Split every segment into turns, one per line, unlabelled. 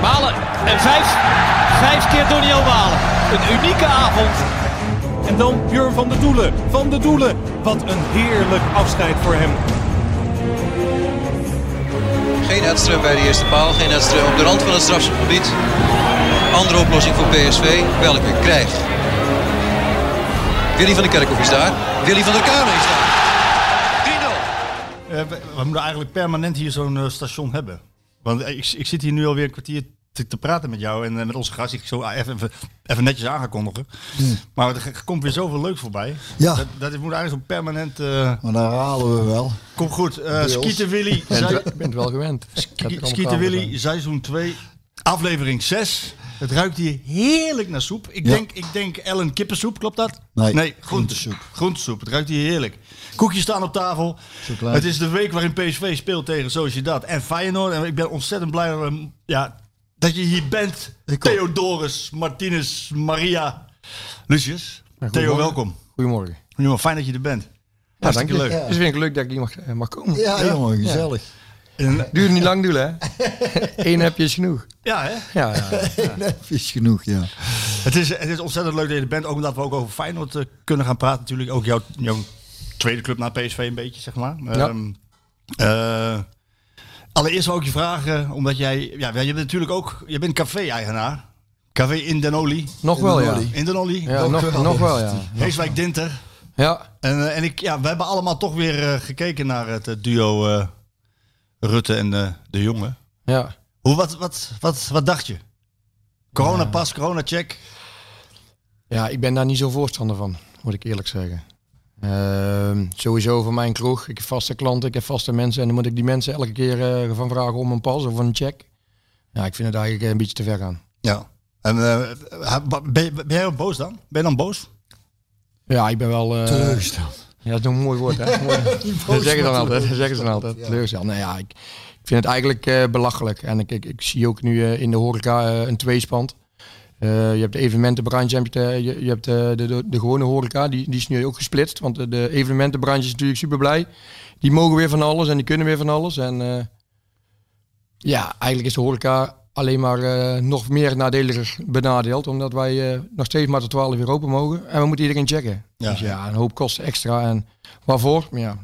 Malen en vijf, vijf keer Doniel Malen. Een unieke avond.
En dan Jur van de Doelen. Van de Doelen. Wat een heerlijk afscheid voor hem.
Geen Edström bij de eerste paal. Geen Edström op de rand van het strafschopgebied. Andere oplossing voor PSV. Welke krijgt? Willy van der Kerkhoff is daar. Willy van der Kuilen is daar. 3-0.
Eh, we, we moeten eigenlijk permanent hier zo'n eh, station hebben. Want eh, ik, ik zit hier nu alweer een kwartier te, te praten met jou en eh, met onze gast. Ik zo ah, even, even, even netjes aangekondigen. Maar er g- komt weer zoveel leuks voorbij.
Ja.
Dat, dat moet eigenlijk zo'n permanent... eh
Maar daar halen we wel.
kom goed, eh
Deels.
Skieten Willy, zei-
Ik ben het wel gewend.
Ski- Skieten
eh.
Willy, seizoen 2, aflevering 6. Het ruikt hier heerlijk naar soep. Ik,
Ja.
denk, ik denk Ellen kippensoep, klopt dat?
Nee,
groentesoep. Groentesoep, het ruikt hier heerlijk. Koekjes staan op tafel.
Chocola.
Het is de week waarin PSV speelt tegen Sociedad en Feyenoord. En ik ben ontzettend blij dat, we- ja, dat je hier bent.
Ik ook.
Theodorus, Martinez, Maria, Lucius. Theo,
goedemorgen.
welkom.
Goedemorgen.
Jongen, fijn dat je er bent. Hartstikke
dank je.
leuk.
Ja.
Het is vind ik leuk dat ik hier mag, eh, mag komen.
Ja, jongen, gezellig.
En-
Duurt niet lang duren, hè? Eén heb je is genoeg.
ja hè?
Ja, ja.
Is genoeg, ja.
Het is, het is ontzettend leuk dat je er bent. Ook omdat we ook over Feyenoord eh, kunnen gaan praten natuurlijk. Ook jouw, jouw tweede club na PSV een beetje, zeg maar. Ehm, eh, allereerst wil ik je vragen, omdat jij... Ja, je bent natuurlijk ook... Je bent café-eigenaar. Café in Den Olie.
Nog wel, ja.
In Den Olie.
ja nog, nog wel, ja.
Heeswijk Dinter.
Ja,
En, eh, en ik, ja, we hebben allemaal toch weer eh, gekeken naar het eh, duo eh, Rutte en eh, de jongen.
ja.
Hoe, wat, wat, wat, wat dacht je? Corona-pas, corona-check.
Ja, ik ben daar niet zo voorstander van, moet ik eerlijk zeggen. Ehm, sowieso voor mijn kroeg. Ik heb vaste klanten, ik heb vaste mensen. En dan moet ik die mensen elke keer eh, van vragen om een pas of een check. Ja, ik vind het eigenlijk eh, een beetje te ver gaan.
Ja. En eh, ben, je- ben jij ook boos dan? Ben je dan boos?
Ja, ik ben wel... eh,
Teleurgesteld.
Ja, dat is nog een mooi woord, hè? Mooi. dat zeggen ze dan altijd. Dat zeggen ze dan altijd. Teleurgesteld. Nou ja, ik, ik vind het eigenlijk eh, belachelijk. En ik, ik, ik zie ook nu eh, in de horeca eh, een tweespand. Eh, je hebt de evenementenbranche, heb je, hebt, eh, je, je hebt eh, de, de, de gewone horeca, die, die is nu ook gesplitst. Want de, de evenementenbranche is natuurlijk super blij. Die mogen weer van alles en die kunnen weer van alles. En eh, ja, eigenlijk is de horeca alleen maar eh, nog meer nadeliger benadeeld. Omdat wij eh, nog steeds maar tot 12 uur open mogen. En we moeten iedereen checken.
Ja.
Dus ja, een hoop kosten extra. En waarvoor? Ja,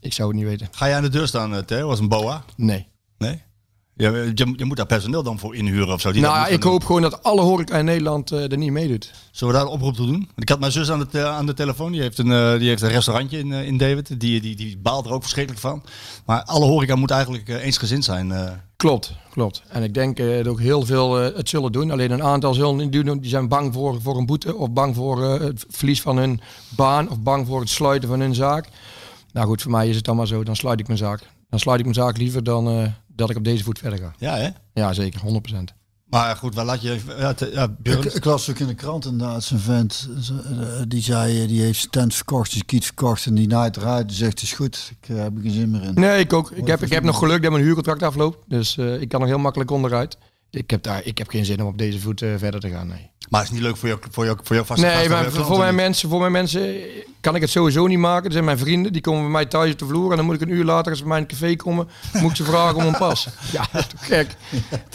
ik zou het niet weten.
Ga jij aan de deur staan, eh, Theo, als een boa?
Nee.
Nee. Je, je, je moet daar personeel dan voor inhuren of zo. die dat
nou,
moet
ik
gaan
hoop gewoon dat alle horeca in Nederland eh, er niet meedoet.
doen. Zullen we daar een oproep toe doen? Want ik had mijn zus aan de, te- aan de telefoon. Die heeft een, eh, die heeft een restaurantje in, eh, in David. Die, die, die baalt er ook verschrikkelijk van. Maar alle horeca moet eigenlijk eh, eensgezind zijn. eh.
Klopt, klopt. En ik denk eh, dat ook heel veel eh, het zullen doen. Alleen een aantal zullen niet doen. Die zijn bang voor, voor een boete of bang voor eh, het verlies van hun baan of bang voor het sluiten van hun zaak. Nou goed, voor mij is het dan maar zo. Dan sluit ik mijn zaak. Dan sluit ik mijn zaak liever dan eh, dat ik op deze voet verder ga.
ja, hè?
Ja, zeker. 100%.
Maar goed, waar laat je... Ja, te- ja, Björn.
Ik, ik las ook in de krant inderdaad, zijn vent, ze- eh, die zei, eh, die heeft zijn tent verkocht, zijn kiet verkocht en die naait eruit. Die zegt, is goed, ik eh, heb er geen zin meer in.
Nee, ik ook. Ik heb, ik heb nog geluk dat mijn huurcontract afloopt. Dus eh, ik kan er heel makkelijk onderuit. Ik heb, daar, ik heb geen zin om op deze voet eh, verder te gaan. Nee.
Maar het is niet leuk voor jou, voor jou, voor jou vast.
Nee,
vast-
maar
vast-
voor mijn, mensen, voor mijn mensen kan ik het sowieso niet maken. Er zijn mijn vrienden, die komen bij mij thuis op de vloer. En dan moet ik een uur later, als ze bij mij in het café komen, moet ik ze vragen om een pas. Ja, dat is toch gek.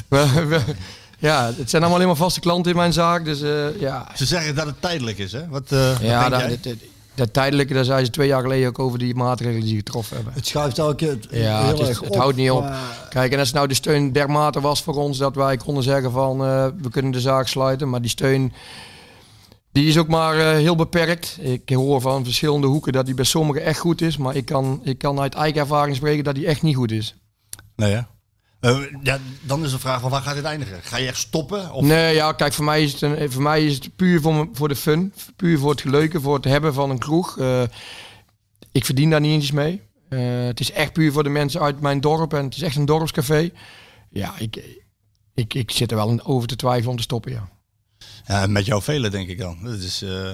We- we- ja, het zijn allemaal alleen maar vaste klanten in mijn zaak. Dus eh, ja,
Ze zeggen dat het tijdelijk is, hè? Wat, eh, wat
ja
denk
dat,
jij?
dat, dat- dat tijdelijke, daar zijn ze twee jaar geleden ook over die maatregelen die ze getroffen hebben.
Het schuift elke keer het-
Ja,
heel
het, is-
erg
het
op,
houdt niet op.
maar-
Kijk, en als nou de steun dermate was voor ons dat wij konden zeggen van eh, we kunnen de zaak sluiten, maar die steun die is ook maar eh, heel beperkt. Ik hoor van verschillende hoeken dat die bij sommigen echt goed is, maar ik kan, ik kan uit eigen ervaring spreken dat die echt niet goed is.
Nee, hè? Eh, ja, dan is de vraag, van waar gaat dit eindigen? Ga je echt stoppen? Of...
Nee, ja, kijk, voor mij is het, een, voor mij is het puur voor, mijn- voor de fun, puur voor het leuke, voor het hebben van een kroeg. Eh, ik verdien daar niet eens mee. Eh, Eh, het is echt puur voor de mensen uit mijn dorp en het is echt een dorpscafé. Ja, ik, ik, ik zit er wel aan over te twijfelen om te stoppen, ja.
Ja, met jouw velen denk ik dan. Dat is, eh,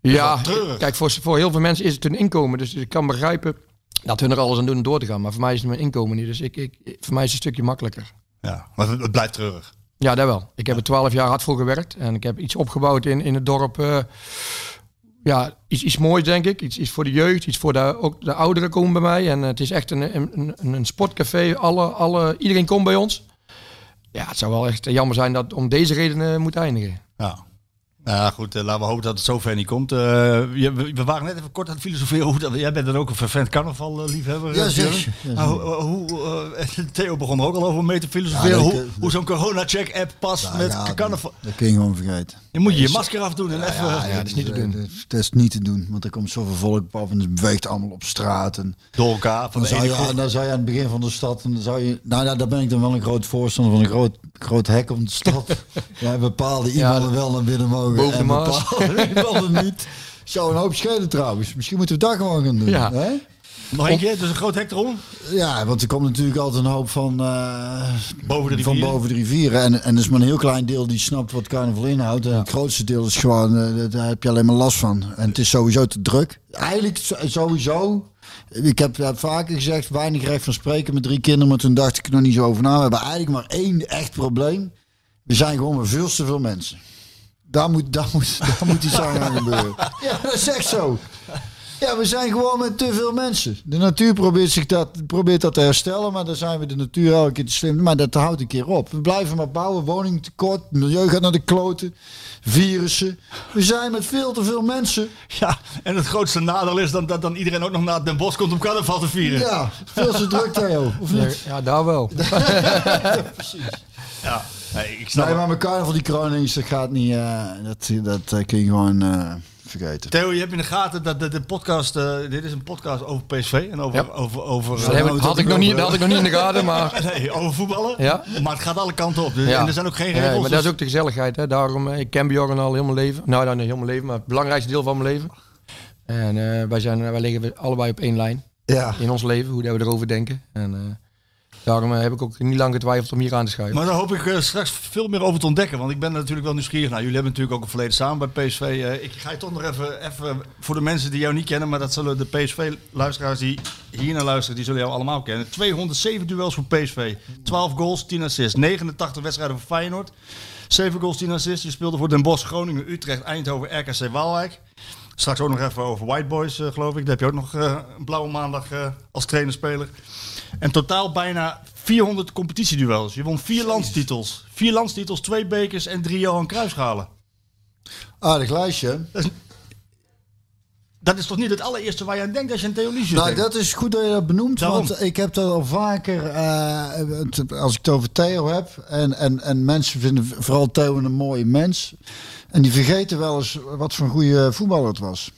Ja,
treurig.
kijk, voor, voor heel veel mensen is het hun inkomen. Dus ik kan begrijpen dat hun er alles aan doen om door te gaan. Maar voor mij is het mijn inkomen niet. Dus ik, ik, voor mij is het een stukje makkelijker.
ja, maar het, het blijft treurig.
Ja, daar wel. Ik heb er twaalf jaar hard voor gewerkt. En ik heb iets opgebouwd in, in het dorp. eh, ja, iets, iets moois denk ik. Iets, iets voor de jeugd, iets voor de, ook de ouderen komen bij mij. En eh, het is echt een, een, een, een sportcafé. Alle, alle, iedereen komt bij ons. Ja, het zou wel echt jammer zijn dat het om deze reden eh, moet eindigen.
Ja. Nou ja, goed, eh, laten we hopen dat het zover niet komt. Eh, je- we, we waren net even kort aan het filosoferen. Hoe dat, jij bent dan ook een vervent carnaval-liefhebber. eh,
Ja, zeker. Ja, zeker.
hoe, hoe, eh, Theo begon er ook al over mee te filosoferen.
Ja, dat-
hoe hoe zo'n corona-check-app past
Nou
met
ja,
carnaval.
Dat kun je gewoon vergeten.
Je moet je, je masker afdoen en even...
dat is niet te
Dus, eh,
doen.
dat- Dat is niet te doen, want er komt zoveel volk op af en het beweegt allemaal op straat. En
door elkaar. Van
dan,
de
zou
ene
je,
groep.
dan zou je aan het begin van de stad, en dan zou je, nou ja, daar ben ik dan wel een groot voorstander van, een groot, groot hek om de stad. Jij bepaalde iemand
dat-
wel naar binnen mogen
Boven de
en
Maas.
bepaalde iemand niet. Zou een hoop schelen trouwens. Misschien moeten we dat gewoon gaan doen.
Ja.
Hè?
Nog één keer, dus een groot hek erom.
Ja, want er komt natuurlijk altijd een hoop van, eh,
Boven de
van
rivier.
boven de rivieren. En, en er is maar een heel klein deel die snapt wat carnaval inhoudt. En het grootste deel is gewoon, eh, daar heb je alleen maar last van. En het is sowieso te druk. Eigenlijk zo- sowieso. Ik heb dat vaker gezegd, weinig recht van spreken met drie kinderen. Maar toen dacht ik er nog niet zo over na. We hebben eigenlijk maar één echt probleem. We zijn gewoon maar veel te veel mensen. Daar moet, daar moet, daar moet iets aan gaan gebeuren. Ja, dat is echt zo. Ja, we zijn gewoon met te veel mensen. De natuur probeert, zich dat, probeert dat te herstellen, maar daar zijn we de natuur elke keer te slim. Maar dat houdt een keer op. We blijven maar bouwen, woningtekort, milieu gaat naar de kloten, virussen. We zijn met veel te veel mensen.
Ja, en het grootste nadeel is dan, dat dan iedereen ook nog naar Den Bosch komt om carnaval te vieren.
Ja, veel te druk, Theo. Of niet?
Ja, daar wel.
Ja, nee, ik snap
Nee,
het.
maar elkaar van die kroonings, dat gaat niet. eh, dat dat eh, kun je gewoon eh, vergeten.
Theo, je hebt in de gaten dat de, de podcast, eh, dit is een podcast over PSV en over,
Ja.
over, over, eh,
Dat, heb ik- had ik nog niet, dat had ik nog niet in de gaten, maar...
nee, over voetballen.
Ja.
Maar het gaat alle kanten op. Dus,
Ja.
En er zijn ook geen
Nee,
regels.
maar dat is
dus-
ook de gezelligheid. Hè? Daarom, eh, ik ken Bjorn al heel mijn leven. Nou, dan niet heel mijn leven, maar het belangrijkste deel van mijn leven. En eh, wij, zijn, wij liggen allebei op één lijn
Ja.
in ons leven, hoe dat we erover denken. En eh, daarom eh, heb ik ook niet lang getwijfeld om hier aan te schuiven.
Maar daar hoop ik eh, straks veel meer over te ontdekken. Want ik ben er natuurlijk wel nieuwsgierig naar. Jullie hebben natuurlijk ook een verleden samen bij PSV. Eh, ik ga je toch nog even, even voor de mensen die jou niet kennen. Maar dat zullen de PSV-luisteraars die hier naar luisteren, die zullen jou allemaal kennen. 207 duels voor PSV. 12 goals, 10 assists. 89 wedstrijden voor Feyenoord. 7 goals, 10 assists. Je speelde voor Den Bosch, Groningen, Utrecht, Eindhoven, RKC Waalwijk. Straks ook nog even over White Boys, eh, geloof ik. Daar heb je ook nog eh, een blauwe maandag eh, als trainerspeler. En totaal bijna 400 competitieduels. Je won vier landstitels. Vier landstitels, twee bekers en drie Johan Cruijffschalen.
Aardig lijstje.
Dat is toch niet het allereerste waar je aan denkt als je aan Theo Liesjes
Nou,
denkt?
dat is goed dat je dat benoemt.
Daarom.
Want ik heb dat al vaker, eh, het- als ik het over Theo heb. En, en, en mensen vinden vooral Theo een mooie mens. En die vergeten wel eens wat voor een goede voetballer het was.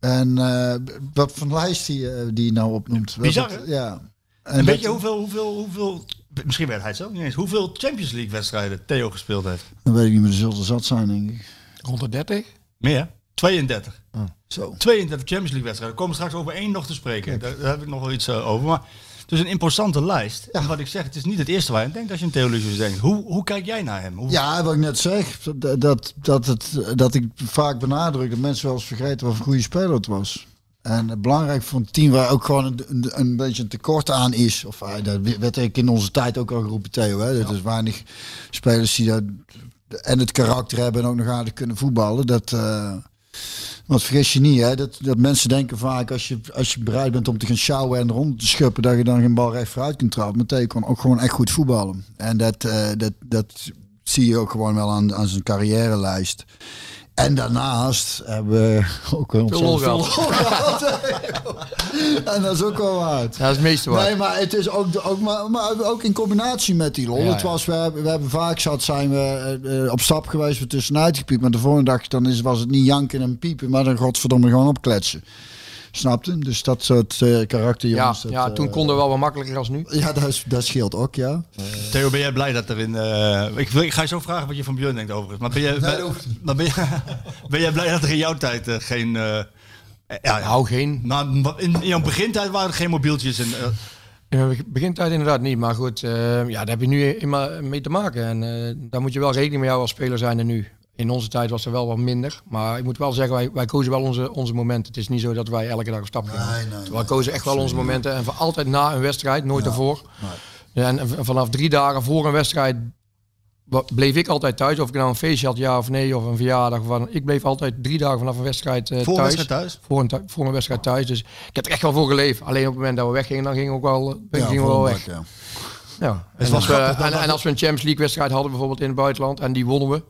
En eh, wat voor een lijst die, eh, die je nou opnoemt.
Bizar,
Dat-
hè?
ja. En
En
dat-
weet je hoeveel, hoeveel, hoeveel... Misschien weet hij het zelf niet eens. Hoeveel Champions League wedstrijden Theo gespeeld heeft?
Dan weet ik niet meer, er zullen er zat zijn, denk ik.
130?
Meer? 32.
Zo.
32 Champions League wedstrijden. Daar komen we straks over één nog te spreken. Daar, daar heb ik nog wel iets eh, over. Maar het is een imposante lijst. En wat ik zeg, het is niet het eerste waar je aan denkt als je aan Theo Liesjes denkt. Hoe, hoe kijk jij naar hem? Hoe,
Ja, wat ik net zeg, dat, dat, dat, het, dat ik vaak benadruk dat mensen wel eens vergeten wat een goede speler het was. En eh, belangrijk voor een team waar ook gewoon een, een, een beetje een tekort aan is. Of, eh, dat werd eigenlijk in onze tijd ook al geroepen, Theo. Hè? Dat is weinig spelers die dat en het karakter hebben en ook nog aardig kunnen voetballen. Dat, eh, want vergis je niet, hè? Dat, dat mensen denken vaak als je, als je bereid bent om te gaan sjouwen en rond te schuppen, dat je dan geen bal recht vooruit kunt trappen. Maar Theo kon ook gewoon echt goed voetballen. En dat, eh, dat, dat zie je ook gewoon wel aan, aan zijn carrièrelijst. En daarnaast hebben we ook een
Veel lol
ontzettend
gehad.
veel lol gehad. en dat is ook wel waard.
Ja, dat is het meeste waard.
Nee, maar het is ook, de- ook, maar, maar ook in combinatie met die lol.
Ja,
het
ja.
was, we, hebben- we hebben vaak zat, zijn we eh, eh, op stap geweest, we tussenuit gepiept. Maar de volgende dag dan is, was het niet janken en piepen, maar dan godverdomme gewoon opkletsen. Snapte? Dus dat soort eh karakter,
ja,
jongens. dat,
ja,
eh,
toen konden we wel wat makkelijker als nu.
Ja, dat, is- dat scheelt ook, ja.
Theo, ben jij blij dat er in... eh, ik, wil- ik ga je zo vragen wat je van Björn denkt overigens. Maar ben jij, ben, maar ben, jij, ben jij blij dat er in jouw tijd eh, geen eh, Ja, ja.
Nou, geen.
Nou, in jouw begintijd waren er geen mobieltjes. En, eh,
In mijn beg- begintijd inderdaad niet, maar goed, eh, ja, daar heb je nu eenmaal mee te maken. En eh, daar moet je wel rekening mee houden als speler zijn er nu. In onze tijd was er wel wat minder, maar ik moet wel zeggen, wij, wij kozen wel onze, onze momenten. Het is niet zo dat wij elke dag op stap gaan.
Nee, nee,
wij kozen echt wel onze momenten en voor altijd na een wedstrijd, nooit ervoor. En v- vanaf drie dagen voor een wedstrijd wa- bleef ik altijd thuis. Of ik nou een feestje had, ja of nee, of een verjaardag. Of wat dan- ik bleef altijd drie dagen vanaf een wedstrijd eh,
voor een
thuis
wedstrijd thuis.
voor een, thu- voor een wedstrijd thuis. Dus ik heb er echt wel voor geleefd. Alleen op het moment dat we weggingen, dan gingen we ook wel, dan gingen we wel weg.
Ja.
Ja.
is
En,
wel
als we,
grappig dat
en,
dat-
en als we een Champions League wedstrijd hadden bijvoorbeeld in het buitenland en die wonnen we,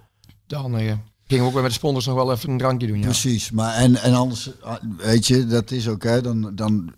dan eh, gingen we ook weer met de sponsors nog wel even een drankje doen. Ja.
Precies, maar en, en anders, ah, weet je, dat is ook, hè, dan, dan,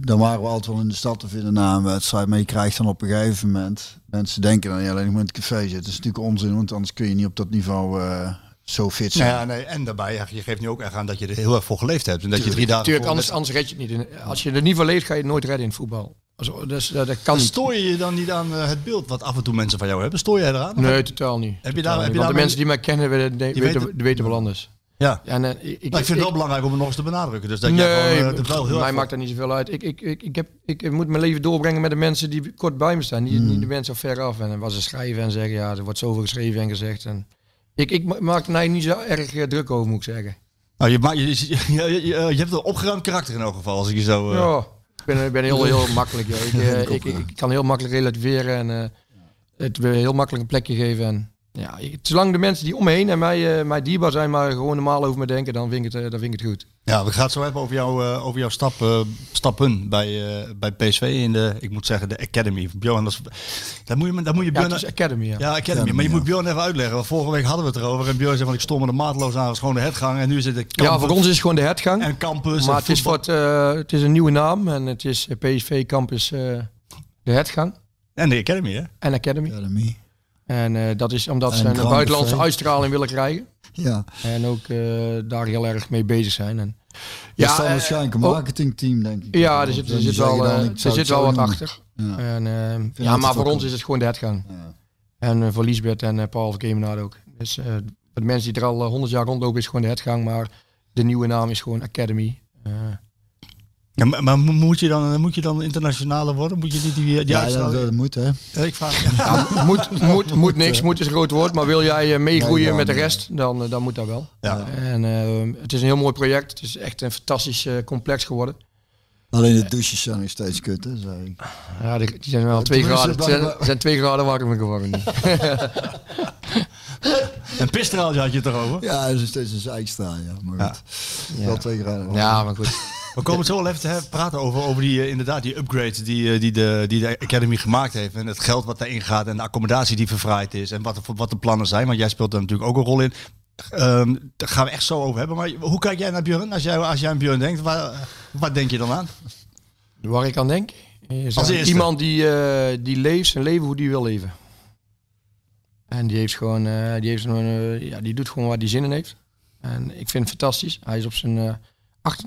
dan waren we altijd wel in de stad te vinden na een wedstrijd, maar je krijgt dan op een gegeven moment, mensen denken dan ja, alleen maar in het café zitten, dat is natuurlijk onzin, want anders kun je niet op dat niveau eh, zo fit zijn.
Nou ja, nee, en daarbij, ja, je geeft nu ook echt aan dat je er heel erg voor geleefd hebt. En dat je drie dagen
Natuurlijk,
voor een
anders, anders red je het niet. En Als je er niet van leeft, ga je het nooit redden in het voetbal. Also, Dus, dat, dat kan
wedstrijd-
niet.
Stoor je je dan niet aan eh, het beeld wat af en toe mensen van jou hebben? Stoor je eraan?
Nee, totaal niet.
Heb je daar-
Totaal niet.
heb je
Want
daar-
de mensen die mij kennen, weten, de-
weet
weten,
het.
weten wel anders.
Ja.
En, eh, ik,
Maar ik vind het wel belangrijk om het nog eens te benadrukken. Dus dat je
nee,
gewoon, eh, er wel heel
mij
erg
maakt dat niet zoveel uit. Ik, ik, ik, ik, heb, ik moet mijn leven doorbrengen met de mensen die kort bij me staan. Niet,
Hmm.
niet de mensen ver af. En wat ze schrijven en zeggen, ja, er wordt zoveel geschreven en gezegd. En ik, ik ma- maak er nou niet zo erg eh, druk over, moet ik zeggen.
Nou, je, ma- je, je, je, je- je hebt een opgeruimd karakter in elk geval, als ik je zo... eh,
Ja, ik ben, ik ben heel, heel makkelijk. joh. Ik, eh, ik, ik, ik kan heel makkelijk relativeren en eh, het weer heel makkelijk een plekje geven. En, ja, ik- zolang de mensen die om me heen en mij, eh, mij dierbaar zijn, maar gewoon normaal over me denken, dan vind ik het, eh, dan vind ik het goed.
Ja, we gaan het zo hebben over, jou, eh, over jouw stap, eh, stappen bij, eh, bij PSV in de, ik moet zeggen, de Academy. Bjorn, dat, is- daar moet je, me- daar moet je
Ja,
Bjorn...
het
nou-
is Academy, ja.
ja, Academy. Maar je moet Bjorn even uitleggen. Want vorige week hadden we het erover. En Bjorn zei van, ik stond me er maatloos aan. Dat is gewoon de headgang. En nu zit ik
Ja, voor ons is het gewoon de hertgang.
En campus.
Maar
en
het is, voor
voetbal.
het, eh, het is een nieuwe naam en het is PSV Campus eh, de Hertgang
En de Academy, hè?
en Academy.
Academy.
En eh, dat is omdat
En
ze een
Grand
buitenlandse
Buffet.
uitstraling willen krijgen.
Ja,
En ook eh, daar heel erg mee bezig zijn. En,
ja, staat
eh,
waarschijnlijk een
ook-
marketingteam, denk ik.
ja, er zit, er
Die
zit
zeggen
wel,
dan,
eh,
ik
er
zou het
zit
zo
wel wat
doen.
achter.
Ja.
En, eh,
dat
ja,
het
maar voor
ook
ons
een-
is het gewoon de hertgang.
Ja.
En eh, voor Liesbeth en eh, Paul van Kemenaar ook. Dus eh, voor de mensen die er al eh, honderd jaar rondlopen is gewoon de hertgang. Maar de nieuwe naam is gewoon Academy. Eh,
Ja, maar maar mo- moet, je dan, moet je dan internationaler worden? Moet je niet die, eh, die
Ja, dat,
uitstraling...
dat moet, hè.
Eh, Ik vraag... Ja.
Ja, moet, moet, moet niks, moet is een groot woord. Maar wil jij eh, meegroeien
Nee, ja,
met de
nee.
rest, dan, eh, dan moet dat wel.
Ja.
En eh, het is een heel mooi project. Het is echt een fantastisch eh, complex geworden.
Alleen de douches zijn nog steeds kut, hè, zei ik.
Ja, die, die zijn wel twee
tenminste,
graden, het zijn,
blijkbaar-
zijn twee graden warmer geworden. nu.
Een pistraaltje had je het erover.
Ja, er is steeds een zijkstra, ja. Maar
Ja.
goed, wel twee graden.
ja, maar goed.
We komen het zo wel even te hebben- praten over, over die, eh, inderdaad, die upgrade die, eh, die, de, die de Academy gemaakt heeft. En het geld wat daarin gaat en de accommodatie die verfraaid is. En wat, de- wat de plannen zijn, want jij speelt daar natuurlijk ook een rol in. Ehm, daar gaan we echt zo over hebben. Maar hoe kijk jij naar Björn? Als jij, als jij aan Björn denkt, waar, wat denk je dan aan?
Waar ik aan denk, is
Als
aan
eerste.
iemand die, eh, die leeft zijn leven hoe die wil leven. En die heeft gewoon, eh, die, heeft gewoon eh, ja, die doet gewoon waar die zin in heeft. En ik vind het fantastisch. Hij is op zijn eh,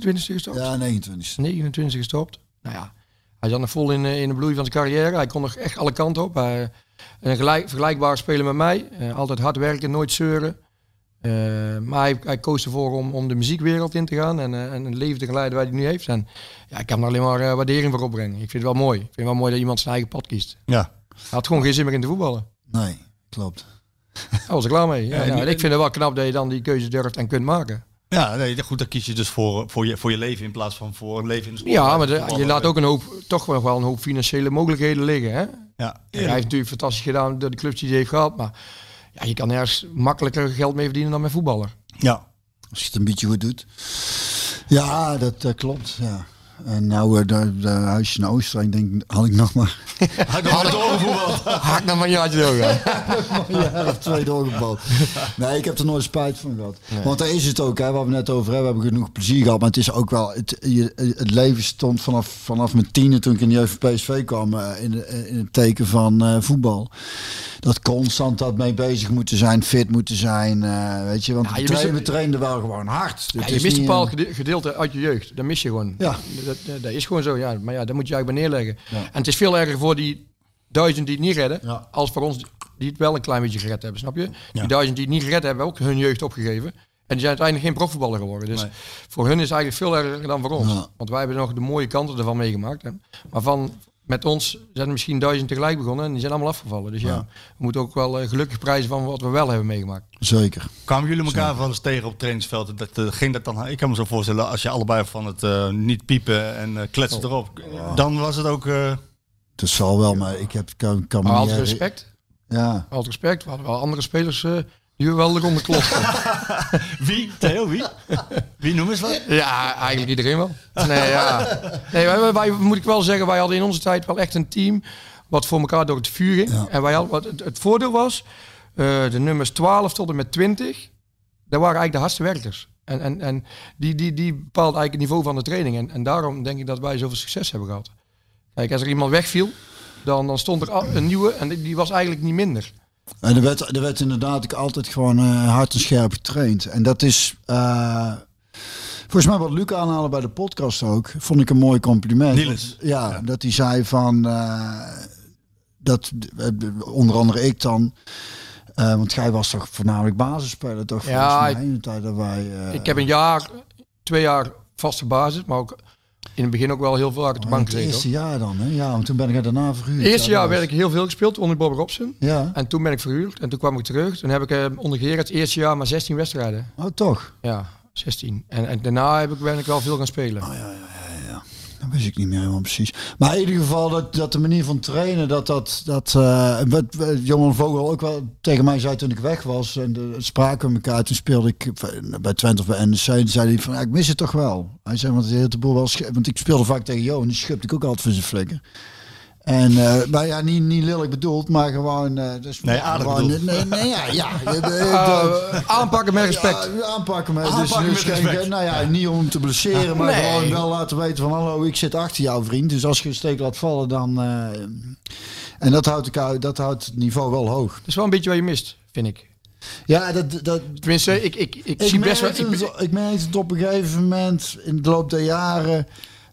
28e gestopt.
Ja, 29
29 gestopt. Nou ja, hij zat nog vol in, eh, in de bloei van zijn carrière. Hij kon nog echt alle kanten op. Hij, een gelijk, vergelijkbare speler met mij. Eh, altijd hard werken, nooit zeuren. Eh, maar hij, hij koos ervoor om, om de muziekwereld in te gaan en, eh, en het leven te geleiden waar hij nu heeft. En ja, ik kan er alleen maar eh, waardering voor opbrengen. Ik vind het wel mooi. Ik vind het wel mooi dat iemand zijn eigen pad kiest.
Ja.
Hij had gewoon geen zin meer in te voetballen.
Nee, klopt.
Daar was ik klaar mee. Ja,
Ja, en
ja,
die-
en ik vind het wel knap dat je dan die keuze durft en kunt maken.
Ja, nee, goed, dan kies je dus voor, voor, je, voor je leven in plaats van voor een leven in de sport.
Ja, maar de- je laat ook een hoop, toch wel wel een hoop financiële mogelijkheden liggen. Hè?
Ja,
Kijk, hij heeft natuurlijk fantastisch gedaan door de clubs die hij heeft gehad. Maar ja, je kan ergens makkelijker geld mee verdienen dan met voetballer.
ja.
Als je het een beetje goed doet. Ja, dat eh, klopt. Ja. En nou, eh dat dat huisje in Oostenrijk, denk ik, had ik nog maar
Hij kan het doorvoetbal.
Haak naar mijn jaartje door.
een jaar of twee doorgebald. Nee, ik heb er nooit spijt van gehad. Want daar is het ook, hè, waar we net over hebben, we hebben genoeg plezier gehad. Maar het is ook wel, het, je- het leven stond vanaf, vanaf mijn tiende toen ik in de jeugd van PSV kwam, eh, in, de- in het teken van eh, voetbal. Dat constant dat mee bezig moeten zijn, fit moeten zijn, eh, weet je. Want
Ja,
we
je mist-
trainen- we trainen wel gewoon hard.
Ja,
Dit
je
is
mist een
niet,
bepaald
eh,
gede- gedeelte uit je jeugd. Dat mis je gewoon.
Ja.
Dat, dat, dat is gewoon zo. Ja. Maar ja, daar moet je eigenlijk bij neerleggen. En het is veel erger voor die duizend die het niet redden.
Ja.
Als voor ons die het wel een klein beetje gered hebben. Snap je?
Ja.
Die duizend die het niet gered hebben, hebben ook hun jeugd opgegeven. die zijn uiteindelijk geen profvoetballer geworden. Dus voor hun is het eigenlijk veel erger dan voor ons.
Ja.
Want wij hebben nog de mooie kanten ervan meegemaakt. Hè. Maar van, met ons zijn er misschien duizend tegelijk begonnen en die zijn allemaal afgevallen. Dus ja,
Ja.
we moeten ook wel eh, gelukkig prijzen van wat we wel hebben meegemaakt.
Zeker.
Kwamen jullie elkaar wel eens tegen op het trainingsveld? Dat, eh, ging dat dan, ik kan me zo voorstellen, als je allebei van het eh, niet piepen en eh,
Oh.
kletsen erop, dan was het ook... eh,
Dat zal wel, maar ik heb, kan, kan me
Maar
niet
altijd
her-
respect.
Ja.
Altijd respect. We hadden wel andere spelers eh, die we wel eronder klopten.
wie? Theo, wie? wie noem eens wat?
Ja, eigenlijk iedereen wel. Nee, ja. nee wij, wij- wij- moet ik wel zeggen, wij hadden in onze tijd wel echt een team wat voor elkaar door het vuur ging. En wij hadden, wat het, het voordeel was, eh, de nummers 12 tot en met 20, dat waren eigenlijk de hardste werkers. En, en, en die, die, die bepaalt eigenlijk het niveau van de training. En, en daarom denk ik dat wij zoveel succes hebben gehad. Kijk, als er iemand wegviel, dan, dan stond er al- een nieuwe en die- die was eigenlijk niet minder.
En er werd, er werd inderdaad ik altijd gewoon eh, hard en scherp getraind. En dat is, eh, volgens mij wat Luc aanhaalde bij de podcast ook, vond ik een mooi compliment.
Niels.
Ja, dat hij zei van, eh, dat eh, onder andere ik dan, eh, want jij was toch voornamelijk basisspeler toch
Ja,
volgens mij
ik-
in de tijd dat wij... eh,
Ik heb een jaar, twee jaar vaste basis, maar ook in het begin ook wel heel veel uit de
in
bank
het
gezeten. hoor.
eerste jaar dan, hè? Ja, want toen ben ik er daarna verhuurd.
Het eerste
Ja,
jaar
dat
werd ik heel veel gespeeld onder Bob Robson.
was- Ja,
En toen ben ik verhuurd en toen kwam ik terug. Toen heb ik eh, onder Gerard het eerste jaar maar 16 wedstrijden.
oh toch?
Ja, 16. En, en daarna heb ik, ben ik wel veel gaan spelen.
Oh, Dat wist ik niet meer helemaal precies. Maar in ieder geval dat, dat de manier van trainen, dat dat, dat eh, wat, wat Johan Vogel ook wel tegen mij zei toen ik weg was. En de, spraken we elkaar, toen speelde ik bij Twente of bij NEC. Toen zei hij van, ja, ik mis het toch wel. Hij zei, want de hele boel wel, sche- want ik speelde vaak tegen Johan, die schupte ik ook altijd voor zijn flikker. En, eh, maar ja, niet, niet lelijk bedoeld, maar gewoon... eh, dus
Nee, aardig
gewoon,
bedoeld. Oh,
Nee, nee, ja, ja.
Eh, aanpakken met respect.
Ja, aanpakken met,
Aanpakken
dus, dus
met
kijk,
respect.
nou ja, niet om te blesseren, maar
Nee.
gewoon wel laten weten van hallo, ik zit achter jou vriend. Dus als je een steek laat vallen, dan... eh, en dat houdt, elkaar, dat houdt het niveau wel hoog.
Dat is wel een beetje wat je mist, vind ik.
Ja, dat... dat
Tenminste, ik, ik, ik, zie
ik, merk
best wel...
het,
Ik, ben-
ik merk het op een gegeven moment in de loop der jaren...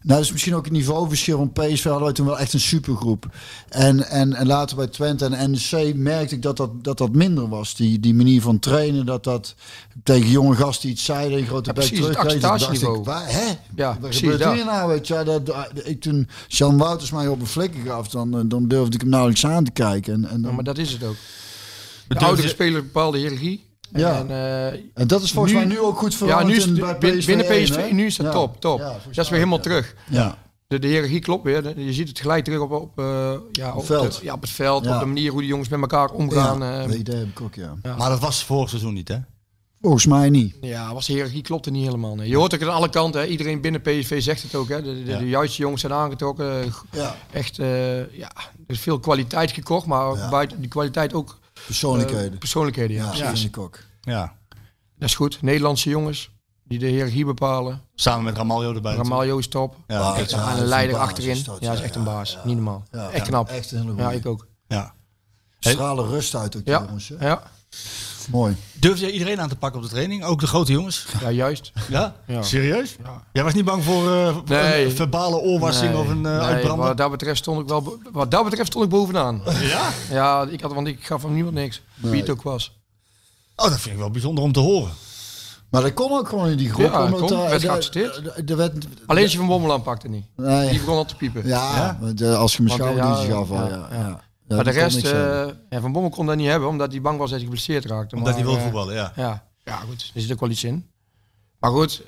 Nou, dat is misschien ook het niveauverschil van PSV. Hadden wij toen wel echt een supergroep. En, en, en later bij Twente en NEC merkte ik dat dat, dat, dat minder was. Die, die manier van trainen, dat dat tegen jonge gasten iets zeiden... een grote
Ja,
bek
precies, het
terugkregen, dacht ik,
acceptatieniveau.
waar- Hè?
Ja,
Wat
precies
gebeurt
dat.
hier nou? Weet je, wel? dat, dat- ik, toen Jan Wouters mij op een flikker gaf, dan, eh, dan durfde ik hem nauwelijks aan te kijken. En, en,
Ja,
dan-
maar dat is het ook.
Dus-
De oudere speler bepaalt de hiërarchie.
Ja.
En, eh,
en dat is volgens
nu-
mij nu ook goed
ja,
veranderd
nu is,
in-
het-
bij PSV
binnen PSV,
1, hè?
nu is dat
Ja.
top, top.
Ja,
dat is weer helemaal terug.
ja.
De, de hiërarchie klopt weer. Je ziet het gelijk terug op, op, eh, ja, op,
veld.
het- ja, op het veld.
Ja.
Op de manier hoe die jongens met elkaar omgaan.
ja,
eh,
dat idee heb ik ook, ja.
Maar dat was vorig seizoen niet, hè?
Volgens mij niet.
Ja, was de hiërarchie klopte niet helemaal. nee. Je hoort ook aan alle kanten. Hè. Iedereen binnen PSV zegt het ook. Hè. De, de,
Ja.
de juiste jongens zijn aangetrokken. Eh,
Ja.
Echt, eh, ja, er is veel kwaliteit gekocht, maar
Ja.
buiten die kwaliteit ook eh,
Persoonlijkheden.
persoonlijkheden. Ehm, Ja.
ja,
precies.
vind ik ook.
Ja.
Dat is goed. Nederlandse jongens die de hiërarchie bepalen.
Samen met Ramaljo erbij.
Ramaljo Ah, is top.
Ja,
Wauw.
kijk,
Ja,
en
dat
een
is
leider
een baas,
achterin.
is dat,
ja,
ja,
is echt een
ja,
baas.
ja.
Niet normaal.
Ja,
echt
ja,
knap.
echt een hele goeie.
Ja, ik ook.
ja.
Stralen rust uit ook,
Ja,
jongens. hè.
ja.
Mooi.
Durfde jij iedereen aan te pakken op de training? Ook de grote jongens?
ja juist.
Ja?
Ja.
Serieus? Jij was niet bang voor eh,
Nee.
een verbale oorwassing
Nee,
of een eh
nee,
uitbrander?
Wat dat betreft stond ik wel, bo- wat dat betreft stond ik bovenaan.
Ja?
Ja, ik had, want ik gaf van niemand niks. Wie het ook was.
Oh, dat vind ik wel bijzonder om te horen.
Maar dat kon ook gewoon in die groep.
Ja, dat
omdat eh,
kon.
daar-
Werd
daar-
geaccepteerd.
daar- daar werd-
Alleen je van Bommel aanpakte niet.
Nee.
Die begon al te piepen.
Ja, de- als je me
Want, eh,
schouderdienst
ja,
gaf al,
ja,
ja. ja.
ja.
Ja,
maar de
dat kon
rest,
niks hebben.
eh, ja, van Bommel kon dat niet hebben, omdat hij bang was dat hij geblesseerd raakte.
Omdat
Maar,
hij wil
eh,
voetballen, ja.
ja. ja, goed. Er zit ook wel iets in. Maar goed,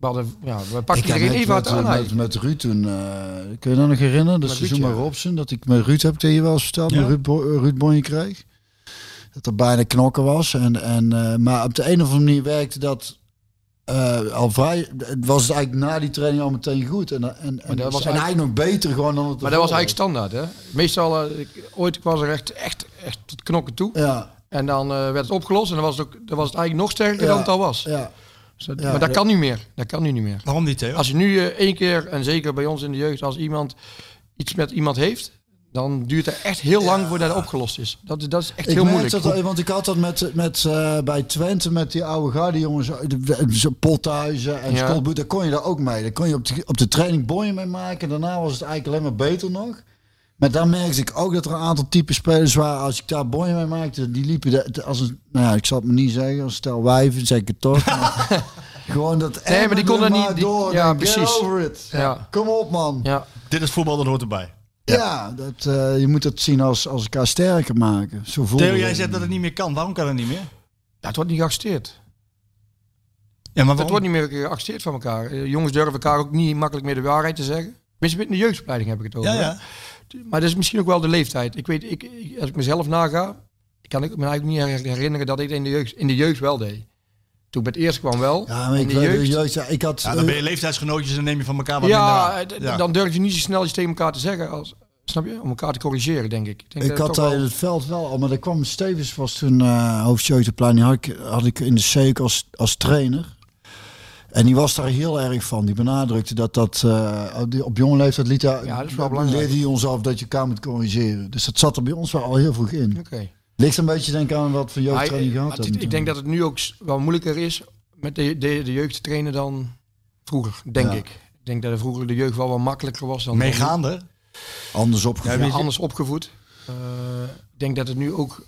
we, hadden, ja, we pakten
Ik heb
iedereen
net
even hard
met,
aan.
met,
eigenlijk.
met, Ruud toen, eh, kun je dat nog herinneren? Dat
Met
seizoen
Ruud,
bij
ja.
Robson, dat ik met Ruud heb ik je wel eens verteld, met Ruud, Bo- eh, Ruud Bonje kreeg. Dat er bijna knokken was. En, en, eh, maar op de een of andere manier werkte dat eh, al vrij, het was het eigenlijk na die training al meteen goed. En, en, en,
dat was
en eigenlijk nog beter gewoon dan het
Maar dat was
ervoor
eigenlijk standaard, hè? Meestal, eh, ik, ooit was er echt, echt, echt tot knokken toe.
Ja,
En dan eh, werd het opgelost en dan was het, ook, dan was het eigenlijk nog sterker
Ja.
dan het al was.
ja.
Dus dat-
Ja,
maar dat
ja.
kan niet meer. Dat kan nu niet meer.
Waarom niet, Theo?
Als je nu eh, één keer, en zeker bij ons in de jeugd, als iemand iets met iemand heeft, dan duurt het echt heel lang voordat het opgelost is. Dat, is- dat is echt
Ik
heel
merk
moeilijk.
dat, eh, want ik had dat met, met, eh, bij Twente met die oude garde jongens, eh, de- de- zo Pothuizen en
Ja.
ja. daar kon je daar ook mee. Daar kon je op de, op de training boeien mee maken. Daarna was het eigenlijk alleen maar beter nog. Maar dan merkte ik ook dat er een aantal type spelers waren. Als ik daar boy mee maakte, die liepen de- als een, nou ja, ik zal het me niet zeggen, als stel wijven, zeg ik het toch. maar gewoon dat.
Nee, maar die
kon
konden niet- die-
door.
ja,
Get
precies.
over it.
Ja.
Kom op, man. Ja,
Ja.
Dit is voetbal, dat hoort erbij.
dat, eh, je moet dat zien als, als elkaar sterker maken. Zo voelde
Theo, jij
het.
zegt dat het niet meer kan. Waarom kan het niet meer?
ja, het wordt niet geaccepteerd.
Ja, maar
Het wordt niet meer geaccepteerd van elkaar. Eh, jongens durven elkaar ook niet makkelijk meer de waarheid te zeggen. Misschien in de jeugdopleiding heb ik het over.
Ja,
hè.
ja.
Maar dat is misschien ook wel de leeftijd. Ik weet, ik, ik- als ik mezelf naga, ik kan ik me eigenlijk niet her- herinneren dat ik het in de jeugd, in de jeugd wel deed. Toen ik met eerst kwam wel.
Ja, maar
in
ik
de
weet
jeugd-
jeugd, ja, ik had.
Ja, dan ben
eh,
je leeftijdsgenootjes en dan neem je van elkaar wat
ja, eh,
minder
d-
aan. Ja.
dan durf je niet zo snel iets tegen elkaar te zeggen. Als, snap je? Om elkaar te corrigeren, denk ik. denk
eh, ik
dat
had
het
daar
toch wel-
in het veld wel al, maar daar kwam Stevens was toen eh hoofdjeugdopleiding. Had ik, had ik in de C als, als trainer. En die was daar heel erg van. Die benadrukte dat dat eh, die- op jonge leeftijd liet hij,
Ja, dat is wel belangrijk.
leerde hij ons af dat je elkaar moet corrigeren. Dus dat zat er bij ons wel al heel vroeg in.
Oké.
Ligt een beetje denk ik aan wat voor
Maar,
jeugdtraining
eh,
gehad
maar
hebben.
dit- Ik denk dat het nu ook s- wel moeilijker is met de, de, de jeugd te trainen dan vroeger, denk ik. Ik denk dat er vroeger de jeugd wel wat makkelijker was dan
Meegaande.
anders op.
Ja, anders opgevoed. Eh, ik denk dat het nu ook,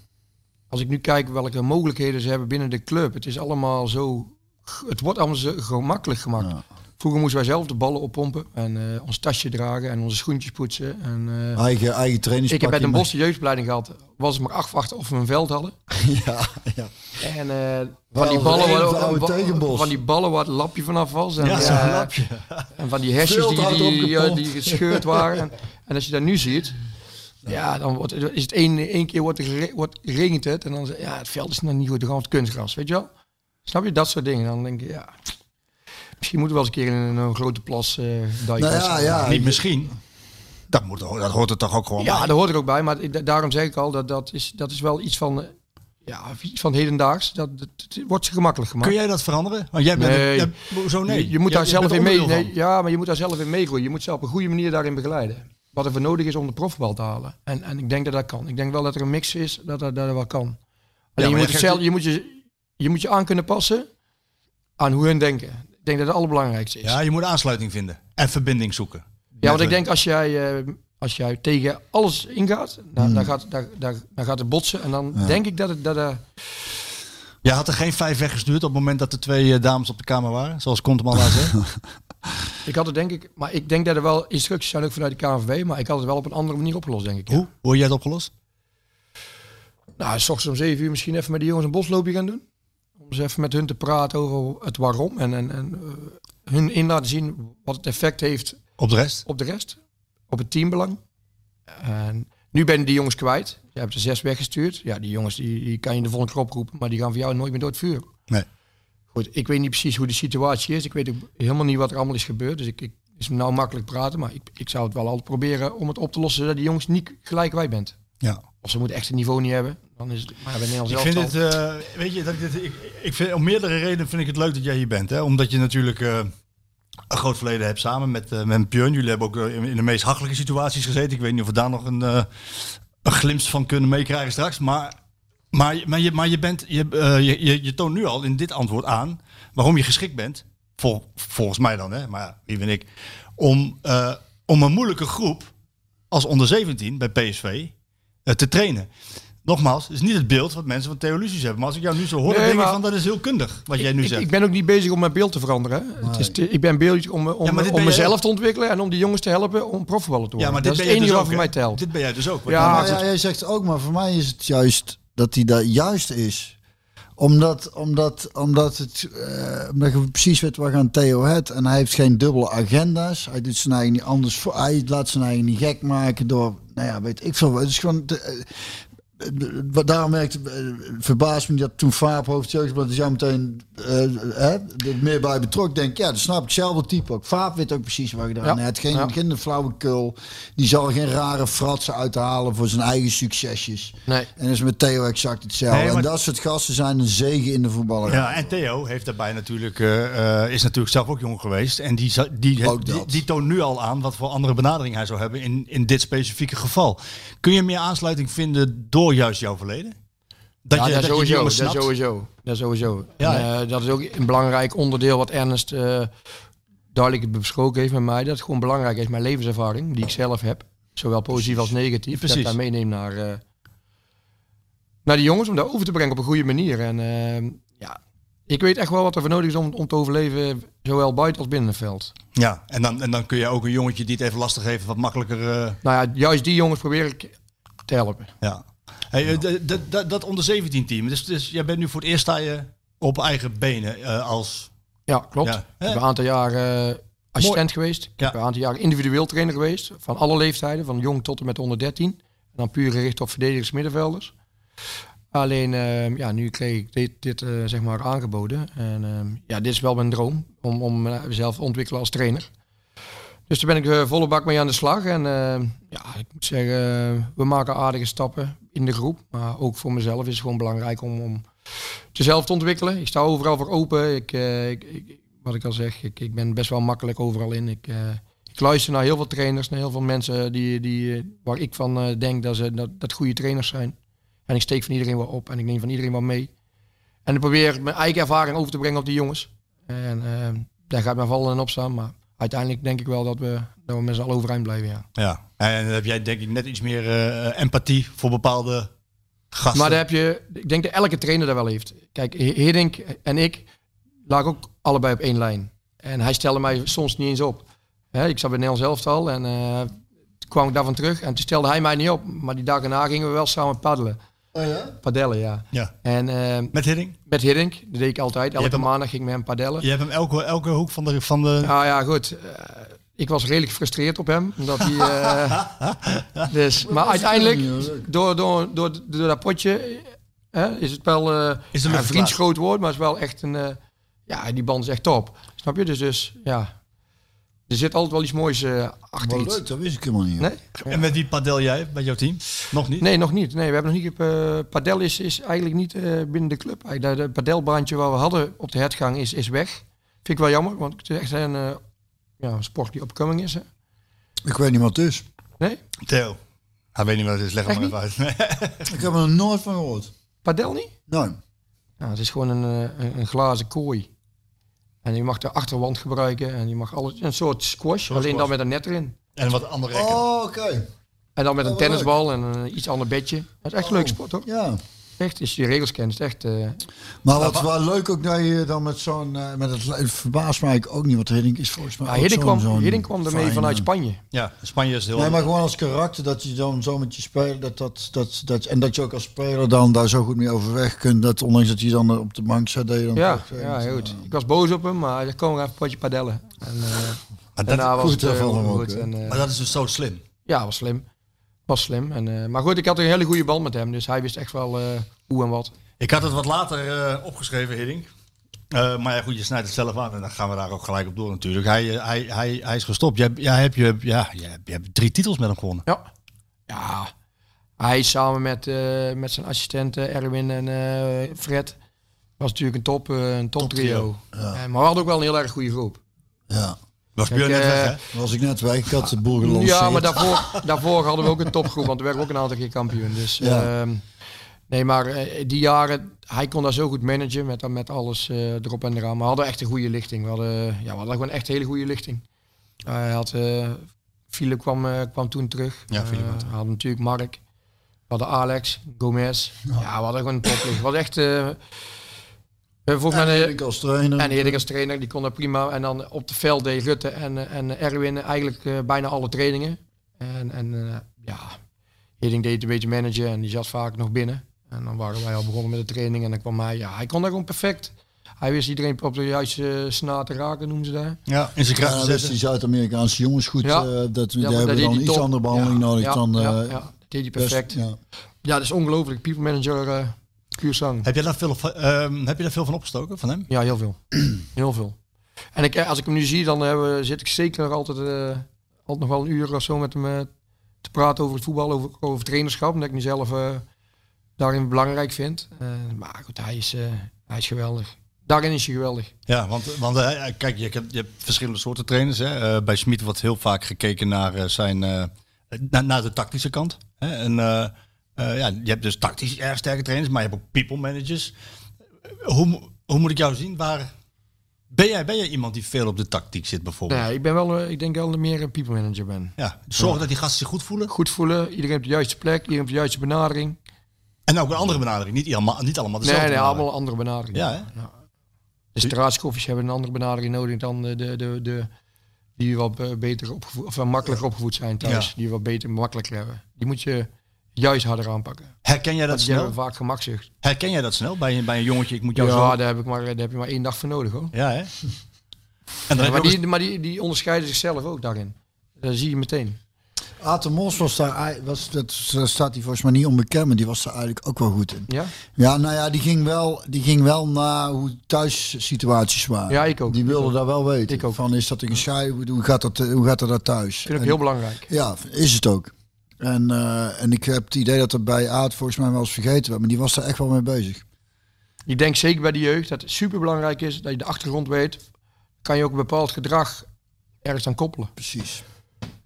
als ik nu kijk welke mogelijkheden ze hebben binnen de club, het is allemaal zo, g- het wordt allemaal zo gemakkelijk gemaakt.
Ja.
Vroeger moesten wij zelf de ballen oppompen en eh, ons tasje dragen en onze schoentjes poetsen. En, eh,
Eigen, eigen
ik
trainingspakje.
heb bij Den
dus maar-
Bosch de jeugdopleiding gehad, was het maar afwachten of we een veld hadden.
ja, ja.
En eh, van,
Wel,
die ballen
een
waar,
van de oude
wa-
tegenbos.
van die ballen waar het lapje vanaf was. En,
Ja, zo'n
eh,
lapje.
en van die hesjes
Veel
die,
te hard
die, eh,
opgepompt.
die gescheurd waren. En, en als je dat nu ziet, ja, dan wordt, is het één, één keer wordt, er gere- wordt regent het. En dan zeg je, ja, het veld is nog niet goed, dan gaan we het kunstgras, weet je wel? Snap je? Dat soort dingen. Dan denk je, ja, misschien moeten we wel eens een keer in een, eh, grote plas eh duiken.
Nou ja, ja.
Niet misschien. Ah, Dat, moet, dat hoort er toch ook gewoon
Ja,
bij.
daar hoort er ook bij. Maar da- daarom zeg ik al, dat, dat, is, dat is wel iets van, eh, ja, iets van hedendaags. Dat, dat, het wordt ze gemakkelijk gemaakt.
Kun jij dat veranderen? Want jij bent...
Nee.
jij- hoezo Oh, nee?
je, je moet
Jij-
daar
jij
zelf in
bent
mee.
onderdeel
nee, ja, maar je moet daar zelf in meegroeien. Je moet ze op een goede manier daarin begeleiden. Wat er voor nodig is om de profbal te halen. En, en ik denk dat dat kan. Ik denk wel dat er een mix is dat dat, dat, dat wel kan. Alleen
maar je
je, moet het
geeft-
zelf, je, moet je, je moet je aan kunnen passen aan hoe hun denken. Ik denk dat het allerbelangrijkste is.
van. Ja, je moet aansluiting vinden. En verbinding zoeken.
Ja, want ik denk als jij, eh, als jij tegen alles ingaat, dan,
Hmm.
dan, gaat, dan, dan, dan gaat het botsen. En dan denk ik dat het... Dat, eh,
Jij had er geen vijf weggestuurd op het moment dat de twee eh, dames op de kamer waren? Zoals Konteman daar zei.
ik had het denk ik... Maar ik denk dat er wel instructies zijn ook vanuit de KNVB. Maar ik had het wel op een andere manier opgelost, denk ik. ja.
Hoe? Hoe heb jij het opgelost?
Nou, s ochtends om zeven uur misschien even met die jongens een bosloopje gaan doen. Om eens even met hun te praten over het waarom. En, en, en eh, hun in laten zien wat het effect heeft
Op de rest?
op de rest. Op het teambelang. En nu ben je die jongens kwijt. Je hebt er zes weggestuurd. Ja, die jongens die, die kan je de volgende keer oproepen. Maar die gaan voor jou nooit meer door het vuur.
Nee.
Goed, ik weet niet precies hoe de situatie is. Ik weet ook helemaal niet wat er allemaal is gebeurd. Dus ik, ik is nou makkelijk praten. Maar ik, ik zou het wel altijd proberen om het op te lossen. Zodat die jongens niet gelijk kwijt bent.
Ja.
Of ze moeten echt het niveau niet hebben. Dan is het maar bij Nederland
Ik
zelf.
vind het, eh, weet je, dat ik, dit, ik, ik vind, om meerdere redenen vind ik het leuk dat jij hier bent. Hè? Omdat je natuurlijk eh, een groot verleden hebt samen met, eh met Björn. Jullie hebben ook eh, in, in de meest hachelijke situaties gezeten. Ik weet niet of we daar nog een, eh, een glimp van kunnen meekrijgen straks. Maar, maar, je- maar, je, maar je, bent, je, eh, je, je, je toont nu al in dit antwoord aan waarom je geschikt bent. Vol, volgens mij dan, hè? maar ja, wie ben ik. Om, eh, om een moeilijke groep als onder 17 bij PSV eh, te trainen. Nogmaals, het is niet het beeld wat mensen van Theo Lucius hebben. Maar als ik jou nu zo hoor,
Nee,
dan denk ik
maar-
van dat is heel kundig wat jij nu
ik,
zegt.
ik ben ook niet bezig om mijn beeld te veranderen. hè. Het is te- ik ben bezig om, eh, om,
Ja, maar dit
om
ben jij
mezelf
ook.
te ontwikkelen en om die jongens te helpen om profvoetballer te worden. dat is het
jij
enige
dus
wat
ook,
voor
hè?
mij telt.
Dit ben jij dus ook. wat
Ja,
je
maar
maakt.
ja, jij zegt ook, maar voor mij is het juist dat hij daar juist is. Omdat, omdat, omdat, het, eh, omdat je precies weet waar gaan Theo het. En hij heeft geen dubbele agenda's. Hij doet zijn eigen niet anders voor. Hij laat zijn eigen niet gek maken door, nou ja, weet ik veel. wat. Het is gewoon... de- eh, eh, wat daarom merkte, eh, verbaasd me dat toen Faap hoofdjeugdblad is jou meteen eh, eh, er meer bij betrokken. Denk ik, ja, dat snap ik. Hetzelfde type ook. Faap weet ook precies waar je eraan
Ja.
hebt. Geen,
Ja.
geen flauwekul. Die zal geen rare fratsen uithalen voor zijn eigen succesjes.
Nee.
En dat is met Theo exact hetzelfde.
Nee, maar-
En dat soort gasten zijn een zegen in de voetballer.
Ja, en Theo heeft daarbij natuurlijk, eh, eh, is natuurlijk zelf ook jong geweest. En die, za- die,
Ook
die,
dat.
die toont nu al aan wat voor andere benadering hij zou hebben in, in dit specifieke geval. Kun je meer aansluiting vinden door juist jouw verleden? Dat
ja,
je,
dat,
dat je die
sowieso,
jongens
dat
snapt?
sowieso. Dat sowieso.
Ja,
En, eh, dat is ook een belangrijk onderdeel wat Ernst eh, duidelijk besproken heeft met mij. Dat het gewoon belangrijk is, mijn levenservaring die ik zelf heb. zowel positief als negatief, dat ik
Precies.
daar meeneem naar, eh, naar die jongens, om daar over te brengen op een goede manier. En eh, ja, ik weet echt wel wat er voor nodig is om, om te overleven, zowel buiten als binnen het veld.
Ja, en dan, en dan kun je ook een jongetje die het even lastig heeft wat makkelijker... eh,
Nou ja, juist die jongens probeer ik te helpen.
ja. Hey, eh, d- d- d- dat onder 17 team, dus, dus jij bent nu voor het eerst sta je op eigen benen eh, als...
Ja, klopt.
Ja.
Ik ben een aantal jaar eh, assistent geweest. Ik
Ja.
ben een aantal jaar individueel trainer geweest. Van alle leeftijden, van jong tot en met onder 13. En dan puur gericht op verdedigers middenvelders. Alleen, eh, ja, nu kreeg ik dit, dit eh, zeg maar aangeboden. En eh, ja, dit is wel mijn droom. Om, om eh, mezelf te ontwikkelen als trainer. Dus daar ben ik eh, volle bak mee aan de slag. En eh, ja, ik moet zeggen, eh, we maken aardige stappen in de groep. Maar ook voor mezelf is het gewoon belangrijk om, om jezelf te ontwikkelen. Ik sta overal voor open. Ik, eh, ik, ik- wat ik al zeg, ik, ik ben best wel makkelijk overal in. Ik, eh, ik luister naar heel veel trainers, naar heel veel mensen die, die, eh, waar ik van eh, denk dat ze dat, dat goede trainers zijn. En ik steek van iedereen wat op en ik neem van iedereen wat mee. En ik probeer mijn eigen ervaring over te brengen op die jongens. En eh, daar gaat mijn vallen en opstaan. Maar uiteindelijk denk ik wel dat we, dat we met z'n allen overeind blijven. Ja.
Ja. En dan heb jij denk ik net iets meer eh, empathie voor bepaalde gasten.
Maar daar heb je, ik denk dat elke trainer dat wel heeft. Kijk, He- Hiddink en ik lagen ook allebei op één lijn. En hij stelde mij soms niet eens op. Hè, ik zat bij Nederlands Elftal en eh, toen kwam ik daarvan terug. En toen stelde hij mij niet op. Maar die dagen na gingen we wel samen paddelen.
Oh ja?
Padellen, ja.
ja.
En eh,
Met Hidding?
met Hiddink, dat deed ik altijd.
hebt
Elke
hem-
maandag ging ik met hem padellen.
Je hebt hem elke, elke hoek van de... Van de...
Nou ja, goed. Eh, ik was redelijk gefrustreerd op hem. Omdat hij, eh, dus, maar uiteindelijk, door, door, door, door dat potje, eh, is het wel eh,
Is de
ja,
lucht
een vriends groot woord, maar het is wel echt een... eh, ja, die band is echt top. Snap je? Dus, dus ja, er zit altijd wel iets moois eh, achter
Wat
iets.
leuk, dat wist ik helemaal niet.
Nee?
En met wie padel jij bij jouw team? Nog niet?
Nee, nog niet. Nee, we hebben nog niet. eh padel is, is eigenlijk niet eh, binnen de club. Eigenlijk, Dat dat padelbrandje waar we hadden op de hertgang is, is weg. Vind ik wel jammer, want het is echt een eh, ja, een sport die opkoming is. Hè?
Ik weet niet wat het is.
Nee?
Theo. Hij weet niet wat het is, leg hem
Echt
maar even uit. Nee.
Ik heb er nog nooit van gehoord.
Padel niet?
Nee.
Nou, het is gewoon een, eh, een, een glazen kooi. En je mag de achterwand gebruiken en je mag alles. Een soort squash, alleen dan met een net erin.
En wat andere rekken.
Oh, oké.
En dan met
Oh,
een
wat
tennisbal en een iets ander bedje. Dat is echt een leuk sport hoor.
Ja.
Echt, als je die regels kent, is het echt. eh,
Maar wat wel leuk ook dat je dan met zo'n... eh, met het, het verbaast mij ook niet, want Hiddink is volgens mij
ja,
ook
Hiddink
zo'n-
kwam,
zo'n eh,
Hiddink kwam ermee
fijne-
vanuit Spanje.
Ja, Spanje is heel...
Nee, maar gewoon als karakter dat je dan zo met je speler dat dat dat dat en dat je ook als speler dan daar zo goed mee overweg kunt dat ondanks dat je dan op de bank zat, dat je dan
Ja,
toch, eh,
ja,
met-
heel goed. Ik was boos op hem, maar hij zei, kom, we gaan even een potje padellen. En eh,
maar, dat,
daarna was
goed
het eh,
daarvan
goed.
ook, hè.
en, eh,
maar dat is dus zo slim.
ja, was slim. Was slim. En, eh, maar goed, ik had een hele goede band met hem, dus hij wist echt wel eh, hoe en wat.
Ik had het wat later eh, opgeschreven, Hiddink. Eh, maar ja, goed, je snijdt het zelf aan en dan gaan we daar ook gelijk op door natuurlijk. Hij, eh, hij, hij, hij is gestopt. Jij, jij, hebt, je, ja, jij, hebt- je hebt drie titels met hem gewonnen.
Ja. Ja. Hij samen met, eh, met zijn assistenten Erwin en eh, Fred was natuurlijk een top, eh, een top, trio. Eh, maar we hadden ook wel een heel erg goede groep.
Ja.
Was
Kijk,
Björn net
eh,
weg, hè?
Was ik net weg, ik had de boel gelanceerd.
Ja, maar daarvoor, daarvoor hadden we ook een topgroep, want we werden ook een aantal keer kampioen. Dus,
Ja.
ehm, nee, maar eh, die jaren, hij kon daar zo goed managen met, met alles eh, erop en eraan. Maar we hadden echt een goede lichting. We hadden, ja, we hadden gewoon echt een hele goede lichting. Hij had, eh Philip kwam, eh, kwam toen terug.
Ja, Philip kwam
Eh, we hadden natuurlijk Mark. We hadden Alex, Gomez. Ja, we hadden gewoon een toplicht. Het was echt... eh, we hebben volgens mij...
ik als trainer.
En Erik als trainer, die kon dat prima. En dan op de veld deed Rutte en, eh, en Erwin eigenlijk eh, bijna alle trainingen. En, en eh, ja, Erik deed een beetje managen en die zat vaak nog binnen. En dan waren wij al begonnen met de training en dan kwam hij. Ja, hij kon dat gewoon perfect. Hij wist iedereen op de juiste eh, snaar te raken, noemen ze
Dus
dat.
Ja, in zijn kracht
ja,
te
dus
zetten.
die Zuid-Amerikaanse jongens goed,
Ja.
eh, dat we
Ja,
die
maar dat
hebben
deed
dan
hij
iets
top.
andere behandeling
Ja,
nodig
ja,
dan
ja,
eh,
ja, dat deed hij
best-
perfect.
ja.
ja, dat is ongelooflijk. People manager eh puur zang.
Heb, jij daar veel, van- ehm, heb je daar veel van opgestoken, van hem?
Ja, heel veel. heel veel. En ik, eh, als ik hem nu zie, dan eh, zit ik zeker nog altijd, eh, altijd nog wel een uur of zo met hem eh, te praten over het voetbal, over, over trainerschap. Omdat ik mezelf eh daarin belangrijk vind. Eh, maar goed, hij is, eh, hij is geweldig. Daarin is hij geweldig.
Ja, want, want eh, kijk, je hebt, je hebt verschillende soorten trainers. Hè. Eh, bij Smit wordt heel vaak gekeken naar, eh, zijn, eh, na- naar de tactische kant. Hè. En, eh, eh, ja, je hebt dus tactisch erg sterke trainers, maar je hebt ook people managers. Hoe, mo- hoe moet ik jou zien? Waar, Ben jij, ben jij iemand die veel op de tactiek zit bijvoorbeeld?
Nee, ik ben wel, eh, ik denk wel dat ik meer een people manager ben.
Ja, zorgen dat die gasten zich goed voelen.
Goed voelen, iedereen op de juiste plek, iedereen op de juiste benadering.
En ook een andere benadering. Niet allemaal, niet allemaal
Nee,
dezelfde
nee,
benadering.
allemaal andere benadering.
Ja, hè?
Dus De straatskoffies hebben een andere benadering nodig dan eh, de, de, de, de die wat eh, beter opgevoed, of eh, makkelijker opgevoed zijn thuis.
Ja.
Die wat beter makkelijker hebben. Die moet je juist harder aanpakken. Want
Herken jij dat
die hebben
snel?
vaak gemakzucht.
Herken jij dat snel bij een, bij een jongetje? Ik moet jou
Ja,
zorgen.
daar heb, ik maar, eh, daar heb je maar één dag voor nodig hoor.
Ja, hè? En dan heb je
maar
ook eens-
die, maar die, die onderscheiden zichzelf ook daarin. Dat zie je meteen.
Aten Mos was daar, was, dat, daar staat hij volgens mij niet onbekend, maar die was daar eigenlijk ook wel goed in.
Ja?
Ja, nou ja, die ging wel, die ging wel naar hoe thuissituaties waren.
Ja, ik ook.
Die wilde
Ik ook.
daar wel weten.
Ik ook.
Van is dat een gescheiden? Hoe gaat dat, hoe gaat dat daar thuis?
Vind ik
En-
heel belangrijk.
Ja, is het ook. En, eh, en ik heb het idee dat er bij Aad volgens mij wel eens vergeten werd, maar die was daar echt wel mee bezig.
Ik denk zeker bij de jeugd dat het superbelangrijk is dat je de achtergrond weet. Kan je ook een bepaald gedrag ergens aan koppelen.
Precies.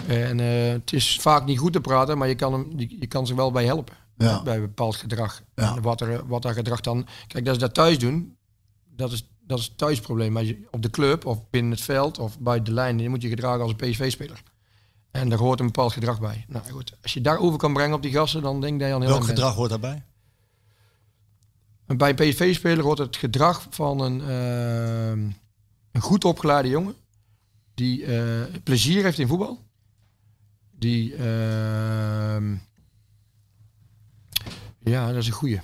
En eh, het is vaak niet goed te praten, maar je kan, hem, je, je kan ze wel bij helpen.
Ja.
Bij een bepaald gedrag.
Ja.
En wat, er, wat dat gedrag dan... Kijk, dat ze dat thuis doen, dat is, dat is het thuisprobleem. Maar je- op de club of binnen het veld of buiten de lijn, je moet je gedragen als een PSV-speler. En daar hoort een bepaald gedrag bij. Nou goed, als je daarover kan brengen op die gasten, dan denk ik dat je al heel
welk
eind bent.
gedrag hoort daarbij?
En Bij een PSV-speler wordt het gedrag van een, ehm, een goed opgeleide jongen. Die eh, plezier heeft in voetbal. Die. ehm, ja, dat is een goede.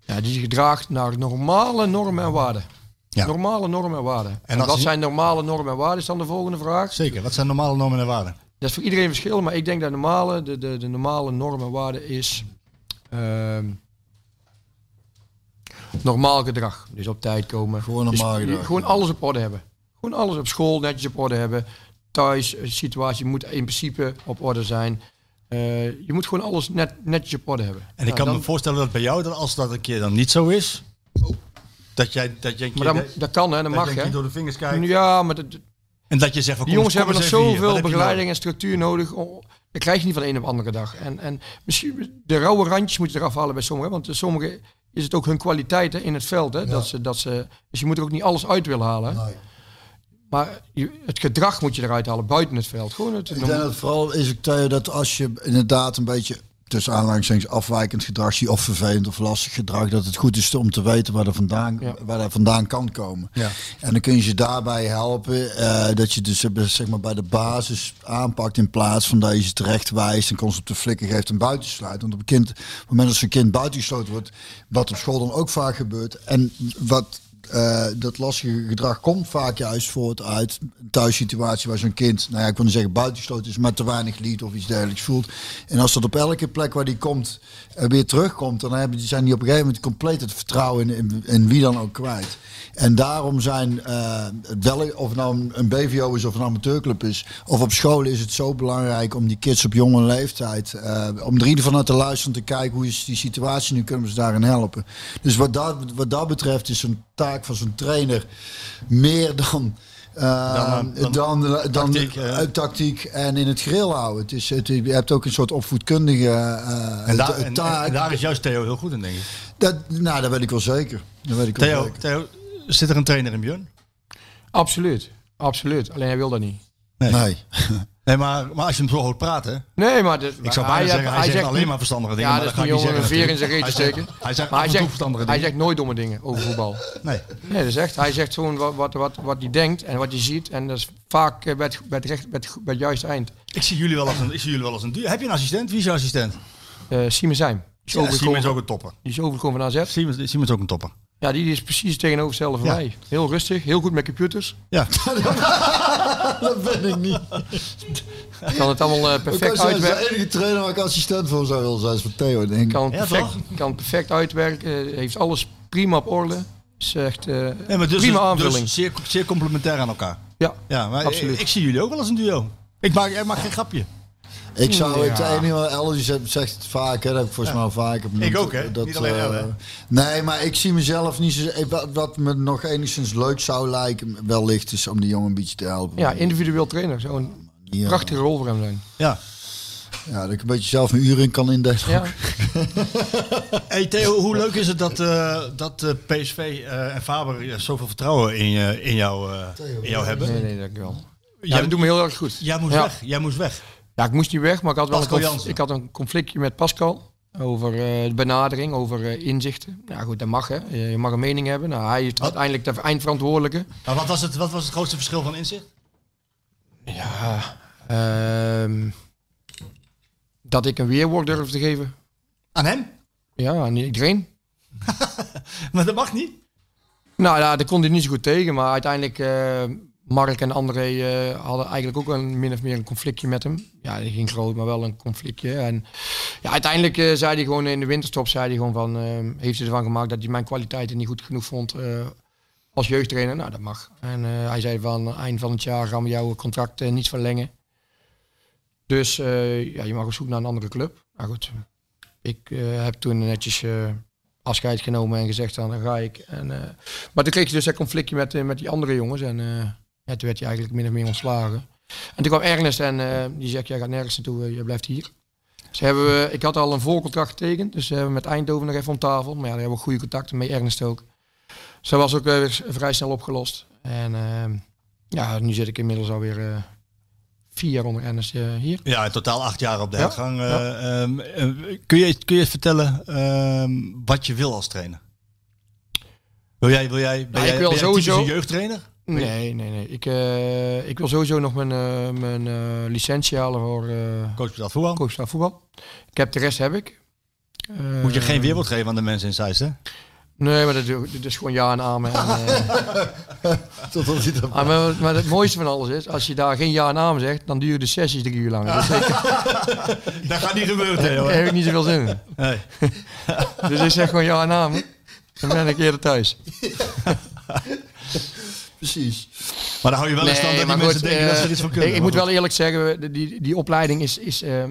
ja, die zich gedraagt naar normale normen en waarden.
Ja.
Normale normen en waarden. En,
als
wat
die-
zijn normale normen en waarden? Is dan de volgende vraag.
Zeker. Wat zijn normale normen en waarden?
Dat is voor iedereen verschil, maar ik denk dat normale, de, de, de normale norm en waarde is ehm, normaal gedrag. Dus op tijd komen.
Gewoon normaal
Dus je-
gedrag.
Gewoon alles op orde hebben. Gewoon alles op school netjes op orde hebben. Thuis, eh, situatie moet in principe op orde zijn. Eh, je moet gewoon alles net, netjes op orde hebben.
En ik
Nou,
kan
dan- Oh.
me voorstellen dat bij jou, dat als dat een keer dan niet zo is, dat jij, dat jij een keer
Maar dat,
dat-
dat kan hè, dat
dat
mag
jij een
hè.
keer door de vingers kijkt.
Ja, maar dat,
En dat je zegt, van,
Die
kom eens-
jongens hebben
kom
nog
eens even hier. Wat
zoveel
heb je nou?
begeleiding en structuur nodig. Oh, Dat krijg je niet van de een op de andere dag. En, en misschien de rauwe randjes moet je eraf halen bij sommigen. Want sommigen is het ook hun kwaliteit hè, in het veld. Hè, dat ze, dat ze, dus je moet er ook niet alles uit willen halen. hè.
Nee.
Maar je- het gedrag moet je eruit halen buiten het veld. Gewoon het,
Ik denk dat vooral is ik tegen dat als je inderdaad een beetje tussen aanhalingstekens afwijkend gedrag ziet of vervelend of lastig gedrag, dat het goed is om te weten waar dat vandaan,
Ja.
waar dat vandaan kan komen.
Ja.
En dan kun je ze daarbij helpen eh, dat je dus eh, zeg maar bij de basis aanpakt in plaats van dat je ze terecht wijst en constant te flikken geeft en buitensluit. Want op, een kind, op het moment dat zo'n kind buitengesloten wordt, wat op school dan ook vaak gebeurt en wat eh, dat lastige gedrag komt vaak juist voort uit een thuissituatie waar zo'n kind, nou ja, ik wil niet zeggen buitengesloten is, maar te weinig liet of iets dergelijks voelt. En als dat op elke plek waar die komt eh, weer terugkomt, dan hebben, die- zijn die op een gegeven moment compleet het vertrouwen in, in, in wie dan ook kwijt. En daarom zijn, eh, wel, of het nou een- een BVO is of een amateurclub is, of op school is het zo belangrijk om die kids op jonge leeftijd, eh, om er in ieder geval naar te luisteren, te kijken hoe is die situatie, nu kunnen we ze daarin helpen. Dus wat dat, wat dat betreft is een taak van zo'n trainer meer dan... eh,
Dan, eh, dan-
dan, dan,
tactiek, eh.
uit tactiek en in het grill houden. Het is, het, je hebt ook een soort opvoedkundige eh,
En daar,
ta-
en- en-
taak.
en daar is juist Theo heel goed in, denk ik.
dat, nou, dat weet ik wel zeker. Dat weet ik wel
Theo,
zeker.
Theo, zit er een trainer in Björn?
Absoluut. Absoluut. Alleen hij wil dat niet.
Nee.
Nee, maar, maar als je hem zo hoort praten,
Nee, maar, dit-
ik zou bijna
hij,
zeggen, hij, zegt, alleen
niet-
maar verstandige dingen.
Ja,
maar
dat is
ga
niet
ik niet
jongen een
zeggen
veer in zijn reet
natuurlijk.
te
Hij
steken.
zegt- Hij zegt
Maar
af
hij
en toe
zegt,
verstandige
hij
dingen.
zegt nooit domme dingen over voetbal.
Nee,
Nee, dat is echt. Hij zegt gewoon wat, wat, wat, wat hij denkt en wat hij ziet. En dat is vaak eh, bij het, bij het, recht, bij het, bij het juiste eind.
ik zie jullie wel als een, ik zie jullie wel als een duur. Heb je een assistent? Wie is je assistent?
Eh Simon Zijn. Die is,
Ja,
overgekomen,
Simon is ook een topper.
die is overgekomen van AZ.
Simon, Simon is ook een topper.
Ja, die is precies het tegenovergestelde van
Ja.
mij. Heel rustig, heel goed met computers.
Ja,
dat ben ik niet.
Kan het allemaal eh,
Ik kan
perfect
zeggen, dat is
uitwerken.
de enige trainer waar ik assistent voor zou willen zijn, van Theo, denk ik.
Kan het
Ja,
perfect, kan het perfect uitwerken. eh, Heeft alles prima op orde. Is echt eh,
nee, maar dus,
prima
dus
aanvulling.
zeer, zeer complementair aan elkaar.
ja.
Ja, maar
Absoluut.
Ik, ik zie jullie ook wel als een duo. Ik maak, ik maak geen grapje.
Ik zou het
Ja.
enige, Ellis zegt het vaak, hè, dat heb ik volgens mij al vaker benoemd.
Ik ook, hè? Niet alleen
eh,
Elle, hè?
Nee, maar ik zie mezelf niet zo... ik- Wat, wat me nog enigszins leuk zou lijken, wellicht, is om die jongen een beetje te helpen.
ja, individueel trainer. Zou een
Ja.
prachtige rol voor hem zijn.
Ja.
Ja, dat ik een beetje zelf mijn uren in kan indelen.
Ja.
Hey Theo, hoe leuk is het dat, eh, dat eh, PSV eh, en Faber eh, zoveel vertrouwen in, je- in, jou, eh, in jou hebben?
Nee, nee, dankjewel. Ja,
Jij,
dat doet me heel erg goed.
jij moest
Ja.
weg. Jij moest weg.
Ja, ik moest niet weg, maar ik had wel
Pascal
een, conf-
Jansen.
ik had een conflictje met Pascal over eh, de benadering, over eh, inzichten. Ja goed, dat mag hè. Je mag een mening hebben. Nou, hij is uiteindelijk de eindverantwoordelijke.
Maar wat was het, wat was het grootste verschil van inzicht?
Ja, ehm, dat ik een weerwoord durf te geven.
Aan hem?
Ja, aan iedereen.
Maar dat mag niet.
Nou ja, daar kon hij niet zo goed tegen, maar uiteindelijk eh, Mark en André eh, hadden eigenlijk ook een, min of meer een conflictje met hem. Ja, die ging groot, maar wel een conflictje. En ja, uiteindelijk eh, zei hij gewoon in de winterstop, zei hij gewoon van, eh, heeft hij ervan gemaakt dat hij mijn kwaliteiten niet goed genoeg vond eh, als jeugdtrainer. Nou, dat mag. En eh, hij zei van, eind van het jaar gaan we jouw contract eh, niet verlengen. Dus eh, ja, je mag op zoek naar een andere club. Nou goed, ik eh, heb toen netjes eh, afscheid genomen en gezegd van, dan ga ik. En, eh, maar toen kreeg je dus dat conflictje met, eh, met die andere jongens. En eh, ja, toen werd je eigenlijk min of meer ontslagen. En toen kwam Ernest en eh, die zegt, jij gaat nergens naartoe, eh, je blijft hier. Dus hebben we, ik had al een voorcontract getekend, dus we hebben met Eindhoven nog even om tafel. Maar ja, daar hebben we goede contacten mee, Ernest ook. Dus dat was ook eh, weer s- vrij snel opgelost. En eh, ja, nu zit ik inmiddels alweer eh vier jaar onder Ernest eh, hier.
Ja, in totaal acht jaar op de
Ja,
uitgang.
ja.
eh, kun, je, kun je eens vertellen ehm, wat je wil als trainer? Wil jij, wil jij, ben
Nou, ik
jij,
wil
ben jij
sowieso-
typisch een jeugdtrainer?
Nee, nee, nee. Ik, eh, ik wil sowieso nog mijn, eh, mijn eh, licentie halen voor eh,
Coach betaalt voetbal.
Koopstaal voetbal. Ik heb de rest heb ik. Eh,
Moet je geen weerwoord geven aan de mensen in Zeist, hè?
Nee, maar dat, dat is gewoon ja en amen. En, eh,
Totdat hij dat...
ah, maar, maar het mooiste van alles is, als je daar geen ja en amen zegt, dan duren de sessies drie uur lang. Dus ik
Dat gaat niet gebeuren, Theo.
daar
hè?
heb ik niet zoveel zin in.
Nee.
Dus ik zeg gewoon ja en amen. Dan ben ik eerder thuis.
Precies.
Maar dan hou je wel in stand dat die mensen denken dat ze er
eh,
iets van kunnen.
Ik, ik moet wel eerlijk zeggen, die, die, die opleiding is... is eh,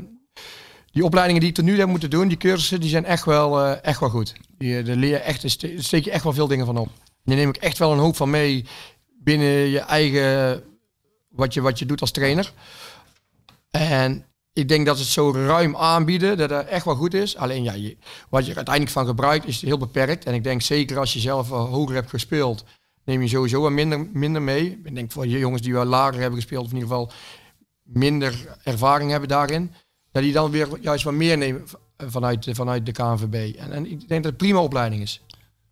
die opleidingen die ik tot nu toe heb moeten doen, die cursussen, die zijn echt wel, eh, echt wel goed. Die, eh, daar leer je echt, daar ste- steek je echt wel veel dingen van op. Daar neem ik echt wel een hoop van mee binnen je eigen... Wat je, wat je doet als trainer. En ik denk dat ze het zo ruim aanbieden, dat het echt wel goed is. Alleen ja, je, wat je er uiteindelijk van gebruikt is heel beperkt. En ik denk zeker als je zelf wel hoger hebt gespeeld, neem je sowieso wat minder, minder mee. Ik denk voor je jongens die wel lager hebben gespeeld, of in ieder geval minder ervaring hebben daarin, dat die dan weer juist wat meer nemen v- vanuit, de- vanuit de KNVB. En, en ik denk dat het een prima opleiding is.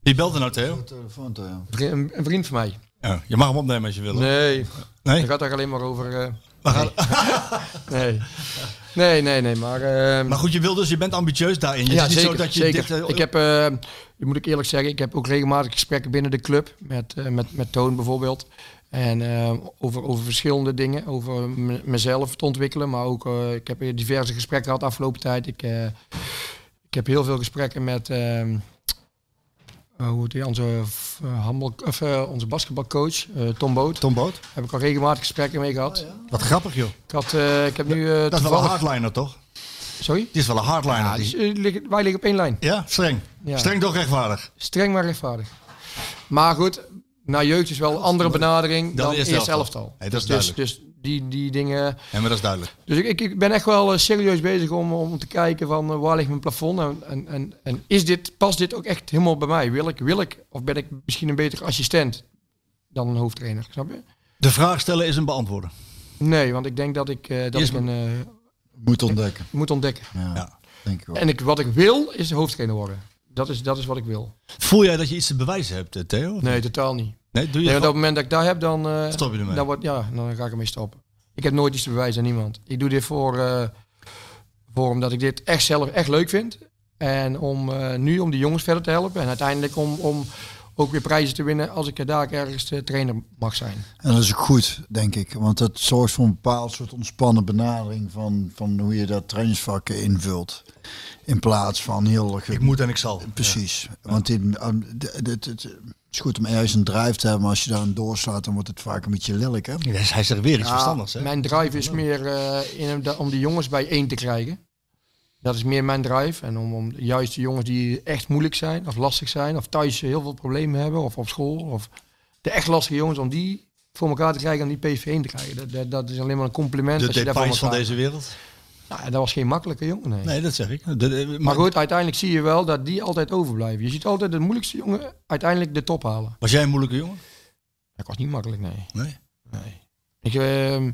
Wie belt er nou, Theo?
Telefoon, Theo.
Een vri- Een, een vriend van mij.
Ja, je mag hem opnemen als je wil. hoor.
Nee,
Nee?
dat gaat daar alleen maar over. eh,
We gaan-
nee. nee, nee, nee, maar... ehm,
Maar goed, je wil dus, je bent ambitieus daarin. Het
ja,
is niet
zeker.
zo dat je
zeker.
dit, eh,
ik heb, eh, moet ik eerlijk zeggen, ik heb ook regelmatig gesprekken binnen de club. Met, eh, met, met Toon bijvoorbeeld. En eh, over, over verschillende dingen. Over m- mezelf te ontwikkelen. Maar ook, eh, ik heb diverse gesprekken gehad de afgelopen tijd. Ik, eh, ik heb heel veel gesprekken met... ehm, eh, hoe heet die, onze, f- eh, handbal, of, eh, onze basketbalcoach, eh, Tom Boot.
Tom Boot.
Heb ik al regelmatig gesprekken mee gehad.
Wat grappig, joh.
ik, had, eh, ik heb nu eh,
Oh Dat is wel een
toevallig...
hardliner, toch?
Sorry?
Het is wel een hardliner.
Ja,
Ja,
dus, eh, liggen- wij liggen op één lijn.
streng.
Ja.
Streng toch rechtvaardig.
Streng maar rechtvaardig. Maar goed, naar jeugd is wel een andere benadering dan,
Dan
eerst
eerst
elftal.
elftal. Nee, dat is
dus, dus die, die dingen.
Ja, maar dat is duidelijk.
Dus ik, ik, ik ben echt wel eh, serieus bezig om, om te kijken van eh, waar ligt mijn plafond en, en, en, en is dit, past dit ook echt helemaal bij mij? Wil ik, wil ik, of ben ik misschien een betere assistent dan een hoofdtrainer? Snap je?
De vraag stellen is een beantwoorden.
Nee, want ik denk dat ik eh, dat
Eerst
ik een, eh,
Moet ontdekken.
moet ontdekken.
Ja,
Ja.
denk ik wel.
En ik, wat ik wil is hoofdtrainer worden. Dat is, dat is wat ik wil.
Voel jij dat je iets te bewijzen hebt, eh, Theo?
Nee, totaal niet.
Nee, doe je
Nee,
het
want op het moment dat ik daar heb, dan, eh,
Stop je ermee.
Dan, wordt, ja, dan ga ik ermee stoppen. Ik heb nooit iets te bewijzen aan niemand. Ik doe dit voor, eh, voor omdat ik dit echt zelf echt leuk vind. En om eh, nu om die jongens verder te helpen. En uiteindelijk om, om ook weer prijzen te winnen als ik eh, daar ergens eh, trainer mag zijn.
En dat is ook goed, denk ik. Want dat zorgt voor een bepaald soort ontspannen benadering van, van hoe je dat trainingsvak invult. In plaats van heel... ge-
gewoon? Ik moet en ik zal.
Precies. Want dit, um, d- dit- dit- het is goed om juist een drive te hebben, maar als je daar een doorslaat, dan wordt het vaak een beetje lelijk, hè?
Ja. Hij- Hij zegt weer iets verstandigs, hè?
Ah, Mijn drive is meer eh, in, de- om die jongens bijeen te krijgen. Dat is meer mijn drive. En om, om juist de jongens die echt moeilijk zijn, of lastig zijn, of thuis heel veel problemen hebben, of op school, of de echt lastige jongens, om die voor elkaar te krijgen en die PSV heen te krijgen. Dat, dat, dat is alleen maar een compliment.
De
als je daarvoor
details van
elkaar-
deze wereld.
Nou, dat was geen makkelijke jongen. nee.
Nee, dat zeg ik. De- de- maar,
Maar goed, uiteindelijk zie je wel dat die altijd overblijven. Je ziet altijd de moeilijkste jongen uiteindelijk de top halen.
was jij een moeilijke jongen?
Dat was niet makkelijk, nee.
Nee.
nee. Ik, ehm,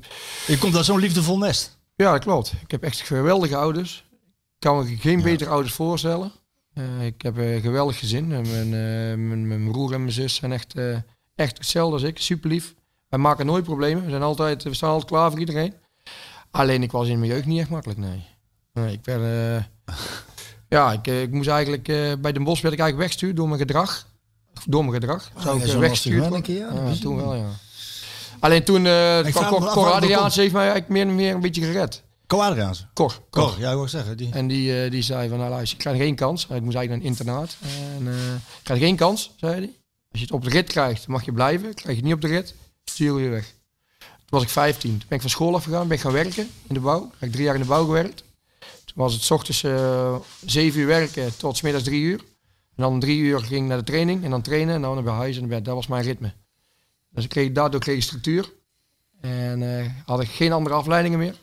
Je komt uit zo'n liefdevol nest.
ja, dat klopt. Ik heb echt geweldige ouders. Ik kan me geen betere ouders voorstellen. Eh, ik heb een geweldig gezin. En mijn, eh, mijn, mijn broer en mijn zus zijn echt, eh, echt hetzelfde als ik. Super lief. Wij maken nooit problemen. We, zijn altijd, we staan altijd klaar voor iedereen. Alleen ik was in mijn jeugd niet echt makkelijk, nee. nee ik werd... eh, ja, ik, eh, ik moest eigenlijk... eh, bij Den Bosch werd ik eigenlijk weggestuurd door mijn gedrag. Door mijn gedrag.
Ah,
ja,
Zou ik
zo
eh,
was
weggestuurd
hij wel
worden.
een keer, ja, dat
Ja,
is-
toen wel, ja. Alleen toen eh, kwam
vraag me
Cor,
af
Cor
waarom dat
Adriaans
komt.
heeft mij eigenlijk meer en meer een beetje gered.
Ko Adriaans.
Cor. Cor.
Cor, ja, ik wou zeggen. Die.
En die, eh, die zei van, nou luister, ik krijg geen kans. Ik moest eigenlijk naar een internaat. En, eh, ik krijg geen kans, zei hij. Als je het op de rit krijgt, mag je blijven. Krijg je het niet op de rit, sturen we je weg. Toen was ik 15. Toen ben ik van school afgegaan, ben ik gaan werken in de bouw. Heb ik drie jaar in de bouw gewerkt. Toen was het 's ochtends eh 7 uur werken tot 's middags 3 uur. En dan om drie uur ging ik naar de training en dan trainen en dan naar huis en naar bed. Dat was mijn ritme. Dus ik kreeg, daardoor kreeg ik structuur. En eh, had ik geen andere afleidingen meer.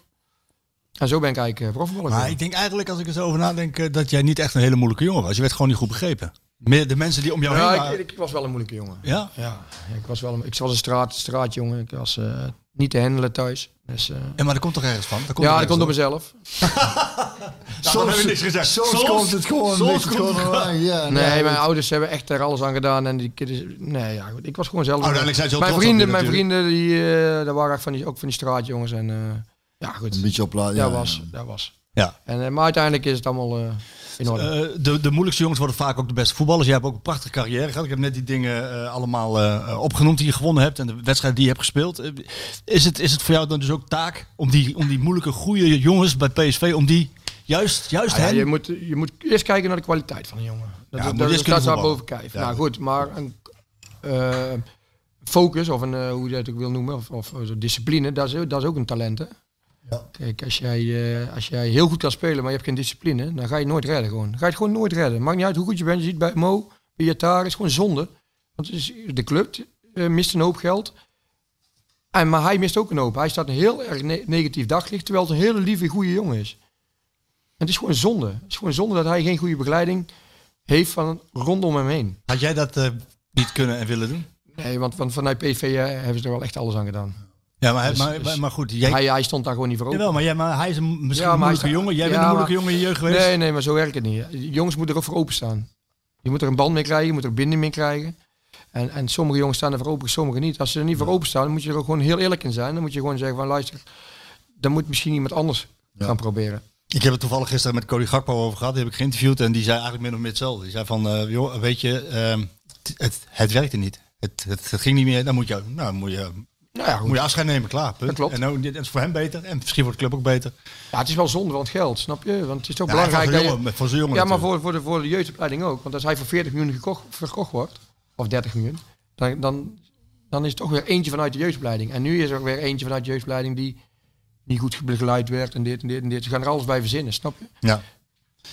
En zo ben ik eigenlijk eh, profvoetballer
Maar
geworden.
ik denk eigenlijk, als ik er zo over nadenk, eh, dat jij niet echt een hele moeilijke jongen was. Je werd gewoon niet goed begrepen. Meer de mensen die om jou heen
Oh, Ja,
waren.
ik, ik was wel een moeilijke jongen.
ja?
Ja, ik was wel een, ik was een straat, straatjongen. Ik was eh, niet te handelen thuis. Dus, eh,
En maar dat komt toch ergens van? Nou, Dat komt
ja,
toch
dat komt door
ergens
mezelf.
van? Soms heb ik niks gezegd.
Soms, komt het gewoon.
soms
ligt het
komt
gewoon aan mij, ja,
Nee, mijn ouders hebben echt er alles aan gedaan. En die kinderen, nee, ja, goed, ik was gewoon zelf.
Uiteindelijk zijn ze wel
mijn
trots op
vrienden,
je
mijn
natuurlijk.
vrienden, die, eh, dat waren echt van die, ook van die straatjongens. En eh, ja, goed,
Een beetje opladen.
dat, was, dat was.
Ja.
En, eh, maar uiteindelijk is het allemaal eh, in orde.
Eh, de, de moeilijkste jongens worden vaak ook de beste voetballers. Jij hebt ook een prachtige carrière gehad. Ik heb net die dingen eh, allemaal eh, opgenoemd die je gewonnen hebt en de wedstrijden die je hebt gespeeld. Eh, is, het, is het voor jou dan dus ook taak om die, om die moeilijke, goede jongens bij PSV, om die juist, juist
Ja,
hen...
je, moet, je moet eerst kijken naar de kwaliteit van een jongen. Dat,
Ja,
dat,
moet
dat,
eerst kunnen
staat daar
voetballen.
boven kijf.
Ja.
nou goed, maar een eh, focus, of een, eh, hoe je dat ook wil noemen, of, of eh, discipline, dat is, ook- dat is ook een talent. Hè? Kijk, als jij, eh, als jij heel goed kan spelen, maar je hebt geen discipline, dan ga je het nooit redden gewoon. Dan ga je het gewoon nooit redden. Maakt niet uit hoe goed je bent. Je ziet bij Mo, bij Jatar, is gewoon zonde. Want het is, de club eh, mist een hoop geld. En, maar hij mist ook een hoop. Hij staat een heel erg ne- negatief daglicht, terwijl het een hele lieve, goede jongen is. En het is gewoon zonde. Het is gewoon zonde dat hij geen goede begeleiding heeft van rondom hem heen.
Had jij dat eh, niet kunnen en willen doen?
Nee, want, want vanuit PSV eh, hebben ze er wel echt alles aan gedaan.
Ja, maar, hij-
Dus-
maar,
dus-
maar, maar goed, jij...
Hij, hij stond daar gewoon niet voor open.
Jawel, maar, jij, maar hij is een, misschien
Ja,
een
maar hij
moeilijke
staat-
jongen. Jij
Ja,
bent een moeilijke
maar-
jongen in je jeugd geweest.
Nee, nee, maar zo werkt het niet. Jongens moeten er ook voor openstaan. Je moet er een band mee krijgen, je moet er een binding mee krijgen. En, en sommige jongens staan er voor open, sommige niet. Als ze er niet voor openstaan, dan moet je er ook gewoon heel eerlijk in zijn. Dan moet je gewoon zeggen van luister, dan moet misschien iemand anders gaan proberen.
Ik heb het toevallig gisteren met Cody Gakpo over gehad. Die heb ik geïnterviewd en die zei eigenlijk min of meer hetzelfde. Die zei van, eh, joh, weet je, ehm, t- het, het werkte niet. Het, het, het ging niet meer. Dan moet je, nou, dan moet je,
Nou ja, goed.
moet je afscheid nemen, klaar. Punt.
Dat klopt.
En nou, dit is voor hem beter en misschien voor de club ook beter.
Ja, het is wel zonde van het geld, snap je? Want het is toch
Ja,
belangrijk
voor zo'n
dat je-
jongen- voor zo'n jongen
Ja, maar
natuurlijk.
voor, voor, de, voor de jeugdopleiding ook. Want als hij voor 40 miljoen gekocht, verkocht wordt, of 30 miljoen, dan, dan, dan is het toch weer eentje vanuit de jeugdopleiding. En nu is er weer eentje vanuit de jeugdopleiding die niet goed begeleid werd en dit en dit en dit. Ze gaan er alles bij verzinnen, snap je?
Ja.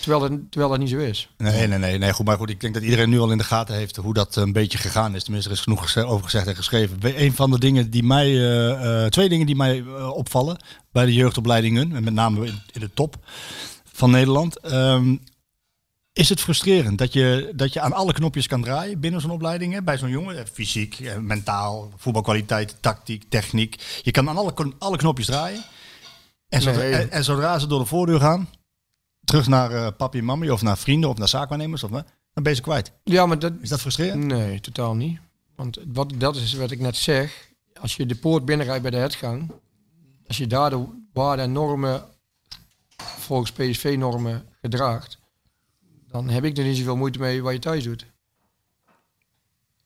Terwijl dat, terwijl dat niet zo is.
Nee, nee, nee, nee. Goed, maar goed, ik denk dat iedereen nu al in de gaten heeft hoe dat eh, een beetje gegaan is. Tenminste, er is genoeg geze- over gezegd en geschreven. Be- Een van de dingen die mij, eh, eh, twee dingen die mij eh, opvallen bij de jeugdopleidingen, en met name in, in de top van Nederland. ehm, is het frustrerend dat je, dat je aan alle knopjes kan draaien binnen zo'n opleiding? Hè? Bij zo'n jongen, eh, fysiek, eh, mentaal, voetbalkwaliteit, tactiek, techniek. Je kan aan alle, kon- alle knopjes draaien. En zodra,
Nee.
en, en zodra ze door de voordeur gaan, terug naar eh, papi en mammy of naar vrienden of naar zaakwaarnemers, of, eh, dan ben je ze kwijt.
Ja, maar dat,
Is dat frustrerend?
Nee, totaal niet. Want wat, dat is wat ik net zeg. Als je de poort binnenrijdt bij de uitgang, als je daar de waarden en normen volgens PSV-normen gedraagt, dan heb ik er niet zoveel moeite mee wat je thuis doet.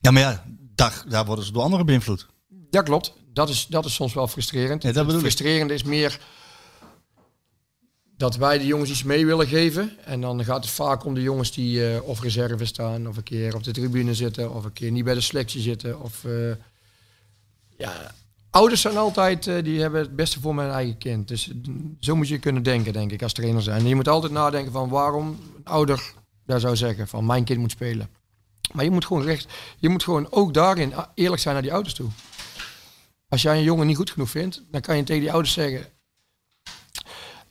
Ja, maar ja, daar, daar worden ze door anderen beïnvloed.
Ja, klopt. Dat is, dat is soms wel frustrerend.
Ja, dat bedoel
het
ik.
frustrerende is meer dat wij de jongens iets mee willen geven. En dan gaat het vaak om de jongens die eh, of reserve staan, of een keer op de tribune zitten, of een keer niet bij de selectie zitten. Of, eh, ja. Ouders zijn altijd, eh, die hebben het beste voor mijn eigen kind. Dus mm, zo moet je kunnen denken, denk ik, als trainer zijn. En je moet altijd nadenken van waarom een ouder daar zou zeggen van mijn kind moet spelen. Maar je moet gewoon recht, je moet gewoon ook daarin ah, eerlijk zijn naar die ouders toe. Als jij een jongen niet goed genoeg vindt, dan kan je tegen die ouders zeggen.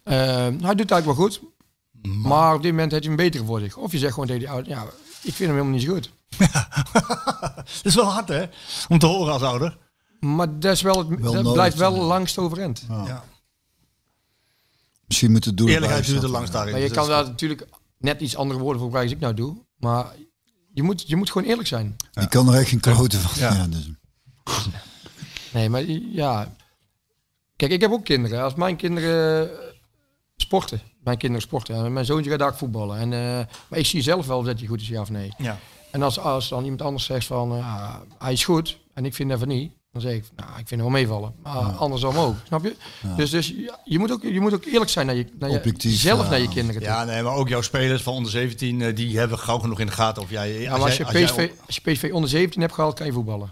Eh, hij doet het eigenlijk wel goed. Maar op dit moment heeft hij hem beter voor zich. Of je zegt gewoon tegen die ouder, ja, ik vind hem helemaal niet zo goed.
Dat is wel hard, hè? Om te horen als ouder.
Maar dat, is wel het, dat
nodig,
blijft wel langst overeind.
Ja.
Misschien moeten het doel
Eerlijkheid
erbij
duurt het
staan.
langst daarin.
Maar je
dus
kan
dat is-
daar natuurlijk net iets andere woorden voor gebruiken als ik nou doe. Maar je moet, je moet gewoon eerlijk zijn.
Die kan er echt geen klote van. Ja.
Ja.
dus.
Nee, maar ja. Kijk, ik heb ook kinderen. Als mijn kinderen eh, sporten. Mijn kinderen sporten. En mijn zoontje gaat daar voetballen. En, eh, maar ik zie zelf wel of dat hij goed is, ja of nee.
Ja.
En als, als dan iemand anders zegt van, eh, ah, hij is goed en ik vind dat van niet, dan zeg ik, nou, ik vind hem wel meevallen. Maar andersom ook, snap je? Dus, dus ja, je, moet ook, je moet ook eerlijk zijn naar je, naar je-
Objectief,
zelf
ja.
naar je kinderen toe. Nou,
Ja, nee, maar ook jouw spelers van onder 17, eh, die hebben gauw genoeg in de gaten of jij...
Ja, maar als je,
jij
PSV, als je PSV onder 17 hebt gehaald, kan je voetballen.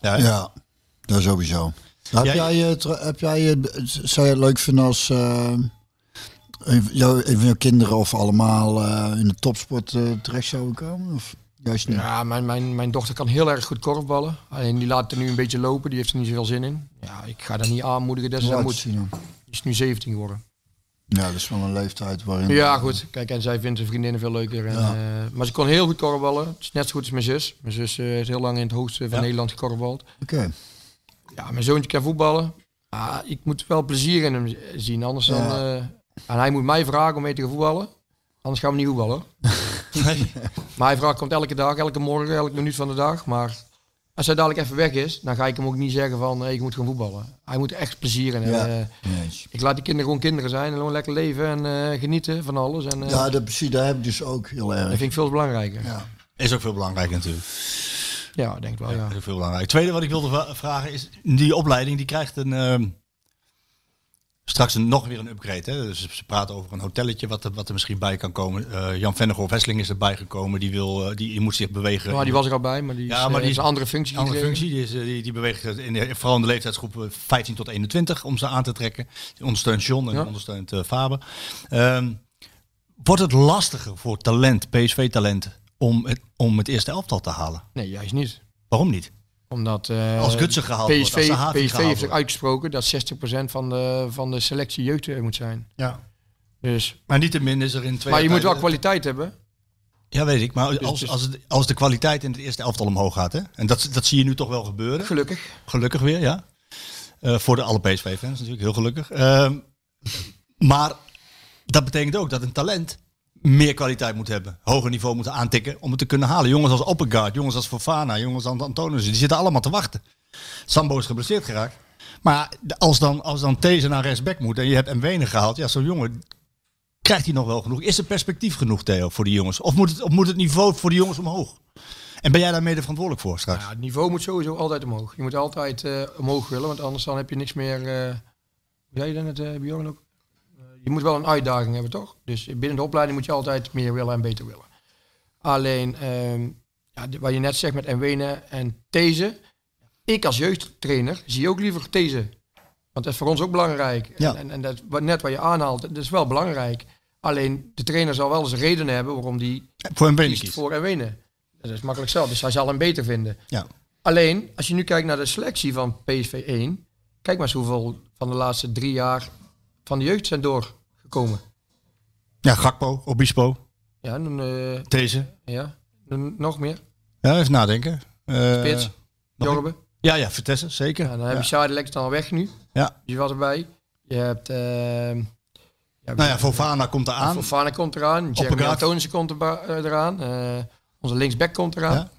ja, ja.
Ja, dat sowieso. Heb
Ja,
jij, eh, tr- heb jij, eh, b- zou je het leuk vinden als eh, een, van jou, een van jouw kinderen of allemaal eh, in de topsport eh, terecht zouden komen? Of juist niet?
Ja, mijn, mijn, mijn dochter kan heel erg goed korfballen. Alleen die laat er nu een beetje lopen, die heeft er niet zoveel zin in. Ja, ik ga dat niet aanmoedigen, dat ze
Laat
dat
het zien
moet.
dan.
Die is nu 17 geworden.
Ja, dat is wel een leeftijd waarin...
Ja, goed. Kijk, en zij vindt zijn vriendinnen veel leuker. En, eh, maar ze kon heel goed korfballen. Het is net zo goed als mijn zus. Mijn zus eh, heeft heel lang in het hoogste van
Ja.
Nederland gekorfbald.
Oké.
Ja, mijn zoontje kan voetballen. Ah, ik moet wel plezier in hem zien, anders dan...
Ja.
eh, en hij moet mij vragen om mee te gaan voetballen. Anders gaan we niet voetballen. maar hij vraagt, komt elke dag, elke morgen, elke minuut van de dag. Maar als hij dadelijk even weg is, dan ga ik hem ook niet zeggen van... Hey, ik moet gaan voetballen. Hij moet er echt plezier in hebben.
Ja.
Eh,
Nee eens.
ik laat die kinderen gewoon kinderen zijn. En gewoon lekker leven en eh, genieten van alles. En, eh,
Ja, dat, precies, dat heb ik dus ook heel
dat
erg.
vind ik veel belangrijker. Ja,
Is ook veel belangrijk natuurlijk.
ik denk wel, ja.
Dat is ook veel belangrijk. Tweede wat ik wilde va- vragen is, die opleiding die krijgt een... ehm, Straks een- nog weer een upgrade. Hè? Dus ze praten over een hotelletje wat er, wat er misschien bij kan komen. Eh, Jan Vennegoor Wesseling is erbij gekomen. Die, wil, eh, die, die moet zich bewegen.
Maar die was er al bij, maar die,
Ja,
is, eh,
maar die
is een
is-
andere functie.
Een andere
gekregen.
functie, die, is, eh, die, die beweegt het in, de- vooral in de leeftijdsgroep eh, 15 tot 21 om ze aan te trekken. Die ondersteunt John en
Ja.
ondersteunt eh, Faber. Ehm, wordt het lastiger voor talent, PSV-talent, om het, om het eerste elftal te halen?
Nee, juist niet.
Waarom niet?
Omdat eh,
Als Gutsen gehaald wordt,
PSV,
als Sahavi
PSV
gehaald
heeft zich
wordt.
uitgesproken dat 60% van de, van de selectie jeugd eh, moet zijn.
Ja.
Dus,
Maar niettemin is er in twee
maar je
jaar
moet wel
tijd-
kwaliteit hebben.
Ja, weet ik. Maar als,
dus-
als, het- als de kwaliteit in het eerste elftal omhoog gaat, hè? en dat, dat zie je nu toch wel gebeuren,
Gelukkig.
gelukkig weer, ja. Eh, voor de alle PSV-fans natuurlijk, heel gelukkig. Ehm, maar dat betekent ook dat een talent meer kwaliteit moet hebben. Hoger niveau moeten aantikken om het te kunnen halen. Jongens als Oppegaard, jongens als Fofana, jongens als Antonius, die zitten allemaal te wachten. Sambo is geblesseerd geraakt. Maar de- als dan, als dan These naar rechtsback moet en je hebt Mwene gehaald, ja, zo'n jongen krijgt hij nog wel genoeg. Is er perspectief genoeg, Theo, voor die jongens? Of moet het, of moet het niveau voor die jongens omhoog? En ben jij daar mede verantwoordelijk voor straks?
Nou Ja, het niveau moet sowieso altijd omhoog. Je moet altijd eh, omhoog willen, want anders dan heb je niks meer... eh, hoe zei je dat net, eh, Bjorn ook? Eh, je moet wel een uitdaging hebben, toch? Dus binnen de opleiding moet je altijd meer willen en beter willen. Alleen, ehm, ja, de- wat je net zegt met Enwene en These. Ik als jeugdtrainer zie ook liever These. Want dat is voor ons ook belangrijk.
Ja.
En, en, en dat, wat, net wat je aanhaalt, dat is wel belangrijk. Alleen, de trainer zal wel eens een reden hebben waarom die
Voor een benen
kiest
kiest.
voor Enwene. Dat is makkelijk zelf, dus hij zal hem beter vinden.
Ja.
Alleen, als je nu kijkt naar de selectie van PSV 1, kijk maar eens hoeveel van de laatste drie jaar van de jeugd zijn doorgekomen.
ja, Gakpo, Obispo,
Ja, en, eh,
These.
ja. en nog meer.
Ja, even nadenken. Eh,
Spits,
nog
Jorbe.
Ja, ja, Vitesse, zeker.
Ja, dan heb je Sade Lex dan al weg nu.
Ja.
Die was erbij. Je hebt... ehm ja,
Nou ja, Fofana komt eraan.
Fofana komt eraan. Jeremy
Oppegaard.
Antonissen komt erba- eh, eraan. eh, onze linksback komt eraan.
Ja.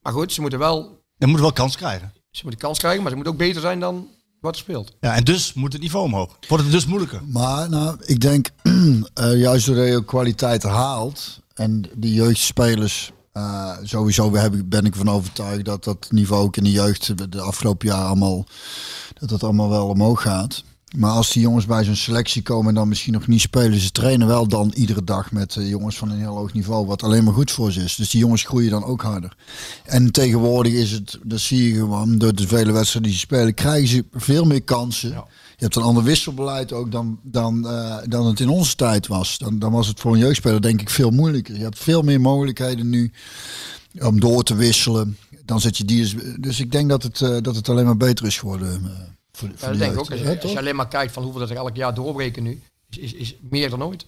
Maar goed, ze moeten wel...
Dan moet wel kans krijgen.
Ze moeten kans krijgen, maar ze moeten ook beter zijn dan wat er speelt.
Ja, en dus moet het niveau omhoog. Wordt het dus moeilijker.
Maar nou, ik denk eh, juist doordat je ook kwaliteit haalt en die jeugdspelers eh, sowieso heb ik, ben ik van overtuigd dat dat niveau ook in de jeugd de afgelopen jaar allemaal dat dat allemaal wel omhoog gaat. Maar als die jongens bij zo'n selectie komen en dan misschien nog niet spelen, ze trainen wel dan iedere dag met eh, jongens van een heel hoog niveau, wat alleen maar goed voor ze is. Dus die jongens groeien dan ook harder. En tegenwoordig is het, dat zie je gewoon, door de vele wedstrijden die ze spelen, krijgen ze veel meer kansen. Je hebt een ander wisselbeleid ook dan, dan, eh, dan het in onze tijd was. Dan, dan was het voor een jeugdspeler denk ik veel moeilijker. Je hebt veel meer mogelijkheden nu om door te wisselen. Dan zet je die eens, dus ik denk dat het, eh, dat het alleen maar beter is geworden. eh, voor, de- voor
Ja,
de
dat denk ik
jeugd.
ook. Als
Ja,
je, als
toch?
je alleen maar kijkt van hoeveel dat er elk jaar doorbreken nu. is, is meer dan ooit.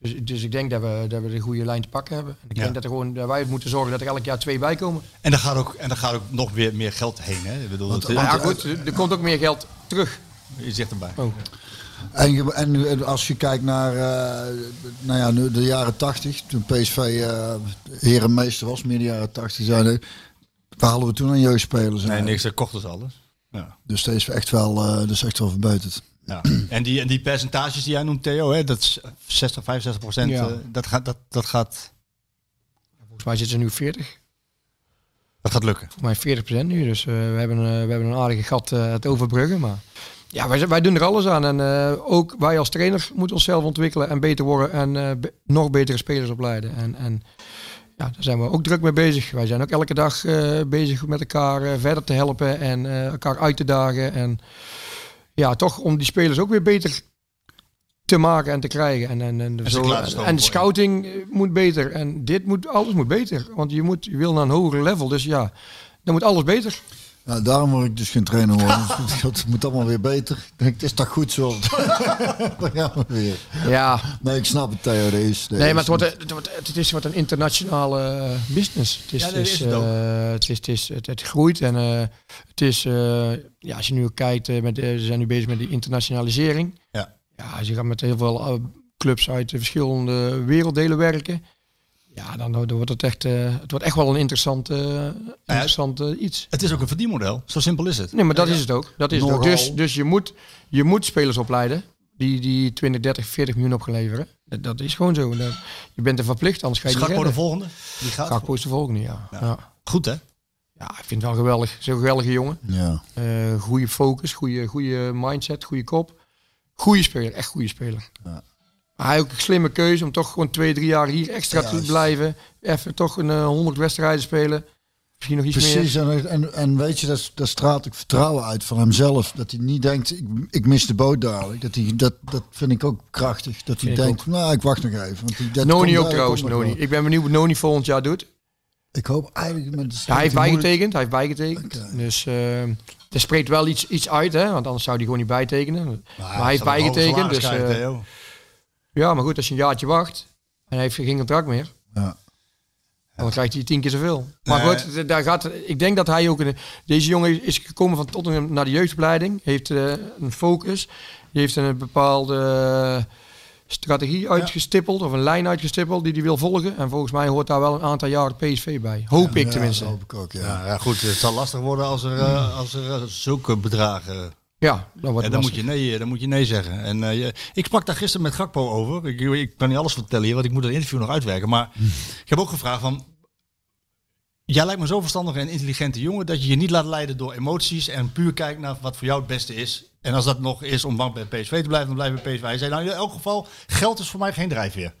Dus, dus ik denk dat we, dat we de goede lijn te pakken hebben. En ik
Ja.
denk dat, er gewoon, dat wij moeten zorgen dat er elk jaar twee bij komen.
En daar gaat ook, en daar gaat ook nog weer meer geld heen. Hè? Ik bedoel, het-
Maar ja,
het-
goed,
eh,
er er komt ook meer geld terug.
Je zegt erbij.
En, je- en, en als je kijkt naar eh, nou ja, nu de jaren 80, toen PSV eh herenmeester was, midden jaren 80, zeiden waar halen we toen aan jeugdspelers?
Nee,
aan?
niks. Dat kocht dus alles. Ja.
Dus dat is echt wel, eh dat is echt wel verbeterd.
Ja. En, die, en die percentages die jij noemt, Theo, hè, dat is 60, 65 procent.
Ja.
eh, dat, gaat, dat, dat, gaat,
Volgens mij zitten ze nu 40.
dat gaat lukken.
voor mij 40% nu. Dus eh, we, hebben, eh, we hebben een aardige gat eh, te overbruggen. Maar ja, wij, zijn- wij doen er alles aan. En eh, ook wij als trainer moeten onszelf ontwikkelen en beter worden. En eh, be- nog betere spelers opleiden. En, en ja, daar zijn we ook druk mee bezig. Wij zijn ook elke dag eh, bezig met elkaar eh, verder te helpen en eh, elkaar uit te dagen. En ja, toch om die spelers ook weer beter te maken en te krijgen. En, en, en, de,
ze
zo-
klaar te stomen
en de
voor je.
scouting eh, moet beter. En dit moet, alles moet beter. Want je, moet, je wil naar een hoger level. Dus ja, dan moet alles beter.
Nou, daarom word ik dus geen trainer worden. het moet allemaal weer beter. Ik denk, het is toch goed zo? Dan gaan we weer.
Ja,
Nee, ik snap het, Theo. Dat is, dat
nee,
is
maar het, wordt,
niet-
het, wordt, het is wat een internationale eh, business. Het is,
Ja, dat
het
is
is,
het ook.
eh, het, is, het, is, het, het groeit en eh, het is, eh, ja, als je nu ook kijkt, eh, met, eh, ze zijn nu bezig met die internationalisering.
Ja.
Ja, ze gaan met heel veel eh, clubs uit de verschillende werelddelen werken. Ja, dan, dan wordt het echt, eh, het wordt echt wel een interessant, eh, interessant eh, iets.
Het is ook een verdienmodel. Zo simpel is het.
Nee, maar dat is het ook. Dat is het ook.
Nogal.
Dus, dus je, moet, je moet spelers opleiden die, die 20, 30, 40 miljoen opgeleveren. Dat, dat is gewoon zo. Dat- je bent er verplicht, anders ga je
Schakpo
niet
de
redden.
volgende. Die gaat.
Gakpo is de volgende, ja. Ja. ja.
Goed, hè?
ik vind het wel geweldig. Zo'n geweldige jongen.
Ja.
Eh goede focus, goede, goede mindset, goede kop. Goede speler, echt goede speler.
Ja.
Maar hij heeft ook een slimme keuze om toch gewoon twee, drie jaar hier extra te
Juist.
blijven. Even toch een eh, 100 wedstrijden spelen. Misschien nog iets meer.
Precies, en, en, en weet je, dat, dat straalt ook vertrouwen uit van hemzelf. Dat hij niet denkt, ik, ik mis de boot dadelijk. Dat, hij, dat, dat vind ik ook krachtig. Dat hij
Vind ik
denkt, nou, ik wacht nog even. Want die, dat komt
Noni
wel,
ook trouwens,
komt nog
Noni.
wel.
Ik ben benieuwd wat Noni volgend jaar doet.
Ik hoop eigenlijk... Met de
Ja, hij heeft bijgetekend, hij heeft bijgetekend.
Oké.
Dus eh er spreekt wel iets, iets uit, hè? want anders zou hij gewoon niet bijtekenen. maar hij heeft
zal een hoog
bijgetekend,
salaris
dus
krijgen,
eh,
Theo.
ja, maar goed, als je een jaartje wacht en hij heeft geen contract meer,
Ja.
dan krijgt hij tien keer zoveel. Maar
Nee.
goed, d- daar gaat, ik denk dat hij ook, een, deze jongen is gekomen van Tottenham naar de jeugdopleiding, heeft eh, een focus, die heeft een bepaalde eh, strategie uitgestippeld of een lijn uitgestippeld die hij wil volgen. En volgens mij hoort daar wel een aantal jaren PSV bij, hoop ik
Ja,
tenminste.
dat hoop ik ook, ja.
Ja, ja, goed. Het zal lastig worden als er, eh, als er eh, zulke bedragen
Ja, dan wordt
Ja,
het
dan,
lastig.
moet je nee, eh, dan moet je nee zeggen. En, eh, je- ik sprak daar gisteren met Gakpo over. Ik, ik kan niet alles vertellen hier, want ik moet het interview nog uitwerken. Maar ik heb ook gevraagd van... Jij lijkt me zo verstandig en intelligente jongen... dat je je niet laat leiden door emoties... en puur kijkt naar wat voor jou het beste is. En als dat nog is om bang bij PSV te blijven... dan blijf je bij PSV. Hij zei, nou in elk geval, geld is voor mij geen drijfveer.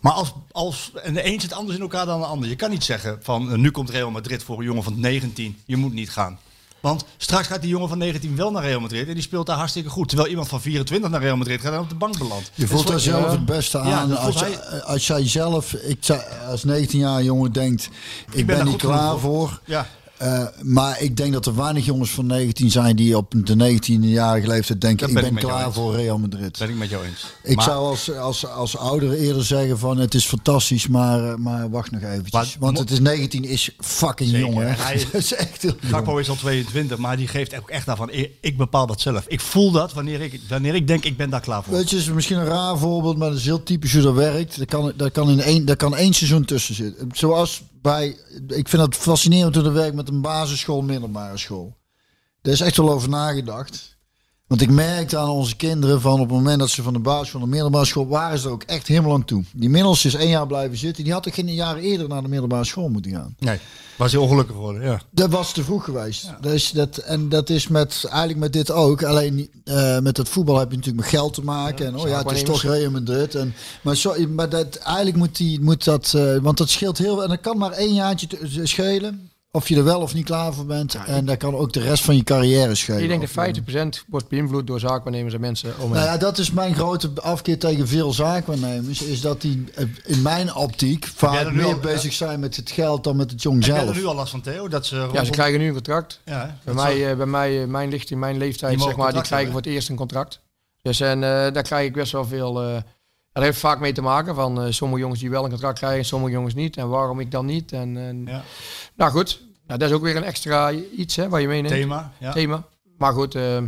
Maar als, als en de een zit anders in elkaar dan de ander. Je kan niet zeggen van eh, nu komt Real Madrid voor een jongen van 19. Je moet niet gaan. Want straks gaat die jongen van 19 wel naar Real Madrid en die speelt daar hartstikke goed. Terwijl iemand van 24 naar Real Madrid gaat en op de bank belandt.
Je voelt
Dus
daar
wat-
zelf
ja.
het beste
Ja,
aan.
dat
als,
voelt
je- als jij zelf, ik, zou- als 19-jarige jongen denkt, ik,
ben
ben
daar
niet
goed genoeg
klaar voor.
Ja,
Eh, maar ik denk dat er weinig jongens van 19 zijn die op de 19-jarige leeftijd denken,
Dat
ik
ben ik
ben,
met jou
klaar
eens.
voor Real Madrid.
ben ik met jou eens.
Ik
Maar-
zou als, als, als ouder eerder zeggen van het is fantastisch, maar, eh, maar wacht nog eventjes.
Maar-
Want het is 19 is fucking
Zeker.
jong hè.
Hij is-
dat is echt heel jong.
Gakpo is al 22, maar die geeft ook echt aan van ik ik bepaal dat zelf. Ik voel dat wanneer ik, wanneer ik denk ik ben daar klaar voor.
Weet je, het is misschien een raar voorbeeld, maar dat is heel typisch hoe dat werkt. Daar kan, daar kan, in één, daar kan één seizoen tussen zitten. Zoals bij, ik vind dat fascinerend hoe dat werkt met een basisschool, middelbare school. Daar is echt wel over nagedacht. Want ik merkte aan onze kinderen van op het moment dat ze van de basisschool naar de middelbare school waren, ze er ook echt helemaal aan toe. Die middelste is één jaar blijven zitten. Die had ook geen jaar eerder naar de middelbare school moeten gaan.
Nee, was hij ongelukkig geworden, ja.
Dat was te vroeg geweest. Dus dat, en dat is met, eigenlijk met dit ook. Alleen eh, met het voetbal heb je natuurlijk met geld te maken. en oh ja, het is toch Real Madrid. En, maar sorry, maar dat, eigenlijk moet, die, moet dat... eh, want dat scheelt heel... En dat kan maar één jaartje te- eh, schelen. Of je er wel of niet klaar voor bent. en dat kan ook de rest van je carrière schelen.
Ik denk
Of-
eh.
dat 50% wordt beïnvloed door zaakwaarnemers en mensen om hen.
nou ja, dat is mijn grote afkeer tegen veel zaakwaarnemers. Is dat die eh, in mijn optiek
jij
vaak
er nu
meer
al-
bezig zijn met het geld dan met het jong
Ik heb er
zelf.
nu al last van Theo, dat ze...
ja,
rondom-
ze krijgen nu een contract.
Ja,
Bij
dat zou-
mij, eh, bij mij eh, mijn ligt in mijn leeftijd,
Die mogen
zeg maar, die
contract
krijgen
hebben.
voor het eerst een contract. Dus en eh, daar krijg ik best wel veel. eh dat heeft vaak mee te maken van eh, sommige jongens die wel een contract krijgen, sommige jongens niet. En waarom ik dan niet? En, en-
Ja.
Nou goed, nou, dat is ook weer een extra iets hè, waar je meeneemt.
Thema. Ja.
Thema. Maar goed, ehm,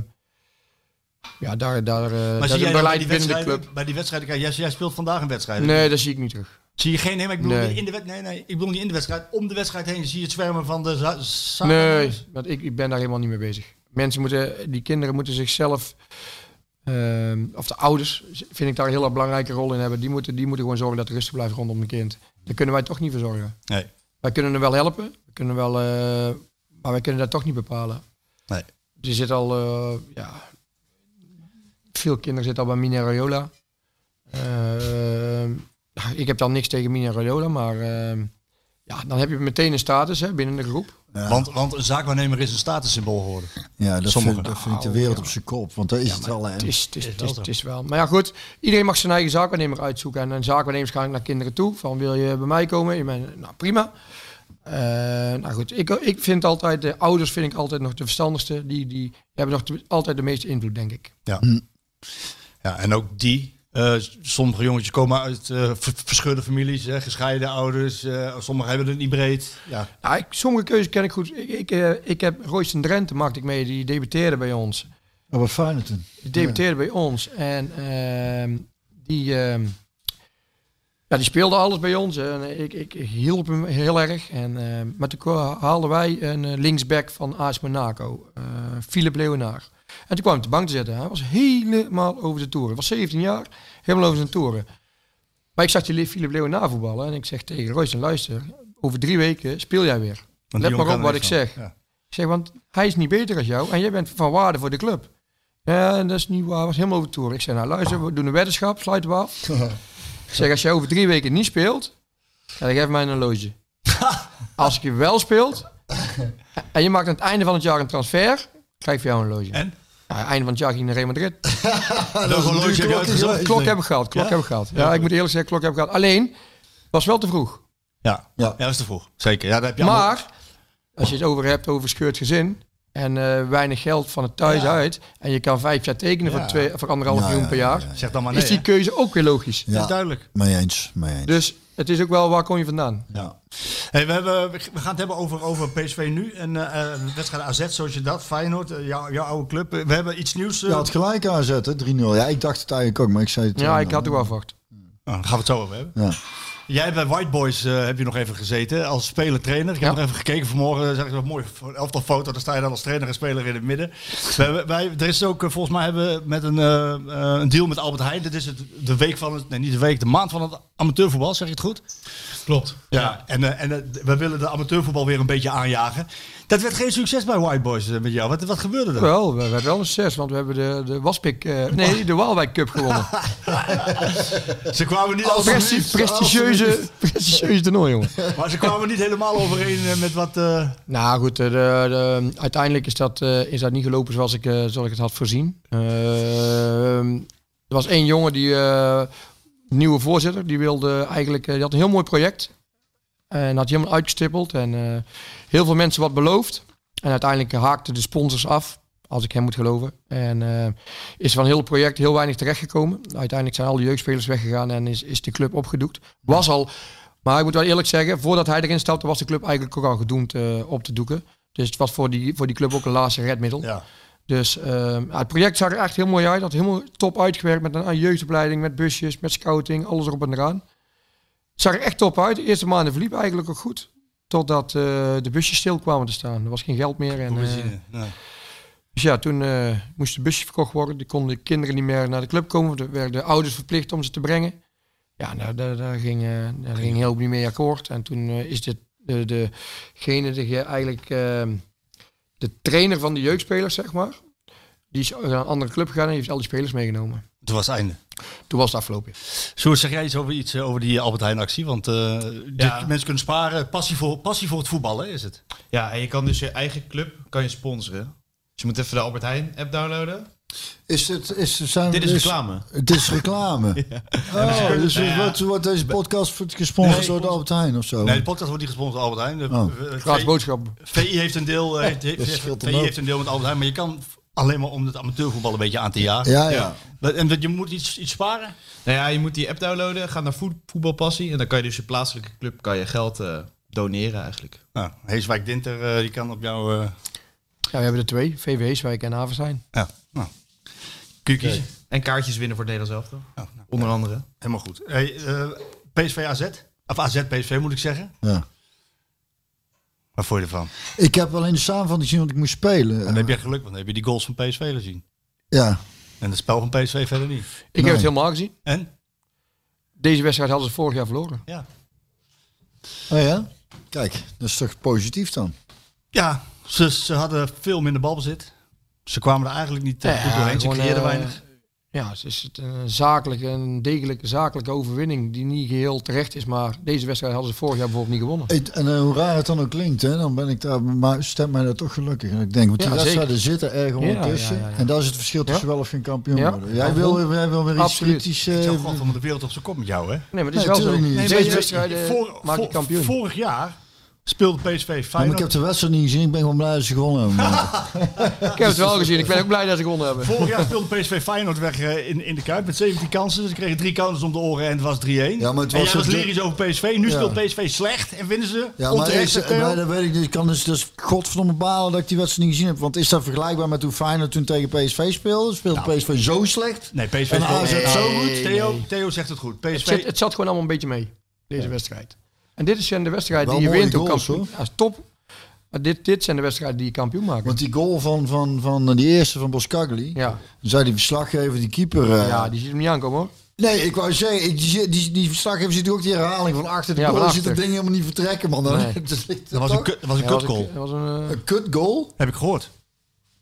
ja, daar, daar eh,
Maar
dat
zie
is een
jij dan bij
beleid
die
binnen de
wedstrijden,
club.
bij die wedstrijden, kijk, jij, jij speelt vandaag een wedstrijd.
Nee, dat zie ik niet terug.
Zie je geen, nee, maar ik bedoel,
Nee.
niet in de wed, nee, nee, ik bedoel niet in de wedstrijd. Om de wedstrijd heen zie je het zwermen van de za- za-
Nee, want ik, ik ben daar helemaal niet mee bezig. Mensen moeten, die kinderen moeten zichzelf, ehm, of de ouders, vind ik daar een hele belangrijke rol in hebben. Die moeten, die moeten gewoon zorgen dat er rustig blijft rondom een kind. Daar kunnen wij toch niet voor zorgen.
Nee.
Wij kunnen er wel helpen, we kunnen wel, eh, maar wij kunnen dat toch niet bepalen.
Nee.
Er zit al, eh, ja, veel kinderen zitten al bij Mina Raiola. Ehm, ik heb dan niks tegen Mina Raiola, maar ehm, ja, dan heb je meteen een status hè, binnen de groep.
Want, want een zaakwaarnemer is een statussymbool geworden.
Ja, dat
Sommigen.
vind, dat vind ik de wereld op zijn kop. Want dat is het wel. hè.
Het is, het, is, het, is, het is wel. Maar ja, goed. Iedereen mag zijn eigen zaakwaarnemer uitzoeken. En, en zaakwaarnemers gaan naar kinderen toe. Van wil je bij mij komen? Je bent, nou, prima. Eh, nou goed, ik, ik vind altijd, de ouders vind ik altijd nog de verstandigste. Die, die hebben nog te- altijd de meeste invloed, denk ik.
Ja. ja, en ook die. eh, s- sommige jongetjes komen uit eh, ver- verscheurde families, hè, gescheiden ouders. eh, sommigen hebben het niet breed. Ja.
Ja, Nou, ik, sommige keuzes ken ik goed. Ik, ik, eh, ik heb Royston Drenthe, maakte ik mee, die debuteerde bij ons.
Oh, wat fijn het toen.
Die debuteerde bij ons. En ehm, die, ehm, ja, die speelde alles bij ons. En ik, ik, ik hielp hem heel erg. En, ehm, maar toen kwa- haalden wij een eh, linksback van AS Monaco. eh, Philip Leonaar. En toen kwam hij op de bank te zitten. Hij was helemaal over de toeren. was 17 jaar, helemaal over zijn toeren. Maar ik zag die Le- Philip Leonaar voetballen. En ik zeg tegen Royce, luister, over drie weken speel jij weer.
Want
Let
die jongen
maar op
kan er
wat ik
niks
zeg.
van. Ja.
Ik zeg, want hij is niet beter als jou en jij bent van waarde voor de club. Ja, en dat is niet waar. was helemaal over toer. Ik zei, nou luister, we doen een weddenschap, sluiten we af. ik zeg, als jij over drie weken niet speelt, ja, dan geef mij een loge. als je wel speelt en je maakt aan het einde van het jaar een transfer, krijg je jou een loge.
En?
Ja, einde van het jaar ging naar Real Madrid.
Dat is een
duur
loodje
klokje,
uitgezocht.
ja.
Klok heb ik gehaald, klok
Ja?
heb ik gehaald. Ja, ik moet eerlijk zeggen, klok heb ik gehaald. Alleen, was wel te vroeg.
Ja.
Ja.
ja, dat is te vroeg. Zeker. Ja, daar heb je allemaal-
Maar als je het over hebt over scheurt gezin en eh, weinig geld van het thuis uit en je kan vijf jaar tekenen voor,
Ja.
twee, voor anderhalf
Ja,
miljoen
ja,
per jaar,
Zeg dan maar nee.
is die
hè.
keuze ook weer logisch.
Dat
Ja.
is duidelijk.
Mee eens, mee eens.
Dus het is ook wel waar kom je vandaan.
Ja. Hey, we, hebben, we gaan het hebben over, over PSV nu en eh, eh, de wedstrijd AZ, zoals je dat, Feyenoord, eh, jouw, jouw oude club. Eh, We hebben iets nieuws. eh,
ja, het gelijk aanzetten, 3-0. Ja, ik dacht het eigenlijk ook, maar ik zei het.
Ja,
eh,
ik had ook wel verwacht.
oh, daar gaan we het zo over hebben.
Ja.
Jij hebt bij White Boys eh, heb je nog even gezeten als speler-trainer. Ik heb
Ja.
nog even gekeken vanmorgen. Zeg ik een mooi fo- elftal foto. Daar sta je dan als trainer en speler in het midden. We hebben- wij, er is ook eh, volgens mij hebben we met een, eh, eh, een deal met Albert Heijn. Dit is het, de week van het, nee niet de week, de maand van het amateurvoetbal. Zeg je het goed?
Klopt.
Ja. En, eh, en eh, we willen de amateurvoetbal weer een beetje aanjagen. Dat werd geen succes bij White Boys eh, met jou. Wat, wat gebeurde er?
Wel, we werden wel een zes, want we hebben de, de Waspik, eh, nee, de Waalwijk Cup gewonnen.
Ze kwamen niet
Presti- prestigieuze, prestigieuze toernooi, jongen.
Maar ze kwamen niet helemaal overeen eh, met wat. eh,
Nou goed, eh, de, de- uiteindelijk is dat, eh, is dat niet gelopen zoals ik, eh, zoals ik het had voorzien. Eh, er was één jongen, die eh, nieuwe voorzitter, die wilde eigenlijk, eh, die had een heel mooi project. En had helemaal uitgestippeld en eh, heel veel mensen wat beloofd. En uiteindelijk haakten de sponsors af, als ik hem moet geloven. En eh, is van heel het project heel weinig terechtgekomen. Uiteindelijk zijn al de jeugdspelers weggegaan en is, is de club opgedoekt. Was al maar ik moet wel eerlijk zeggen, voordat hij erin stapte, was de club eigenlijk ook al gedoemd eh, op te doeken. Dus het was voor die, voor die club ook een laatste redmiddel.
ja.
Dus ehm, ja, het project zag er echt heel mooi uit. Had helemaal top uitgewerkt met een, een jeugdopleiding, met busjes, met scouting, alles erop en eraan. Het zag er echt top uit. De eerste maanden verliep eigenlijk ook goed. Totdat eh, de busjes stil kwamen te staan. Er was geen geld meer. En, eh, dus ja, toen eh, moest de busje verkocht worden. Die konden de kinderen niet meer naar de club komen. want Er werden de ouders verplicht om ze te brengen. Ja, nou, daar, daar ging, eh daar ging heel veel niet mee akkoord. En toen eh, is dit de, degene die je eigenlijk eh, de trainer van de jeugdspelers, zeg maar. Die is naar een andere club gegaan en die heeft al die spelers meegenomen.
Het was het einde.
Toen was het afgelopen.
Sjoerd, zeg jij iets over, iets eh, over die Albert Heijn actie? Want eh,
Ja.
dit- mensen kunnen sparen. Passie voor, passie voor het voetballen is het.
Ja, en je kan dus je eigen club kan je sponsoren. Dus je moet even de Albert Heijn app downloaden.
Is het, is, zijn, dus-
Dit is reclame.
Het is reclame. Oh, dus wordt, wordt deze podcast gesponsord
Nee.
door de Albert Heijn of zo?
Nee, de podcast wordt niet gesponsord door Albert Heijn. De-
Oh.
eh,
Gratis
V-
boodschappen.
VI heeft een deel, eh, heeft, heeft,
scheelt
VI
dan ook.
heeft een deel met Albert Heijn. Maar je kan alleen maar om het amateurvoetbal een beetje aan te jagen.
Ja, ja.
Dat- En dat je moet iets, iets sparen.
Nou ja, je moet die app downloaden, ga naar voet, voetbalpassie en dan kan je dus je plaatselijke club kan je geld eh, doneren eigenlijk.
Nou, Heeswijk Dinter, eh, die kan op jou... eh,
Ja, we hebben er twee. VW Heeswijk en Havenstein.
ja, nou, kun je kiezen.
En kaartjes winnen voor het Nederlands elftal,
Nou, nou,
onder andere.
helemaal goed. Hey, eh, PSV AZ? Of AZ PSV moet ik zeggen.
Ja.
Wat vond je ervan?
Ik heb alleen de samenvatting gezien, want ik moest spelen.
En dan heb je geluk, want dan heb je die goals van PSV gezien.
Ja.
En het spel van PSV verder niet.
Ik heb het helemaal gezien.
En?
Deze wedstrijd hadden ze vorig jaar verloren.
Ja.
Oh ja? Kijk, dat is toch positief dan?
Ja, ze, ze hadden veel minder balbezit. Ze kwamen er eigenlijk niet eh,
Ja,
goed doorheen. Ze
gewoon,
creëerden
eh,
weinig.
Ja, het is het een zakelijke, een degelijke zakelijke overwinning die niet geheel terecht is. Maar deze wedstrijd hadden ze vorig jaar bijvoorbeeld niet gewonnen.
Ik- En eh, hoe raar het dan ook klinkt, hè, dan ben ik daar, maar stemt mij dat toch gelukkig. En ik denk, want die
Ja,
wedstrijden zitten erg ondertussen.
ja, ja, ja.
En dat is het verschil tussen
Ja.
wel of geen kampioen
Ja.
worden. Jij wil, jij wil weer iets
Absoluut.
kritisch...
Ik
eh,
zou God om de wereld op zijn kop met jou, hè?
Nee,
Nee,
maar het is wel
tuurlijk
zo.
niet. Nee,
Deze
maar-
wedstrijden
Vor-
maakt je
vor-
kampioen.
Vorig jaar speelde PSV
maar ik
Feyenoord.
heb de wedstrijd niet gezien, ik ben gewoon blij dat ze gewonnen hebben.
ik heb het wel gezien. Ik ben ook blij dat ze gewonnen hebben.
Vorig jaar speelde PSV Feyenoord weg eh, in, in de Kuip met 17 kansen. Ze kregen drie kansen om de oren en het was 3-1.
Ja, maar het
en
was
jij was
het-
lyrisch over PSV. Nu
Ja.
speelt PSV slecht en winnen ze
Ja, maar,
onterecht.
is,
zegt Theo.
maar dat weet ik niet. Ik kan dus, dus godverdomme balen dat ik die wedstrijd niet gezien heb. Want is dat vergelijkbaar met hoe Feyenoord toen tegen PSV speelde? Speelde
Nou.
PSV zo slecht?
Nee, PSV
En
speelde
AZ
zo
nee,
goed. Theo, Theo zegt het goed. PSV,
Het zat, het zat gewoon allemaal een beetje mee, deze wedstrijd. En dit is zijn de wedstrijd
Wel
die je
mooie
wint. ook
goals,
kampioen.
hoor.
Ja, is top. Maar dit, dit zijn de wedstrijden die je kampioen maken.
Want die goal van, van, van die eerste van Boskagli,
ja.
zei die verslaggever, die keeper... eh,
ja, die ziet hem niet aankomen hoor.
Nee, ik wou zeggen, ik- die, die, die verslaggever ziet ook die herhaling van achter de
Ja,
goal.
van
Je ziet dat
achter.
ding helemaal niet vertrekken, man. Dan-
Nee.
dat ligt
dat was
toch?
een, kut- dat was een
Ja,
kutgoal.
dat was een- dat was een, eh,
Een kut goal.
Heb ik gehoord.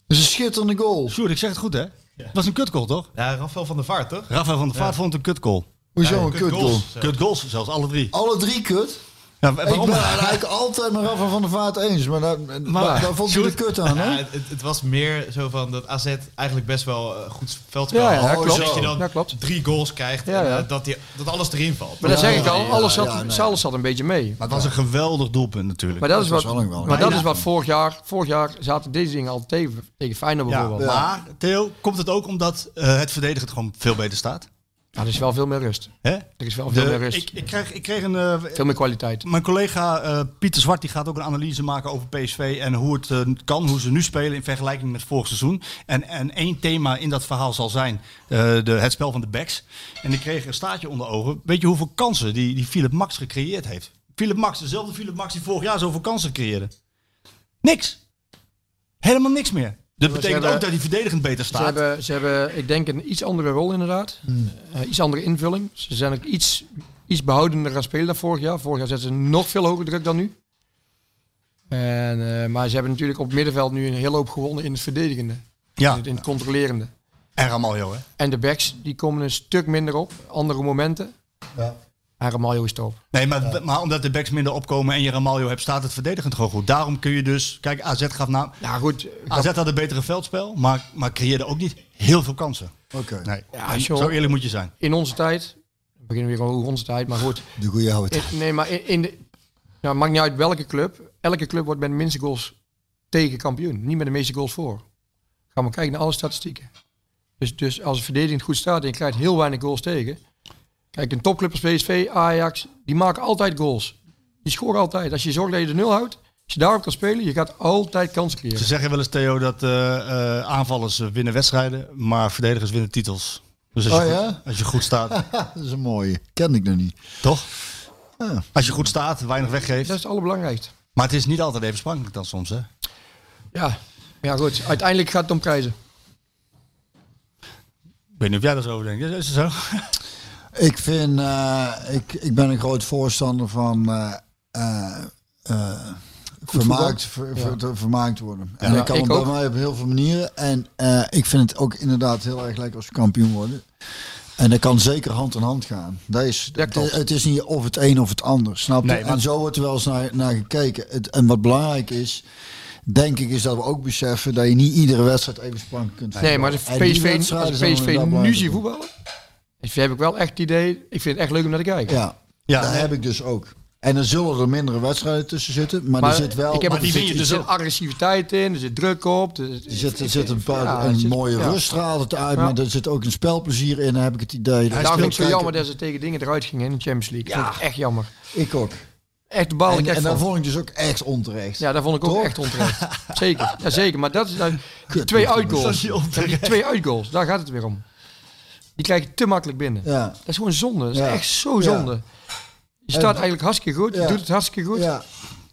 Dat is een schitterende goal.
Sjoerd, ik zeg het goed, hè? Het was een kutgoal, toch?
Ja, Rafael van der Vaart toch?
Rafael van der Vaart vond het een kutgoal.
Hoezo een kut goal?
goals. Zo.
Kutgoals zelfs, alle drie.
Alle drie kut.
Ja, wa-
Ik
waarom?
ben het eigenlijk altijd met Rafa van der Vaart eens, maar daar, daar, daar vond je de kut aan,
Ja,
hè?
het, het- het was meer zo van dat AZ eigenlijk best wel eh, goed veldspel
ja, ja,
had.
dat klopt.
Oh,
Dat je dan
Dat klopt.
drie goals krijgt
Ja,
en
ja.
eh, dat, die, dat alles erin valt.
Maar dat zeg ik al, alles
ja,
zat,
ja, nee.
alles zat een beetje mee.
Maar het was een geweldig doelpunt natuurlijk.
Maar dat is
was
wat,
wel een wel-
maar dat
bijna.
is wat vorig, jaar, vorig jaar zaten deze dingen al tegen, tegen Feyenoord
ja,
bijvoorbeeld.
maar Theo, komt het ook omdat eh, het verdedigend gewoon veel beter staat?
Ja, er is wel veel meer rust.
Hè?
Er is wel
De-
veel meer rust.
ik, ik, kreeg, ik kreeg een... eh,
veel meer kwaliteit.
mijn collega eh, Pieter Zwart die gaat ook een analyse maken over PSV en hoe het eh, kan, hoe ze nu spelen in vergelijking met vorig seizoen. En, en één thema in dat verhaal zal zijn eh, de, het spel van de backs. En ik kreeg een staartje onder ogen. Weet je hoeveel kansen die, die Philip Max gecreëerd heeft? Philip Max, dezelfde Philip Max die vorig jaar zoveel kansen creëerde. Niks. Helemaal niks meer. Dat betekent
hebben-
ook dat hij verdedigend beter
Ze
staat.
hebben, ze hebben, ik denk, een iets andere rol inderdaad. Eh, iets andere invulling. Ze zijn ook iets, iets behoudender gaan spelen dan vorig jaar. Vorig jaar zetten ze nog veel hoger druk dan nu. En, eh, maar ze hebben natuurlijk op het middenveld nu een hele hoop gewonnen in het verdedigende. In,
Ja,
het, in het controlerende.
en Ramaljo hè.
En de backs, die komen een stuk minder op. Andere momenten.
Ja.
En Ramaljo is top.
Nee, maar, maar omdat de backs minder opkomen en je Ramaljo hebt, staat het verdedigend gewoon goed. Daarom kun je dus... Kijk, AZ gaf na,
Ja goed,
AZ had een betere veldspel, maar, maar creëerde ook niet heel veel kansen.
Oké,
Nee,
Ja,
En
joh.
zo eerlijk moet je zijn.
in onze tijd, we beginnen weer over onze tijd, maar goed.
de goede houdt.
In- nee, maar in, in de, nou, maakt niet uit welke club. Elke club wordt met de minste goals tegen kampioen. Niet met de meeste goals voor. Ga maar kijken naar alle statistieken. Dus, dus als de verdediging goed staat en je krijgt heel weinig goals tegen. Kijk, een topclub als PSV, Ajax, die maken altijd goals. Die scoren altijd. Als je zorgt dat je de nul houdt, als je daarop kan spelen, je gaat altijd kansen
Ze
creëren.
zeggen wel eens, Theo, dat eh, eh, aanvallers eh, winnen wedstrijden, maar verdedigers winnen titels. Dus als,
Oh
je,
ja?
goed, als je goed staat,
Dat is een mooie. Kende ik nog niet.
toch?
Ja.
Als je goed staat, weinig
Dat is
weggeeft.
het allerbelangrijkste.
Maar het is niet altijd even spannend dan soms, hè?
Ja. ja, goed. Uiteindelijk gaat het om prijzen.
Ik weet niet of jij daar zo over denkt. Is, is het zo?
Ik vind, eh, ik, ik ben een groot voorstander van eh, eh, eh, vermaakt, ver- ver- te- vermaakt worden. En
Ja,
dat kan
ik
bij
ook.
mij op heel veel manieren. En eh, ik vind het ook inderdaad heel erg lekker als we kampioen worden. En dat kan zeker hand in hand gaan. Dat is,
Ja, klopt.
het- het is niet of het een of het ander. Snap je?
Nee, maar-
En zo wordt er wel eens naar, naar gekeken. Het, en wat belangrijk is, denk ik, is dat we ook beseffen dat je niet iedere wedstrijd even spannend kunt
Nee, maar als
voetballen. En die
PSV,
wedstrijden
als
zijn
PSV
inderdaad
nu
belangrijk.
zien voetballen, dus heb ik wel echt het idee, ik vind het echt leuk om naar te kijken.
Ja,
Ja,
dat
nee.
heb ik dus ook. En dan zullen er mindere wedstrijden tussen zitten. Maar,
Maar
er zit wel...
ik heb
maar
het
er
idee, dus
zit-
er
er
zit agressiviteit in, er zit druk op. Er,
Er zit, er zit een, paar,
Ja, er
een
zit-
mooie
ja.
rust straalt het uit,
Ja.
maar er zit ook een spelplezier in, heb ik het idee.
Daar vind ik zo
Kijken-
jammer dat ze tegen dingen eruit gingen in de Champions League. Ja. Vond ik echt jammer.
Ik ook.
Echt de bal.
En,
Oh, ik echt
en dat
van.
vond ik dus ook echt onterecht.
Ja, dat vond ik ook
Toch?
echt onterecht. Zeker. Ja, zeker. Maar dat is nou, die twee uitgoals. Die twee uitgoals, daar gaat het weer om. Die krijg je te makkelijk binnen.
Ja.
Dat is gewoon zonde. Dat is
Ja.
echt zo zonde. Je staat eigenlijk hartstikke goed. Je
Ja.
doet het hartstikke goed.
Ja.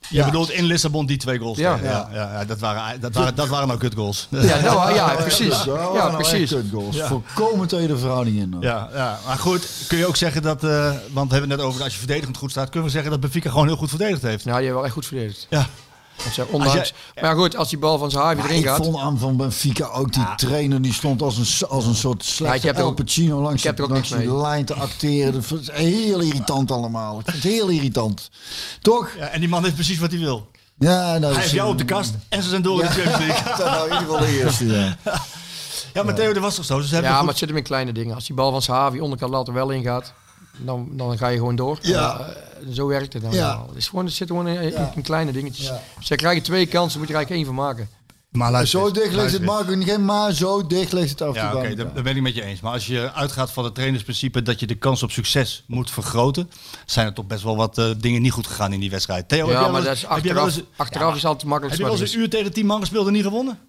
Je bedoelt in Lissabon die twee goals.
Ja.
tegen. ja. ja, ja, dat, waren, dat, waren, dat waren nou kut goals.
Ja, dat wa- ja, precies.
Dat waren
Ja,
nou echt
precies.
kutgoals. Volkomen tegen de verhouding in.
Ja, ja, maar goed, kun je ook zeggen dat, eh, want we hebben het net over dat als je verdedigend goed staat, kunnen we zeggen dat Benfica gewoon heel goed verdedigd heeft.
Nou, je hebt wel echt goed verdedigd.
Ja,
Dat zijn Ondanks. Maar goed, als die bal van Zahavi
Maar
erin
ik
gaat.
vond aan Van Benfica ook die trainer die stond als een, s- als een soort slechte
ik heb er
El
ook-
Pacino langs,
ik heb er
die-
ook
langs
niks
die
mee.
lijn te acteren. Dat was heel irritant allemaal. Ik vind het heel irritant. Toch?
ja, en die man heeft precies wat hij wil.
Ja, nou,
Hij heeft jou op de kast en ze zijn door in de Champions League.
Dat nou in ieder geval de eerste, ja.
Ja, maar Theo, dat was toch zo? Dus ze hebben
Ja, maar
goed-
het zit hem in kleine dingen. Als die bal van Sahavi onderkant later wel ingaat, dan, dan ga je gewoon door.
Ja.
Eh, zo werkt het dan.
Ja.
wel. Het, is gewoon, het zit gewoon in, in-
Ja.
in kleine dingetjes.
Ja.
Ze krijgen twee kansen, moet je er eigenlijk één van maken.
maar luister
Zo
eens,
dicht ligt
luister
het
eens.
Marco niet, maar zo dicht ligt het af en toe
Ja, oké,
bij
dat,
elkaar.
dat ben ik met je eens. Maar als je uitgaat van het trainersprincipe dat je de kans op succes moet vergroten, zijn er toch best wel wat eh, dingen niet goed gegaan in die wedstrijd. Theo, heb
ja,
jij
maar
wel
dat
eens-
is
heb jij wel
achteraf.
eens-
achteraf is altijd
Heb
makkelijk.
je wel eens een uur tegen tien man gespeeld en niet gewonnen?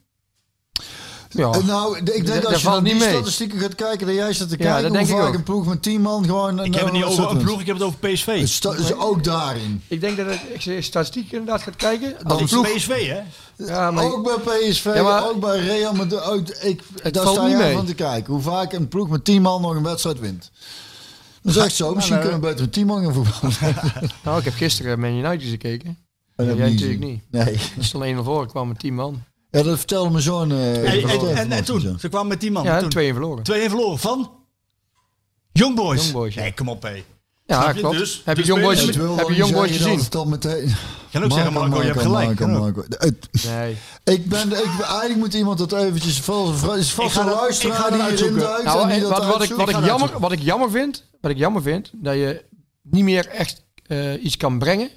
Ja.
Eh, Nou, d- ik
Dat-
denk
dat
dat als je
valt
naar
niet
die
mee.
statistieken gaat kijken, dat jij staat te
Ja,
kijken
dat
hoe
denk ik
vaak
ook.
een ploeg van tien man gewoon...
Ik heb het niet over een ploeg, ik heb het over PSV.
ook daarin.
Ik denk dat het- als je statistiek inderdaad gaat kijken. Dan
Dat
een
is
ploeg.
PSV, hè?
Ja, maar,
Ook bij PSV,
Ja, maar-
ook bij Real Madrid. ook- Ik,
Het
daar
valt
sta
niet
jij
mee.
van te kijken. Hoe vaak een ploeg met 10 man nog een wedstrijd wint. Dat is echt zo. Misschien kunnen we beter met 10 man gaan voetballen.
nou, ik heb gisteren Man United gekeken.
Dat heb
jij
ik
natuurlijk
gezien.
niet.
Nee.
Het is alleen al voor, ik kwam met tien man.
Ja, dat vertelde mijn zoon. eh,
En, en-
vanochtend.
en, en toen, ze kwamen met die man.
Ja, en
toen.
tweeën verloren.
2-1 verloren van Young Boys.
Young Boys, ja.
Nee, kom op, hé.
Ja,
Snap je?
klopt.
Dus-
heb je
dus
Young Boys,
spelers-
Het wil
heb
wel
je
niet
Young Boys
zeggen
gezien?
dat het al meteen...
Kan ook zeggen, Marco, je hebt gelijk.
Marco,
Kan ook.
Marco. Het-
Nee.
Ik ben, ik, eigenlijk moet iemand dat eventjes vast, is
Ik
vast
ga
een
dat- ik ga
luisteraar
dat
die hierin
uitzoeken.
duikt en
Nou,
die
en
dat
wat, wat, ik,
uitzoekt.
wat, ik jammer, wat ik jammer vind, wat ik jammer vind, dat je niet meer echt eh, iets kan brengen.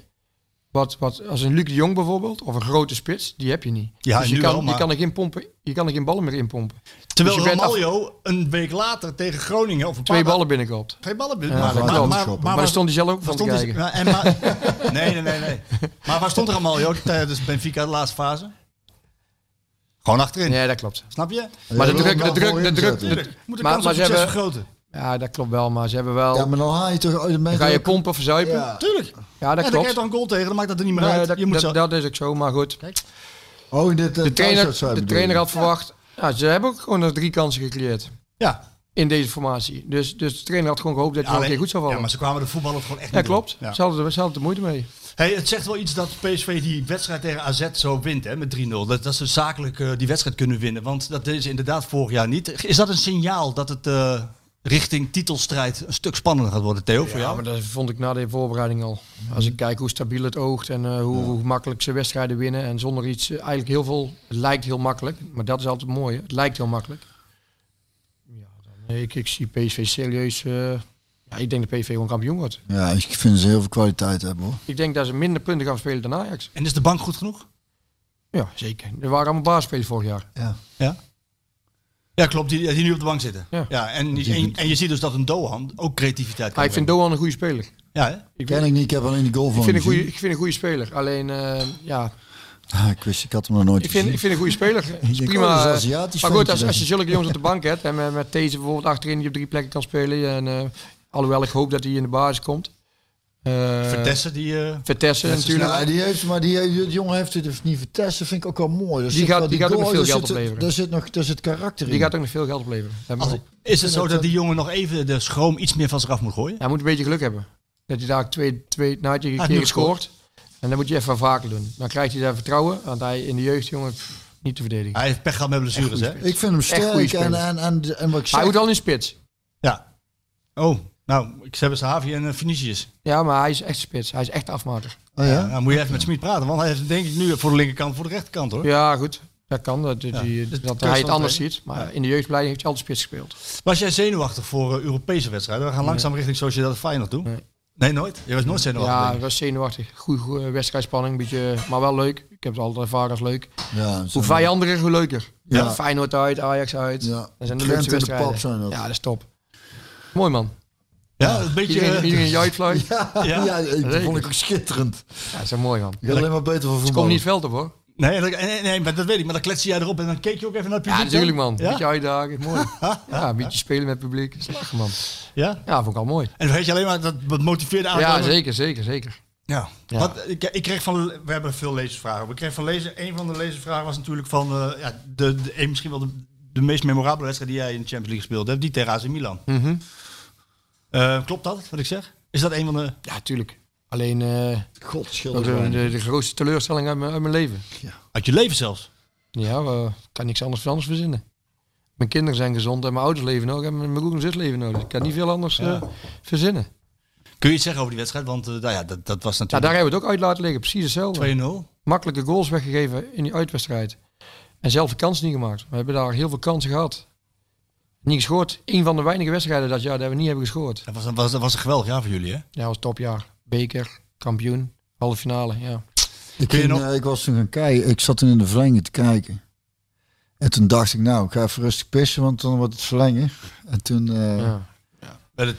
Wat, wat als een Luc de Jong bijvoorbeeld, of een grote spits, die heb je niet. Dus
Ja,
je,
nu
kan,
wel, maar-
je kan er geen pompen, je kan er geen ballen meer in pompen.
Terwijl
Dus je bent
Romaglio een week later tegen Groningen... Of een
Twee
paar-
ballen binnenkoopt.
Twee ballen. maar-
Ja,
maar-
klopt.
maar-
maar,
maar-
daar stond hij zelf ook
waar
van te
stond hij-
kijken.
Ja, en maar- Nee, nee, nee, nee. Maar waar stond Romaglio tijdens Benfica de laatste fase? Gewoon achterin.
Nee, dat klopt.
Snap je?
Maar de
wil
druk,
hem
de
daar
druk,
voor
de druk.
inzetten.
de-
Moet de
maar,
kans
maar
op
ze
succes
hebben,
vergroten.
ja, dat klopt wel, maar ze hebben wel.
Ja, maar dan haal je toch uit de
ga je pompen, verzuipen.
Ja.
Tuurlijk.
Ja, Ah, dat
en dan krijg je
klopt.
dan een goal tegen, dan maakt dat er niet meer
Nee,
uit.
dat,
je moet
dat-
zo...
dat is ook zo, maar goed.
Oh, dit, eh,
De trainer,
thuisarts zou je
de
bedoelen.
trainer had verwacht. Ja, ze hebben ook gewoon nog drie kansen gecreëerd.
ja,
in deze formatie. Dus, dus de trainer had gewoon gehoopt dat hij nog een
alleen-
keer goed zou
ja,
vallen. Ja,
maar ze kwamen de voetballers gewoon echt
dat
niet door.
klopt.
Ja.
Ze, hadden, ze hadden er moeite mee.
Hey, het zegt wel iets dat PSV die wedstrijd tegen AZ zo wint hè, met 3-0. Dat, dat ze zakelijk eh, die wedstrijd kunnen winnen. Want dat deden ze inderdaad vorig jaar niet. Is dat een signaal dat het eh, richting titelstrijd een stuk spannender gaat worden, Theo? voor
Ja,
jou?
maar dat vond ik na de voorbereiding al. Als ik kijk hoe stabiel het oogt en eh, hoe, hoe makkelijk ze wedstrijden winnen. En zonder iets, eh, eigenlijk heel veel, het lijkt heel makkelijk. Maar dat is altijd mooi. hè. Het lijkt heel makkelijk. Ja, dan, eh, ik, ik zie PSV serieus. eh, ja, ik denk dat PSV gewoon kampioen wordt.
Ja, ik vind ze heel veel kwaliteit hebben hoor.
Ik denk dat ze minder punten gaan spelen dan Ajax.
En is de bank goed genoeg?
Ja, zeker. Er waren allemaal baasspelers vorig jaar.
Ja. Ja, klopt. Die, die nu op de bank zitten. Ja.
Ja.
en, en, en je ziet dus dat een Dohan ook creativiteit kan
Maar ik vind
brengen.
Doan een goede speler.
Ja, hè?
Ik,
Ken ik niet, ik heb alleen die goal van
ik, vind,
hem
een goede,
gezien.
ik vind een goede speler. Alleen, eh, ja,
Ah, ik wist, ik had hem nog nooit
Ik vind, ik
gezien.
vind een goede speler. Is
denk,
prima. eh,
oh, dat is een Aziatisch
maar goed,
ventje,
als, als je
denk
zulke jongens op de bank hebt en met, met deze bijvoorbeeld achterin die op drie plekken kan spelen. En, eh, alhoewel ik hoop dat hij in de basis komt. Eh,
Vertessen die... eh,
Vertessen natuurlijk.
Ja, die heeft, maar die, die jongen heeft het dus niet vertest. Dat vind ik ook wel mooi. Daar
Die
zit
gaat-
wel
die gaat ook
goal,
nog veel
daar
geld
zit-
opleveren.
Daar zit nog, daar zit karakter in.
die gaat ook nog veel geld opleveren. Dat
als-
moet-
is het zo dat die jongen nog even de schroom iets meer van zich af moet gooien?
hij moet een beetje geluk hebben. Dat hij daar twee, twee nou, had je een
heeft
keer
nu gescoord.
gescoord. En dan moet je even vaker doen. Dan krijgt hij daar vertrouwen. Want hij in de jeugd, jongen, pff, niet te verdedigen.
Hij heeft pech gehad met blessures, hè?
ik vind hem
goede
sterk en,
speler.
en, en, en wat ik
Hij
zei,
moet al in spits.
Ja. Oh, nou, ik heb Havi en eh, Vinicius.
Ja, maar hij is echt spits. Hij is echt afmaker.
Oh,
Ja,
ja?
dan moet je even met Smit praten, want hij heeft het denk ik nu voor de linkerkant, voor de rechterkant hoor.
Ja, goed. Dat kan. Dat, dat, die-
dat
dat
kan
hij
zo
het anders
zijn.
ziet. Maar in de jeugdopleiding heeft hij altijd spits gespeeld.
Was jij zenuwachtig voor eh, Europese wedstrijden? We gaan langzaam richting Sociedad Feyenoord toe. Nee. Nee, nooit? Je was nooit zenuwachtig?
Ja,
denk
het
ik.
was zenuwachtig. Goede, goede wedstrijdspanning, beetje, maar wel leuk. Ik heb het altijd ervaren als leuk.
Ja,
Hoe vijandiger, hoe leuker.
Ja.
Ja. Feyenoord uit, Ajax uit.
Ja.
Dat zijn de
Twente in de
leukste
pap
wedstrijden.
zijn dat.
Ja, dat is top. Mooi man.
Ja, een beetje...
Iedereen,
eh,
iedereen in je uitvluit. Ja.
Ja, ja, ik- dat vond ik ook schitterend.
dat is mooi man.
Je gaat alleen maar beter van
Kom
voetbal.
niet veld op hoor.
nee, dat- eh, nee, nee, maar dat weet ik. Maar dan kletste jij erop en dan keek je ook even naar het
Ja,
publiek. dan?
natuurlijk man.
Ja?
Beetje uitdagen, mooi. Ja, een beetje spelen met het publiek. Slagen man.
Ja?
Ja, vond ik al mooi.
En vergeet je alleen maar dat dat motiveerde aan.
Ja, zeker, zeker, zeker.
Ja.
Ja.
Wat, ik, ik kreeg van, we hebben veel lezersvragen. We kregen van lezer, een van de lezersvragen was natuurlijk van, eh, ja, de, de, een- misschien wel de, de meest memorabele wedstrijd die jij in de Champions League gespeeld hebt, die tegen AC Milan.
Mhm.
Eh, klopt dat, wat ik zeg? Is dat een van de...
Ja, tuurlijk. Alleen eh,
God,
ook de,
schitterend.
de, de grootste teleurstelling uit mijn, uit mijn leven.
Uit je leven zelfs.
Ja, we- ik kan niks anders, anders verzinnen. Mijn kinderen zijn gezond en mijn ouders leven nog en mijn broer en zus leven nog. Dus ik kan niet veel anders eh, verzinnen.
Kun je iets zeggen over die wedstrijd? Want eh, nou ja, dat, dat was
Ja, daar
natuurlijk
hebben we het ook uit laten liggen. Precies hetzelfde.
2-0.
Makkelijke goals weggegeven in die uitwedstrijd. En zelf de kans niet gemaakt. We hebben daar heel veel kansen gehad. Niet gescoord. Eén van de weinige wedstrijden dat jaar dat we niet hebben gescoord.
Dat was, een- was, dat was een geweldig jaar voor jullie, hè?
Ja, was topjaar. Beker, kampioen, halve finale. Ja.
Ik,
Kun je
ging,
nog-
eh, ik was toen gaan kijken. Ik zat toen in de verlenging te kijken. En toen dacht ik, nou, ik ga even rustig pissen, want dan wordt het verlengen. En toen... eh,
Ja.
Bij de 2-1.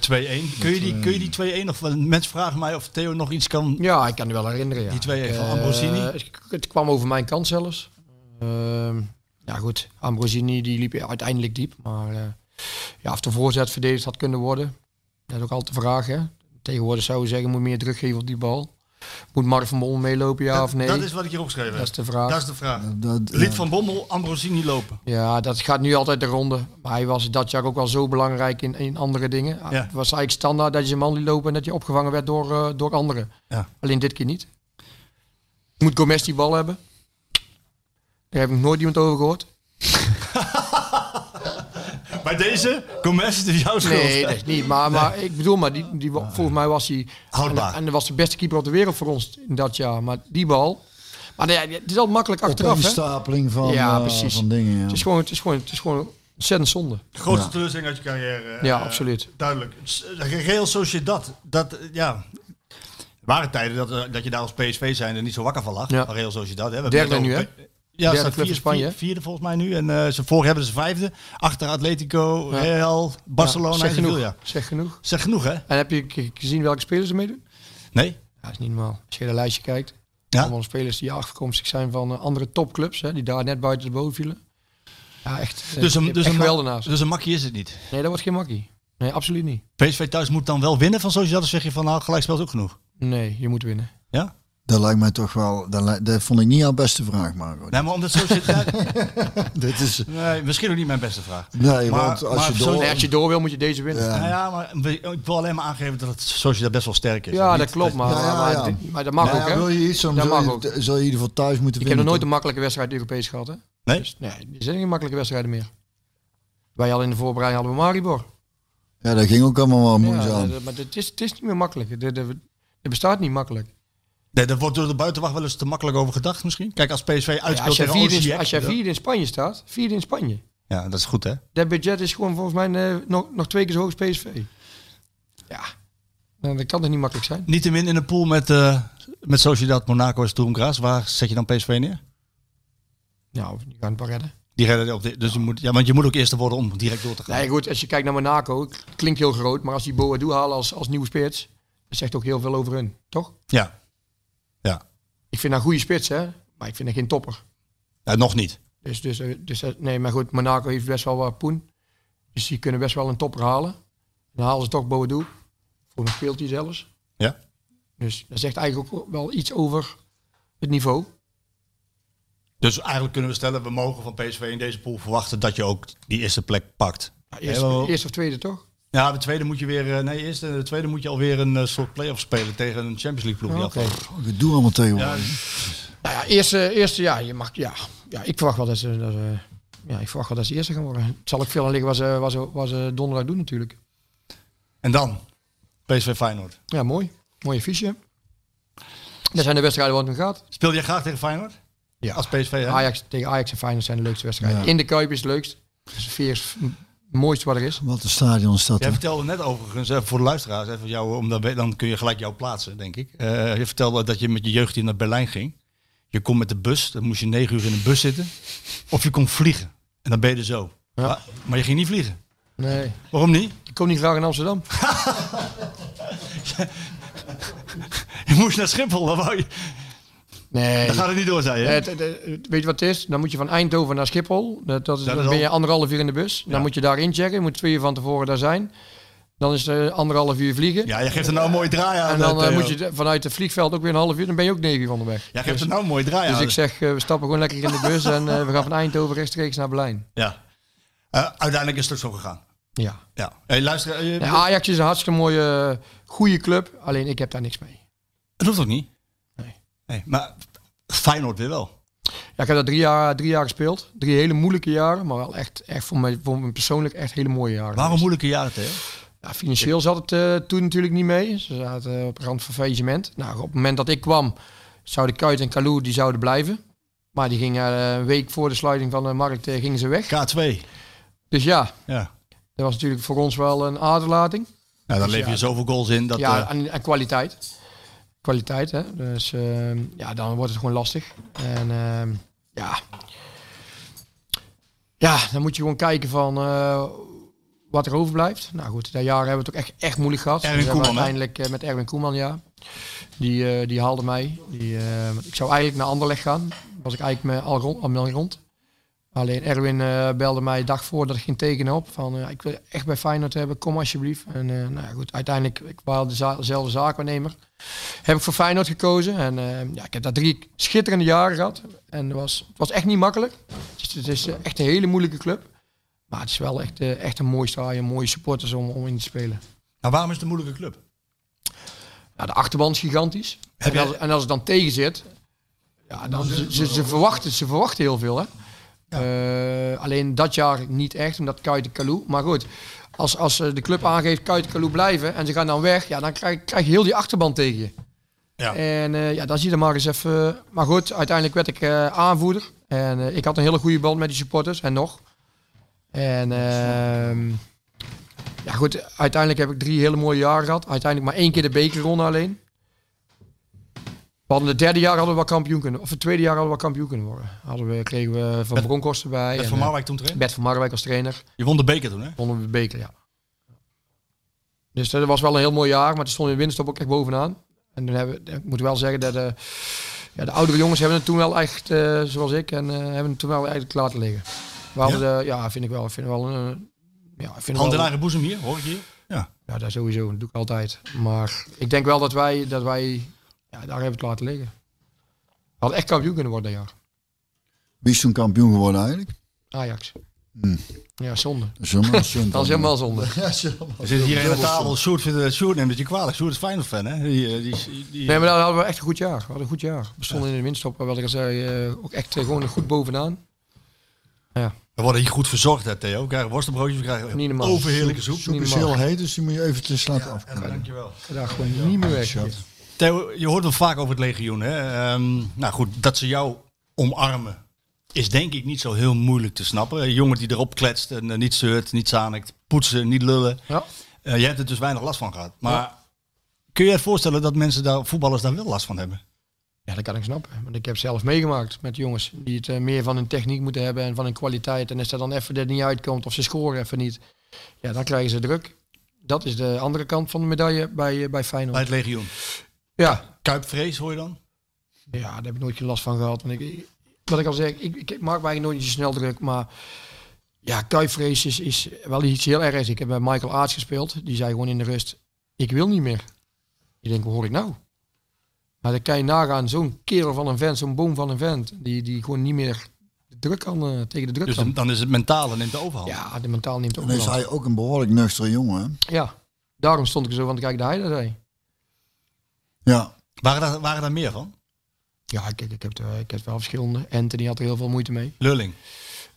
Kun je die,
Mm.
kun je die 2-1 of want mensen vragen mij of Theo nog iets kan...
Ja, ik kan me wel herinneren. Ja.
Die twee
Ik,
van
eh,
Ambrosini?
ik- het kwam over mijn kant zelfs. Ehm, ja, goed. Ambrosini die liep uiteindelijk diep. Maar eh, ja, of de voorzet verdedigd had kunnen worden, dat is ook altijd de vraag. Hè? Tegenwoordig zou je zeggen: moet meer druk geven op die bal. Moet Mark van Bommel meelopen, ja
Dat-
of nee?
Dat is wat ik hier opgeschreven
Dat
heb.
is de vraag.
Dat is de vraag.
dat, eh, ja.
Lid van Bommel, Ambrosini lopen.
Ja, dat gaat nu altijd de ronde. Maar hij was dat jaar ook wel zo belangrijk in, in andere dingen. Het was eigenlijk standaard dat je een man liet lopen en dat je opgevangen werd door, eh, door anderen.
Ja.
Alleen dit keer niet. Moet Gomez die bal hebben? Daar heb ik nog nooit iemand over gehoord.
Bij deze, Gomez, het is jouw schuld.
Nee, dat is niet. Maar, maar ik bedoel, maar die, die,
Ah,
wa- volgens mij was hij...
Houdbaar.
En, en dat was de beste keeper op de wereld voor ons in dat jaar. Maar die bal... Maar nee, het is altijd makkelijk achteraf, hè?
Opeenstapeling van,
Ja,
eh,
precies. Dus-
van dingen, ja.
Het is gewoon, het is gewoon, het is gewoon ontzettend zonde.
De grootste
Ja.
teleurstelling uit je carrière. eh,
Ja, absoluut.
Duidelijk. S- eh, Real Sociedad, dat, eh, ja... Er waren tijden dat, eh, dat je daar als PSV zijn er niet zo wakker van lag.
Ja.
Maar Real Sociedad, hè. we hebben
Derde
het
nu,
over
hè?
P- Ja,
Derde
staat
club in
vier,
Spanje,
vier-
hè?
vierde volgens mij nu. En eh, ze vorig hebben ze vijfde. Achter Atletico, Real, Barcelona
Ja,
en
zeg genoeg.
Sevilla.
Zeg genoeg.
Zeg genoeg, hè?
En heb je k- gezien welke spelers er meedoen?
Nee?
Ja, dat is niet normaal. Als je dat lijstje kijkt.
Ja.
Allemaal spelers die afkomstig zijn van eh, andere topclubs. Hè, die daar net buiten de boven vielen. Ja, echt.
Dus een, dus, een mak-
geweldenaars.
dus een makkie is het niet.
Nee, dat wordt geen makkie. Nee, absoluut niet.
PSV thuis moet dan wel winnen van Sociedad. Dan zeg je van, nou, gelijkspel is ook genoeg.
Nee, je moet winnen.
Oh.
Ja?
Dat lijkt mij toch wel... Dat, li- dat vond ik niet jouw beste vraag, Marco.
Nee, maar omdat Sociedad...
Dit is...
nee, misschien ook niet mijn beste vraag.
Nee,
Maar-
want als
maar
je
zo-
door...
Nee, als je door wil, moet je deze winnen. Ja,
Ja.
Nou ja, maar we- ik wil alleen maar aangeven dat het Sociedad best wel sterk is. Niet-
dat klopt. Maar,
Ja, ja,
maar,
ja.
dit- maar dat mag
Nou
ook,
ja,
hè?
wil je iets, dan
Dat
zul
mag
je,
ook.
zul je in ieder geval thuis moeten
Ik heb nog
winnen.
nooit een makkelijke wedstrijd Europees gehad, hè?
Nee?
Dus, nee, er zijn geen makkelijke wedstrijden meer. Wij al in de voorbereiding hadden we Maribor.
Ja, dat ging ook allemaal wel
Ja,
moeizaam.
dat- maar het is, het is niet meer makkelijk. Het- Het het bestaat niet makkelijk.
Nee, daar wordt door de buitenwacht wel eens te makkelijk over gedacht misschien. Kijk, als PSV uitspeelt
Ja, als jij
tegen
vierde,
Osijek...
in, als jij vierde in Spanje staat, vierde in Spanje.
Ja, dat is goed hè.
Dat budget is gewoon volgens mij eh, nog, nog twee keer zo hoog als PSV. Ja, nou, dat kan toch niet makkelijk zijn?
Niettemin in de pool met, eh met Sociedad, Monaco en Sturm Graz. Waar zet je dan PSV neer?
Nou, die gaan het wel redden.
Die redden het op de, dus je moet, ja, want je moet ook eerste worden om direct door te gaan.
Nee, goed, als je kijkt naar Monaco, het klinkt heel groot, maar als die Boadu halen als, als nieuwe spits, dat zegt ook heel veel over hun, toch?
Ja. Ja.
Ik vind haar een goede spits, hè, maar ik vind haar geen topper.
ja, nog niet.
Dus, dus, eh, dus eh, nee, maar goed, Monaco heeft best wel wat poen. Dus die kunnen best wel een topper halen. Dan halen ze toch Boadu. Voor een speelt hij zelfs.
Ja.
Dus dat zegt eigenlijk ook wel iets over het niveau.
Dus eigenlijk kunnen we stellen, we mogen van PSV in deze pool verwachten dat je ook die eerste plek pakt.
Eerst,
Ja, wel-
eerst of tweede, toch?
Ja, de tweede moet je weer, eh, nee, eerst en de tweede moet je alweer een eh, soort play-off spelen tegen een Champions League ploeg. die
Oh, Oké.
afvalt.
Ik doe allemaal tegenwoordig.
Nou ja, eerste, eerste ja, je mag, ja, ja, ik verwacht wel dat ze, dat ze- ja, ik verwacht wel dat ze eerste gaan worden. Het zal ook veel aan liggen wat ze, wat ze, wat ze donderdag doen natuurlijk.
En dan PSV Feyenoord.
Ja, mooi. Mooie fiche. Dat zijn de wedstrijden waar het om gaat.
Speel jij graag tegen Feyenoord?
Ja. Ah,
Als PSV, hè?
Ajax tegen Ajax en Feyenoord zijn de leukste wedstrijden.
Ja.
In de Kuip is het leukst. De sfeer is m- mooiste wat er is.
Wat een stadion is dat.
Jij
hè?
vertelde net overigens, even voor de luisteraars, even jou, om dan, dan kun je gelijk jou plaatsen, denk ik. Eh, je vertelde dat je met je jeugdteam naar Berlijn ging. Je kon met de bus, dan moest je negen uur in de bus zitten. Of je kon vliegen. En dan ben je er zo.
Ja.
Maar, maar je ging niet vliegen.
Nee,
Waarom niet?
ik kom niet graag in Amsterdam.
Je moest naar Schiphol. Dan wou je,
Nee.
dat gaat het niet door, zei je. hè?
Eh, het- het- het- weet je wat het is? Dan moet je van Eindhoven naar Schiphol. Dat, dat is,
Dat is
dan ben
al-
je anderhalf uur in de bus. Dan moet je daar inchecken. Je moet twee uur van tevoren daar zijn. Dan is het eh, anderhalf uur vliegen.
ja, je geeft er nou een mooie draai aan.
En dan eh,
Theo.
moet je de- vanuit het vliegveld ook weer een half uur. Dan ben je ook negen uur onderweg.
Ja, je geeft er nou een mooie draai
Dus
aan.
ik zeg, eh, we stappen gewoon lekker in de bus en eh, we gaan van Eindhoven rechtstreeks naar Berlijn.
ja. Eh, uiteindelijk is het ook zo gegaan.
Ja.
Ja. Hey, luister, eh,
Nee, Ajax is een hartstikke mooie, eh, goede club. Alleen ik heb daar niks mee.
dat hoeft ook niet.
Nee.
Nee, maar Feyenoord weer wel.
Ja, ik heb daar drie jaar, drie jaar gespeeld. Drie hele moeilijke jaren, maar wel echt, echt voor, mij, voor me persoonlijk echt hele mooie jaren.
Waarom
geweest.
moeilijke jaren, Theo?
Ja, financieel zat het eh, toen natuurlijk niet mee. Ze zaten eh, op de rand van faillissement. Nou, op het moment dat ik kwam, zouden Kuit en Kalou die zouden blijven. Maar die gingen eh, een week voor de sluiting van de markt eh, gingen ze weg.
K2.
Dus ja,
Ja.
dat was natuurlijk voor ons wel een aderlating.
Nou, dan lever je
Dus ja.
zoveel goals in. Dat,
ja,
eh,
en, en kwaliteit. Kwaliteit, hè. Dus ehm, ja, dan wordt het gewoon lastig. En ehm, ja. Ja, dan moet je gewoon kijken van eh, wat er overblijft. Nou goed, dat jaar hebben we het ook echt, echt moeilijk gehad.
Erwin
Dus hebben we
Koeman, hè?
Uiteindelijk eh, met Erwin Koeman, ja. Die, eh, die haalde mij. Die, eh, ik zou eigenlijk naar Anderlecht gaan. Was ik eigenlijk met al rond. Al rond. Alleen Erwin eh, belde mij de dag voor dat ik ging tekenen op. Van eh, ik wil je echt bij Feyenoord hebben, kom alsjeblieft. En eh, nou ja, goed, uiteindelijk, ik was dezelfde zaakwaarnemer. Heb ik voor Feyenoord gekozen. En eh, ja, ik heb daar drie schitterende jaren gehad. En het was, het was echt niet makkelijk. Het is, het is eh, echt een hele moeilijke club. Maar het is wel echt, eh, echt een mooi stadion, mooie supporters om, om in te spelen.
Nou, waarom is het een moeilijke club?
Ja, de achterban is gigantisch.
Heb
en, als,
jij-
en als het dan tegen zit, ja, dan, ze, ze, ze verwachten, ze verwachten heel veel. Hè? Eh, alleen dat jaar niet echt, omdat Kuit en Kalou. Maar goed, als, als eh, de club aangeeft Kuit en Kalou blijven en ze gaan dan weg, ja, dan krijg, krijg je heel die achterban tegen je.
Ja.
En eh, ja, dan zie je maar eens even. maar goed, uiteindelijk werd ik eh, aanvoerder. En eh, ik had een hele goede band met die supporters en nog. En ehm, ja, goed, uiteindelijk heb ik drie hele mooie jaren gehad. Uiteindelijk maar één keer de beker gewonnen alleen. We hadden het derde jaar hadden we wel kampioen kunnen, of het tweede jaar hadden we wel kampioen kunnen worden. Hadden we, kregen we Van Bronckhorst erbij.
Met
en,
Van
eh,
Marwijk toen trainen?
Bert van Marwijk als trainer.
Je won de beker toen, hè?
Wonnen we de beker, ja. Dus dat was wel een heel mooi jaar, maar toen stond in de winstop ook echt bovenaan. En dan hebben, we- ik moet wel zeggen dat de, ja, de oudere jongens hebben het toen wel echt, eh, zoals ik, en eh, hebben het toen wel eigenlijk klaar te liggen. We hadden, ja? ja, vind ik wel, vind ik wel een, ja, vind ik
Hand in
wel,
eigen boezem hier, hoor ik hier. Ja.
ja, dat sowieso, dat doe ik altijd. Maar ik denk wel dat wij, dat wij, ja, daar hebben we het laten liggen. We hadden echt kampioen kunnen worden dat jaar.
Wie is toen kampioen geworden eigenlijk?
Ajax. Ja, zonde.
Dat is helemaal zonde.
Hmm. Dat is helemaal zonde.
Er zit hier aan de tafel. Sjoerd, vindt het- Sjoerd neemt het je kwalijk. Sjoerd is Feyenoord fan, hè? Die, eh, die, die,
Nee, maar daar hadden we echt een goed jaar. We hadden een goed jaar. We stonden in de winstop, wat ik al zei, eh, ook echt eh, gewoon goed bovenaan.
We worden hier goed verzorgd, hè, Theo. We krijgen worstenbroodjes, we krijgen
Niet normaal.
overheerlijke soep.
Soep- soep
is heel heet, dus die moet je eventjes laten af.
Dankjewel.
Daar gewoon niet meer weg.
Theo, je hoort wel vaak over het legioen, hè? Ehm, nou goed, dat ze jou omarmen is denk ik niet zo heel moeilijk te snappen. Een jongen die erop kletst en eh, niet zeurt, niet zanikt, poetsen, niet lullen.
Ja.
Eh, jij hebt er dus weinig last van gehad. Maar kun je het voorstellen dat mensen daar, voetballers daar wel last van hebben?
ja, dat kan ik snappen. Want ik heb zelf meegemaakt met jongens die het eh, meer van hun techniek moeten hebben en van hun kwaliteit. En als dat dan even er niet uitkomt of ze scoren even niet, ja, dan krijgen ze druk. Dat is de andere kant van de medaille bij, eh, bij Feyenoord.
Bij het legioen.
Ja,
Kuipvrees hoor je dan?
Ja, daar heb ik nooit geen last van gehad. Want ik, wat ik al zeg, ik, ik maak mij nooit zo snel druk. Maar ja, kuifvrees is, is wel iets heel ergs. Ik heb bij Michael Aarts gespeeld. Die zei gewoon in de rust, ik wil niet meer. Je denkt, wat hoor ik nou? Maar dan kan je nagaan, zo'n kerel van een vent, zo'n boom van een vent... die, die gewoon niet meer de druk kan, eh, tegen de druk
Dus
kan.
dan, dan is het mentale neemt de overhand.
ja, de mentaal neemt ook
Dan is
wel.
hij ook een behoorlijk nuchtere jongen. hè?
Ja, daarom stond ik zo van te kijken dat hij dat zei.
Ja.
Waren, daar, waren daar meer van?
Ja, ik, ik, heb, er- ik heb wel verschillende. Anthony had er heel veel moeite mee.
Lulling.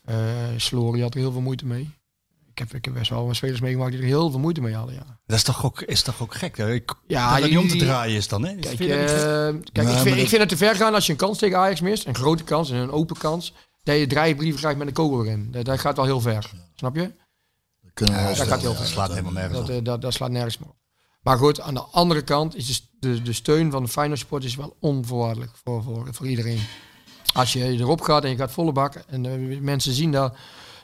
eh Slory had er heel veel moeite mee. Ik heb, ik heb best wel wat spelers meegemaakt die er heel veel moeite mee hadden. Ja,
Dat is toch ook, is toch ook gek? Hè? Ik,
Ja,
dat het niet om te
jullie-
draaien is dan, hè?
kijk,
Vind je dat niet
eh,
gek?
kijk
maar
ik, vind,
dat-
ik vind het te ver gaan als je een kans tegen Ajax mist. Een grote kans en een open kans. Dat je dreigbrieven krijgt met een kogel erin. Dat, dat gaat wel heel ver. Snap je?
kunnen
Ja,
luisteren.
dat gaat heel veel. slaat helemaal nergens
Dat,
op.
eh, dat, dat slaat nergens meer op. Maar goed, aan de andere kant is de, st- de, de steun van de Feyenoord supporters wel onvoorwaardelijk voor, voor, voor iedereen. Als je erop gaat en je gaat volle bak en eh, mensen zien dat,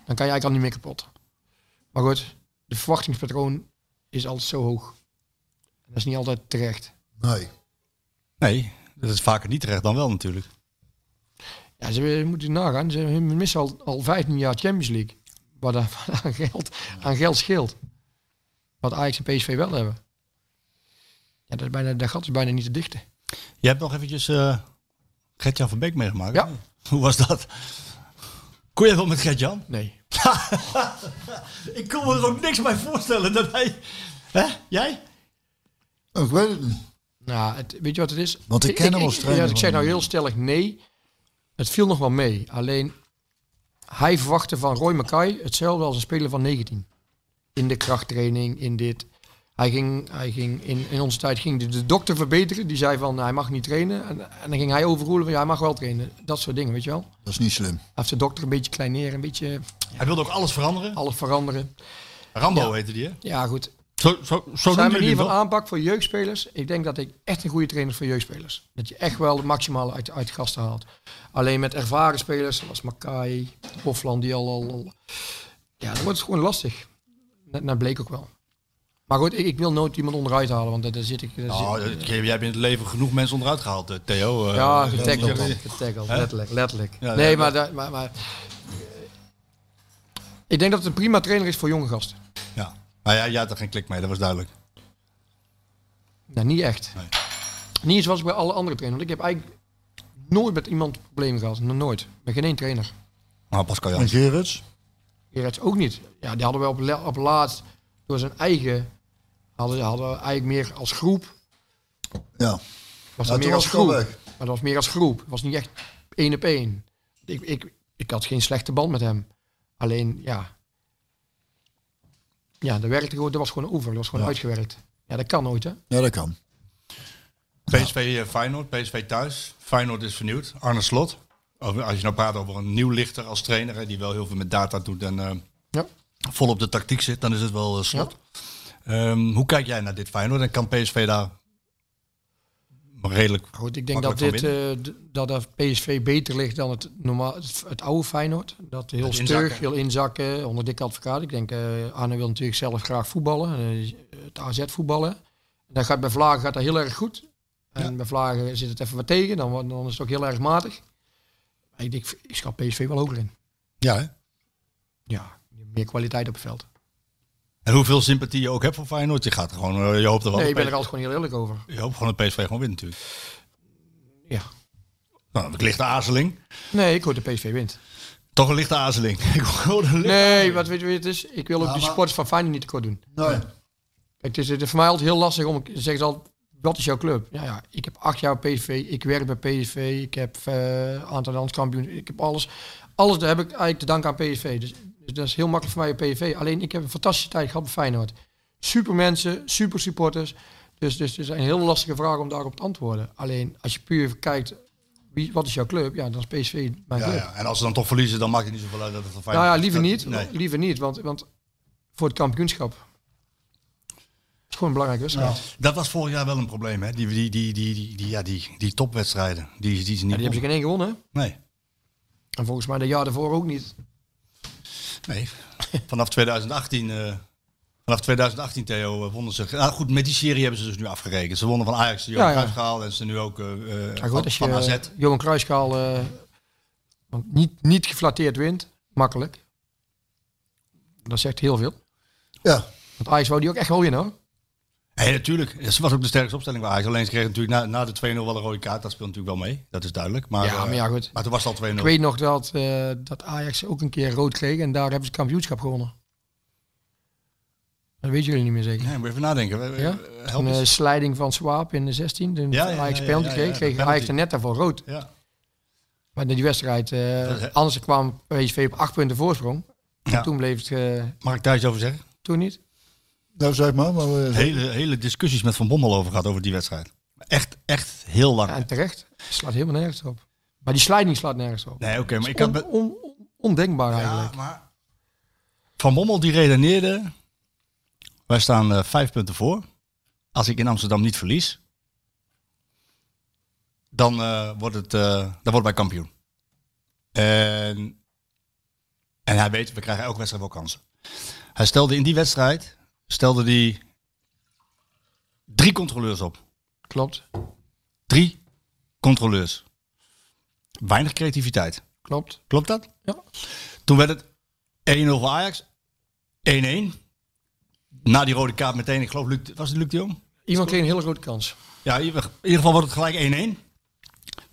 dan kan je eigenlijk al niet meer kapot. Maar goed, de verwachtingspatroon is altijd zo hoog. Dat is niet altijd terecht.
Nee.
Nee, dat is vaker niet terecht dan wel natuurlijk.
Ja, ze eh, moeten nagaan. Ze missen al, al 15 jaar Champions League. Wat aan, wat aan geld, aan geld scheelt. Wat Ajax en PSV wel hebben. Ja, dat, is bijna, dat gat is bijna niet te dichten.
Je hebt nog eventjes eh Gert-Jan van Beek meegemaakt.
Ja.
Hoe was dat? Kon jij wel met Gert-Jan?
Nee.
Ik kon me er ook niks bij voorstellen dat hij... Hè? Jij?
Ik weet het niet.
Nou, het, weet je wat het is?
Want ik ken hem als trainer
ja, ik zeg
van-
nou heel stellig nee. Het viel nog wel mee. Alleen, hij verwachtte van Roy Mackay hetzelfde als een speler van 19. In de krachttraining, in dit. Hij ging, hij ging in, in onze tijd ging de, de dokter verbeteren. Die zei van, hij mag niet trainen. En, en dan ging hij overroelen van, ja, hij mag wel trainen. Dat soort dingen, weet je wel.
Dat is niet slim.
Hij heeft de dokter een beetje kleineren, een beetje
Hij wilde ook alles veranderen.
alles veranderen.
Rambo heette die, hè?
Ja, goed.
Zo, zo, zo
Zijn
noemde jullie
manier
hem
van
toch?
aanpak voor jeugdspelers. Ik denk dat ik echt een goede trainer is voor jeugdspelers. Dat je echt wel het maximale uit, uit gasten haalt. Alleen met ervaren spelers zoals Makai, Hofland, die al, al, al- Ja, dan wordt het gewoon lastig. Dat, dat bleek ook wel. Maar goed, ik, ik wil nooit iemand onderuit halen, want daar- daar zit ik... daar
Nou,
zit-
dat- jij hebt in het leven genoeg mensen onderuit gehaald, eh, Theo. eh.
ja,
Dat- dat-
getackled dan. Getackled, letterlijk. letterlijk.
Ja,
nee,
ja,
maar, da- maar, maar... Ik denk dat het een prima trainer is voor jonge gasten.
Ja. Maar ja, jij had er geen klik mee, dat was duidelijk.
Nou, niet echt.
Nee.
Niet zoals bij alle andere trainers. Want ik heb eigenlijk nooit met iemand problemen gehad. Nog nooit. Bij geen één trainer.
Maar Pascal
En
Jans.
Gerrits?
Gerrits ook niet. Ja, die hadden we op, la- op laatst door zijn eigen... Hadden, hadden we eigenlijk meer als groep.
Ja. Ja,
Was dat
toen
meer
was
als
het al
groep.
weg.
Maar dat was meer als groep. Het was niet echt één op één. Ik, ik, ik had geen slechte band met hem. Alleen, ja... Ja, dat, werkte gewoon, dat was gewoon over. Dat was gewoon uitgewerkt. Ja, dat kan nooit, hè?
Ja, dat kan.
PSV eh, Feyenoord, PSV thuis. Feyenoord is vernieuwd. Arne Slot. Over- Als je nou praat over een nieuw lichter als trainer, hè, die wel heel veel met data doet en eh,
Ja.
vol op de tactiek zit, dan is het wel eh, Slot. Ehm, hoe kijk jij naar dit Feyenoord en kan PSV daar redelijk...
Goed, ik denk dat,
Makkelijk
dit,
van
eh, d- dat de PSV beter ligt dan het, normaal, het, het oude Feyenoord. Dat heel
Het
stug,
inzakken.
heel inzakken, onder dikke advocaat. Ik denk, eh Arne wil natuurlijk zelf graag voetballen, eh, het AZ voetballen. Dan gaat, bij Vlagen gaat dat heel erg goed. En bij Vlagen zit het even wat tegen, dan, wordt- dan is het ook heel erg matig. Maar ik, denk, ik schat PSV wel hoger in.
Ja, hè?
Ja, meer kwaliteit op het veld.
En hoeveel sympathie je ook hebt voor Feyenoord, je gaat er gewoon, eh, je hoopt er wel.
Nee,
op
ik ben er
PSV
altijd gewoon heel eerlijk over.
Je hoopt gewoon dat PSV gewoon wint natuurlijk.
Ja.
Nou, een lichte aarzeling.
Nee, ik hoor de PSV wint.
Toch een lichte aarzeling. Ik hoor een lichte-
Nee, wat weet je wat het is? Ik wil ook
Ja,
die
maar-
sports van Feyenoord niet tekort doen.
Nee.
Kijk, het is, het is voor mij altijd heel lastig om te zeggen, altijd, wat is jouw club? Ja, ja, ik heb acht jaar PSV, ik werk bij PSV, ik heb eh, een aantal landskampioenen, ik heb alles. Alles daar heb ik eigenlijk te danken aan PSV. Dus, dus dat is heel makkelijk voor mij bij PSV. Alleen ik heb een fantastische tijd gehad bij Feyenoord. Super mensen, super supporters. Dus, dus het is een heel lastige vraag om daarop te antwoorden. Alleen als je puur kijkt, wie, wat is jouw club? Ja, dan is PSV mijn
Ja,
club.
ja. En als ze dan toch verliezen, dan maakt het niet zoveel uit dat het van
Nou
Feyenoord
ja,
is.
liever
Dat-
niet.
Nee.
Liever niet, want, want voor het kampioenschap. Het is gewoon een belangrijke wedstrijd.
Dat was vorig jaar wel een probleem, hè? Die, die, die, die, die, die- ja, die, die topwedstrijden. Die, die ze
Ja,
niet
die hebben ze geen één gewonnen. hè?
Nee.
En volgens mij de jaar daarvoor ook niet.
nee. Vanaf 2018, eh, vanaf 2018 Theo, eh, wonnen ze. Nou goed, met die serie hebben ze dus nu afgerekend. Ze wonnen van Ajax, die
Ja,
ook
ja.
gehaald. En ze nu ook eh, eh,
Maar goed,
van,
als je
van AZ.
eh, Johan Cruijffschaal eh, want niet, niet geflatteerd wint, makkelijk. Dat zegt heel veel.
Ja.
Want Ajax wou die ook echt wel winnen hoor.
Nee, natuurlijk. Ze was ook de sterkste opstelling bij Ajax. Alleen ze kregen natuurlijk na, na de 2-0 wel een rode kaart. Dat speelt natuurlijk wel mee. Dat is duidelijk. Maar,
Ja,
eh,
maar ja, goed.
Maar toen was het al 2-0.
Ik weet nog dat, eh, dat Ajax ook een keer rood kreeg en daar hebben ze het kampioenschap gewonnen. Dat weten jullie niet meer zeker.
Nee, moet even nadenken. We- we-
Ja?
Help
een eh,
eens.
slijding van Swaap in de 16, toen
Ja, ja, ja,
Ajax
ja,
penalty
ja,
kreeg,
ja,
kreeg
penalty.
Ajax er net daarvoor rood.
ja.
Maar in die wedstrijd, eh,
Dat-
anders kwam PSV op acht punten voorsprong.
Ja.
Toen bleef het, eh,
Mag ik daar iets over zeggen?
toen niet.
Nou, zeg maar. maar eh,
Hele, hele discussies met Van Bommel over gehad over die wedstrijd. Echt, echt heel lang.
Ja, en terecht. Het slaat helemaal nergens op. Maar die sliding slaat nergens op.
nee, oké, maar ik
Ik
had...
on,
be-
on- on- ondenkbaar eigenlijk.
maar... Van Bommel die redeneerde, wij staan eh, vijf punten voor. Als ik in Amsterdam niet verlies, dan, eh, wordt, het, eh, dan wordt wij kampioen. En, en hij weet, we krijgen elke wedstrijd wel kansen. Hij stelde in die wedstrijd stelde die drie controleurs op.
Klopt,
Drie controleurs. Weinig creativiteit.
klopt.
Klopt dat?
Ja.
Toen werd het 1-0 voor Ajax. 1-1. Na die rode kaart meteen, ik geloof, Luc, was het Luc de Jong?
Iemand kreeg een hele grote kans.
Ja, in ieder in ieder geval wordt het gelijk 1-1.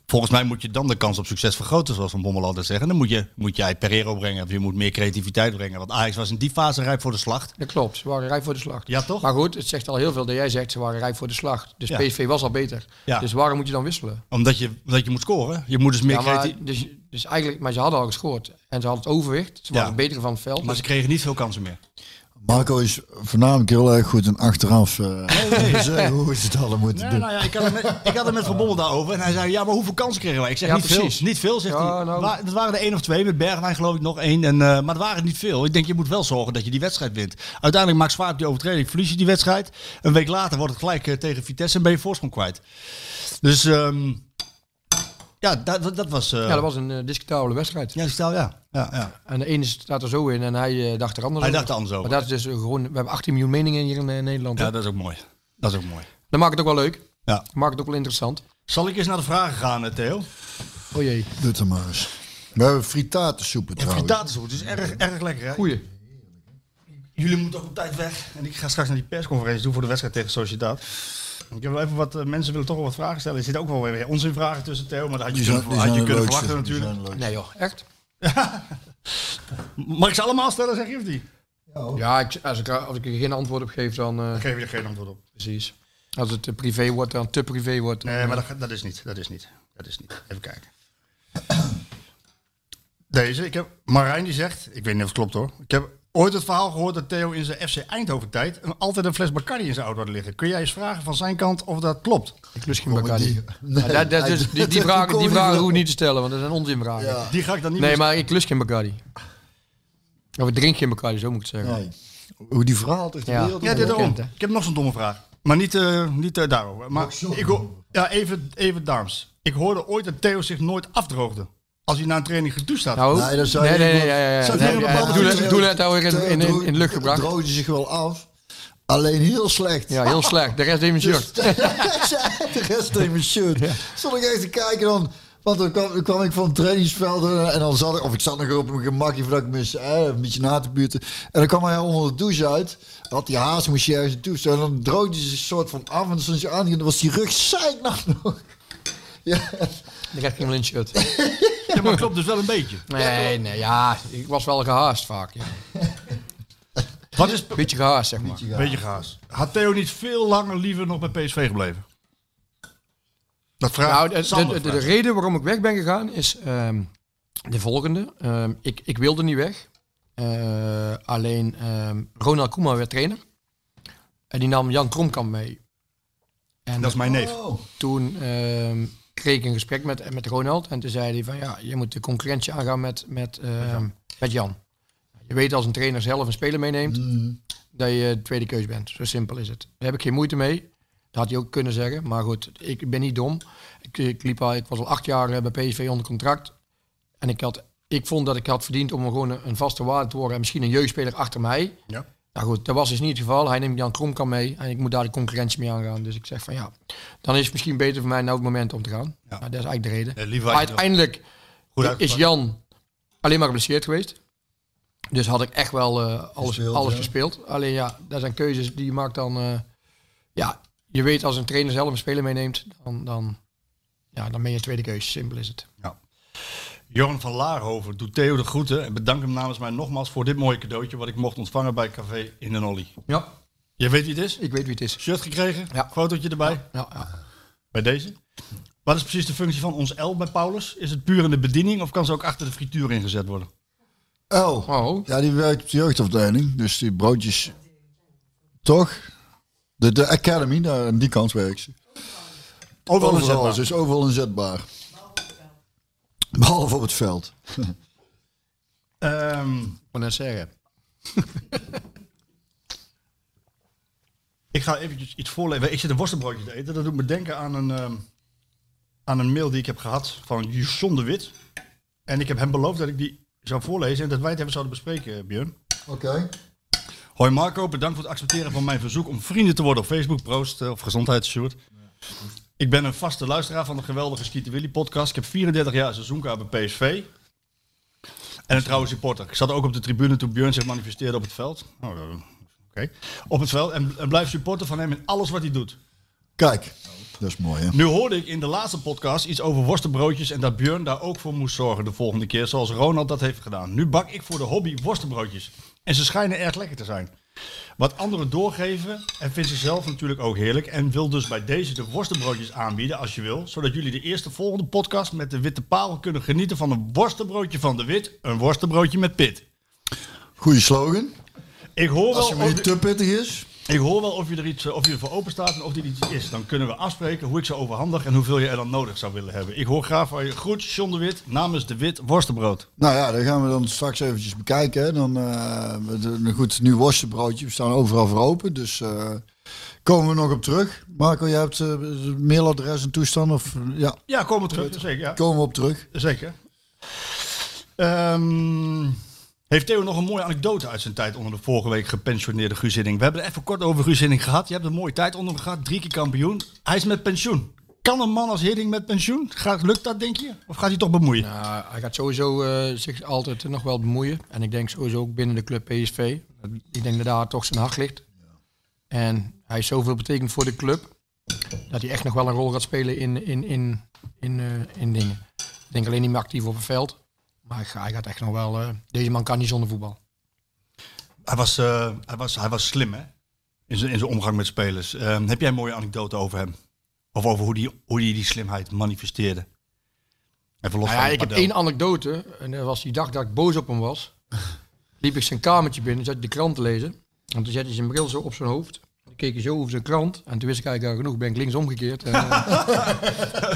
Volgens mij moet je dan de kans op succes vergroten, zoals Van Bommel altijd zeggen. Dan moet, je, moet jij Pereiro brengen, of je moet meer creativiteit brengen. Want Ajax was in die fase rijp voor de slacht.
Dat klopt, ze waren rijp voor de slag.
Ja, toch?
Maar goed, het zegt al heel veel dat jij zegt ze waren rijp voor de slag. Dus
Ja.
PSV was al beter.
Ja.
Dus waarom moet je dan wisselen?
Omdat je, omdat je moet scoren. Je moet dus meer
Ja, maar,
creativiteit...
dus, dus eigenlijk, maar ze hadden al gescoord. En ze hadden het overwicht. Ze
Ja.
waren beter van het veld.
Maar ze kregen niet veel kansen meer.
Marco is voornamelijk heel erg goed in achteraf eh, zeggen hoe ze het hadden moeten
Nee,
doen.
nou ja, ik had, het met, ik had het met Van Bommel daarover. En hij zei, ja, maar hoeveel kansen kregen wij? Ik zeg,
Ja,
niet
precies.
veel. Niet veel, zegt
Ja,
hij.
nou.
Wa- dat waren er één of twee. Met Bergwijn geloof ik nog één. En, eh, maar het waren niet veel. Ik denk, je moet wel zorgen dat je die wedstrijd wint. Uiteindelijk maakt Zwaap die overtreding. Verlies je die wedstrijd. Een week later wordt het gelijk eh, tegen Vitesse. En ben je voorsprong kwijt. Dus ehm, ja, dat, dat, dat was... eh,
ja, dat was een eh, discutabele wedstrijd.
ja, stel, ja. ja, ja.
En de ene staat er zo in en hij eh, dacht er anders
Hij
over.
dacht er anders over.
Maar dat is dus gewoon, we hebben 18 miljoen meningen hier in eh, Nederland.
ja,
hè?
dat is ook mooi. Dat is ook mooi.
Dat maakt het ook wel leuk.
Ja.
Dat maakt het ook wel interessant.
Zal ik eens naar de vragen gaan, eh, Theo?
Oh jee,
Doe het er maar eens. We hebben fritatensoepen trouwens.
Fritatensoep, het is erg, erg lekker, hè?
goeie.
Jullie moeten ook op tijd weg. En ik ga straks naar die persconferentie toe voor de wedstrijd tegen Sociedad. Ik heb wel even wat eh, mensen willen toch wel wat vragen stellen. Er zitten ook wel weer onzinvragen tussen Theo, maar dat had je
Die zijn-
kunnen,
die
had
zijn
je
de
kunnen
leukste.
verwachten
Die
natuurlijk.
zijn de leukste.
Nee joh, echt?
Mag ik ze allemaal stellen, zeg je of niet?
Oh. Ja, ik, als, ik, als ik er geen antwoord op geef, dan... eh,
Dan geef je er geen antwoord op.
Precies. Als het te privé wordt, dan te privé wordt.
Nee, maar dat, ga- dat is niet. Dat is niet. Dat is niet. Even kijken. Deze, ik heb Marijn die zegt, ik weet niet of het klopt hoor. Ik heb ooit het verhaal gehoord dat Theo in zijn FC Eindhoven tijd een- altijd een fles Bacardi in zijn auto had liggen. Kun jij eens vragen van zijn kant of dat klopt?
Ik lust geen
Kom,
Bacardi.
die-
Maar dat, dat is-
Nee,
die, die
dat- dat
vragen,
kon
die
ik
vragen
wel.
hoef ik niet te stellen, want dat zijn onzinvragen.
Ja.
Die ga ik dan niet
Nee,
meer
maar ik lust geen Bacardi. Of ik drink geen Bacardi, zo moet ik het zeggen.
Nee. Hoe die verhaal tegen de
Ja.
wereld
Ja, dit
Onbekend,
daarom.
hè?
Ik heb nog zo'n domme vraag. Maar niet, eh, niet eh, daarover. Maar ik hoor- ja, even, even Darms. Ik hoorde ooit dat Theo zich nooit afdroogde. Als hij na een training gedoucht had.
Nou,
Nee, dat zou
nee,
je
nee,
niet
nee,
doen.
ja, ja, ja.
Zou je
Nee,
niet
ja,
doen.
het doel- Het doel heeft daar weer in, in, in, in de lucht gebracht.
Droogde zich wel af. Alleen heel slecht.
Ja, heel slecht. De rest heeft een shirt.
de rest in mijn shirt. Stond ik even te kijken dan. Want dan kwam, dan kwam ik van het trainingsveld eh, en dan zat ik, of ik zat nog op mijn gemakje voordat ik mis, eh, een beetje na te buurten. En dan kwam hij onder de douche uit, had die haast, moest je ergens naartoe staan. En dan droogde hij zich soort van af en dan stond je aan en dan was die rug zeiknat nog. Ja,
De rest ging wel in een shirt.
Ja, maar klopt dus wel een beetje.
Nee, nee, ja. Ik was wel gehaast vaak. Ja.
Wat is...
Beetje gehaast, zeg maar.
Beetje gaas. Had Theo niet veel langer liever nog bij PSV gebleven? Dat vraag
Nou, de,
Sander
de- de- de
vraagt.
reden waarom ik weg ben gegaan is ehm, de volgende. Ehm, ik, ik wilde niet weg. Eh, alleen ehm, Ronald Koeman werd trainer. En die nam Jan Kromkamp mee. En
Dat is mijn neef.
toen ehm, kreeg ik een gesprek met, met Ronald. En toen zei hij van ja, je moet de concurrentie aangaan met, met, ehm, met Jan. Je weet als een trainer zelf een speler meeneemt, dat je de tweede keus bent. Zo simpel is het. Daar heb ik geen moeite mee. Dat had hij ook kunnen zeggen. Maar goed, ik ben niet dom. Ik, ik, liep al, ik was al acht jaar eh, bij PSV onder contract. En ik, had, ik vond dat ik had verdiend om gewoon een, een vaste waarde te worden. En misschien een jeugdspeler achter mij.
Ja.
Nou goed, dat was dus niet het geval. Hij neemt Jan Kromkamp mee. En ik moet daar de concurrentie mee aangaan. Dus ik zeg van ja, dan is het misschien beter voor mij nou het moment om te gaan. Nou, dat is eigenlijk de reden.
Eh, liever had je het
Uiteindelijk
Goed
is
uitgepakt.
Jan alleen maar geblesseerd geweest. Dus had ik echt wel eh, alles,
Gespeeld,
alles
ja.
gespeeld. Alleen ja, daar zijn keuzes die je maakt dan... eh, ja, je weet als een trainer zelf een speler meeneemt, dan, dan, ja, dan ben je tweede keuze. Simpel is het.
Jorn van Laarhoven doet Theo de groeten. En bedank hem namens mij nogmaals voor dit mooie cadeautje... wat ik mocht ontvangen bij Café in den Olly.
Ja,
Je weet wie het is?
ik weet wie het is.
Shirt gekregen,
Ja.
fotootje erbij.
Ja, ja.
Bij deze. Wat is precies de functie van ons L bij Paulus? Is het puur in de bediening of kan ze ook achter de frituur ingezet worden?
Oh.
Oh,
Ja, die werkt op de jeugdafdeling. Dus die broodjes. Toch? De, de Academy, daar aan die kant werkt ze.
Overal,
Overal,
inzetbaar.
ze is dus overal inzetbaar. Behalve op het veld.
Ehm,
ik moet net zeggen.
Ik ga eventjes iets voorlezen. Ik zit een worstenbroodje te eten. Dat doet me denken aan een, ehm, aan een mail die ik heb gehad van Jusson de Wit. En ik heb hem beloofd dat ik die zou voorlezen en dat wij het even zouden bespreken, Björn.
Oké.
Hoi Marco, bedankt voor het accepteren van mijn verzoek om vrienden te worden op Facebook. Proost eh, of gezondheidsshoot. Ik ben een vaste luisteraar van de geweldige Schieten Willy podcast. Ik heb 34 jaar seizoenkaart bij PSV. En een trouwe supporter. Ik zat ook op de tribune toen Björn zich manifesteerde op het veld. Oh, eh, oké. Op het veld en, en blijf supporter van hem in alles wat hij doet.
Kijk, dat is mooi hè.
Nu hoorde ik in de laatste podcast iets over worstenbroodjes en dat Björn daar ook voor moest zorgen de volgende keer, zoals Ronald dat heeft gedaan. Nu bak ik voor de hobby worstenbroodjes. En ze schijnen erg lekker te zijn. Wat anderen doorgeven en vindt ze zelf natuurlijk ook heerlijk. En wil dus bij deze de worstenbroodjes aanbieden als je wil. Zodat jullie de eerste volgende podcast met de Witte Paal kunnen genieten van een worstenbroodje van de Wit. Een worstenbroodje met pit.
Goeie slogan.
Ik hoor wel
Als je maar
of
niet
de-
te pittig is.
ik hoor wel of je er iets eh, of je er voor open staat en of dit iets is. Dan kunnen we afspreken hoe ik ze overhandig en hoeveel je er dan nodig zou willen hebben. Ik hoor graag van je. Groet, John de Wit, namens de Wit Worstenbrood.
Nou ja, dat gaan we dan straks eventjes bekijken. Hè. Dan, eh, we doen- goed, nu worstenbroodje, we staan overal voor open. Dus eh, komen we nog op terug. Marco, jij hebt eh, het mailadres en toestand? Of, ja,
Ja, kom maar terug. Zeker. Ja.
komen we op terug.
Zeker. Ehm, heeft Theo nog een mooie anekdote uit zijn tijd onder de vorige week gepensioneerde Guus Hiddink? We hebben het even kort over Guus Hiddink gehad. Je hebt een mooie tijd onder hem gehad. Drie keer kampioen. Hij is met pensioen. Kan een man als Hiddink met pensioen? Gaat, lukt dat, denk je? Of gaat hij toch bemoeien?
Nou, hij gaat sowieso eh, zich altijd nog wel bemoeien. En ik denk sowieso ook binnen de club PSV. Ik denk dat daar toch zijn hart ligt. En hij heeft zoveel betekend voor de club. Dat hij echt nog wel een rol gaat spelen in, in, in, in, eh, in dingen. Ik denk alleen niet meer actief op het veld. Maar hij ga- hij gaat echt nog wel... eh, deze man kan niet zonder voetbal.
Hij was, eh, hij was, hij was slim, hè? In zijn, in zijn omgang met spelers. Ehm, heb jij een mooie anekdote over hem? Of over hoe hij die, hoe die, die slimheid manifesteerde? Even los
Nou
van
ja,
het
ik heb
padel.
één anekdote. En dat was die dag dat ik boos op hem was. Liep ik zijn kamertje binnen, zat hij de krant te lezen. En toen zette hij zijn bril zo op zijn hoofd. Toen keek hij zo over zijn krant. En toen wist ik eigenlijk al genoeg. Ben ik links omgekeerd. En eh,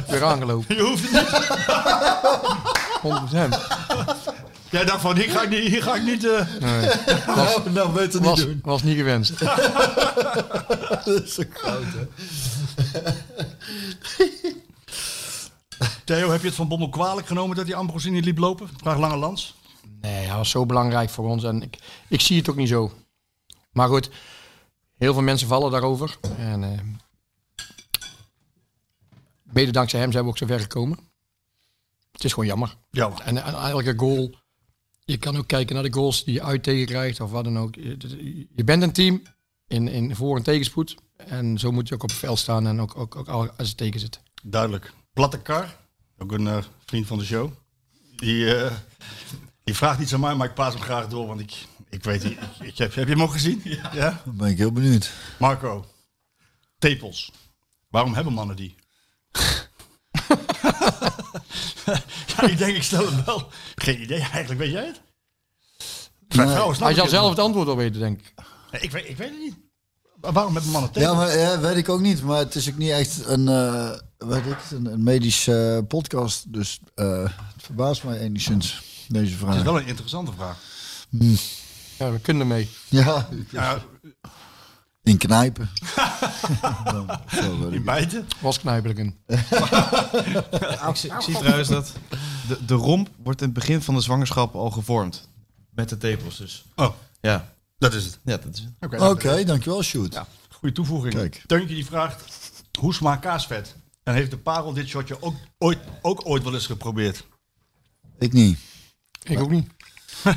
weer aangelopen. Je hoeft niet. 100%.
Jij dacht van, hier ga ik niet... Hier ga ik niet eh,
Was,
Nou, beter niet
was,
doen.
was niet gewenst.
Dat is ook groot, hè.
Theo, heb je het van Bommel kwalijk genomen dat hij Ambrose niet liep lopen? Vraag Lange Lans.
Nee, hij was zo belangrijk voor ons en ik, ik zie het ook niet zo. Maar goed, heel veel mensen vallen daarover. En, eh, mede dankzij hem zijn we ook zo ver gekomen. Het is gewoon jammer.
Ja,
En, en elke goal, je kan ook kijken naar de goals die je uit tegenkrijgt of wat dan ook. Je, je bent een team in, in voor- en tegenspoed. En zo moet je ook op het veld staan en ook, ook, ook al- als het tegen zit.
duidelijk. Platte Kar, ook een eh, vriend van de show. Die, eh, die vraagt iets aan mij, maar ik paas hem graag door, want ik, ik weet niet. Ik, ik heb, heb je hem ook gezien? ja?
Dan ben ik heel benieuwd.
Marco, tepels. Waarom hebben mannen die? ja, ik denk, ik stel hem wel. Geen idee, eigenlijk weet jij het? Bij vrouwen snap
Hij
ik
zal
het
zelf
nog.
het antwoord al weten, denk ik.
Nee, ik, weet, ik weet het niet. Wa- Waarom hebben mannen tepels?
Ja, maar ja, weet ik ook niet. Maar het is ook niet echt een, eh weet ik, het, een, een medische eh, podcast. Dus eh, het verbaast mij enigszins, deze
Dat is
vraag.
wel een interessante vraag.
Ja, we kunnen mee.
Ja,
Ja,
in knijpen. Dan- zo, weet ik
in bijten.
Was knijpelijk een.
Ik, zie- ik
Nou,
zie trouwens dat de, de romp wordt in het begin van de zwangerschap al gevormd. Met de tepels dus.
Oh,
Ja,
dat is het.
ja dat is het.
Oké,
Oké, dankjeuel, Sjoerd.
goede toevoeging.
Kijk.
Teuntje die vraagt, hoe smaakt kaasvet? En heeft de parel dit shotje ook ooit, ook ooit wel eens geprobeerd?
Ik niet.
Ik ook niet.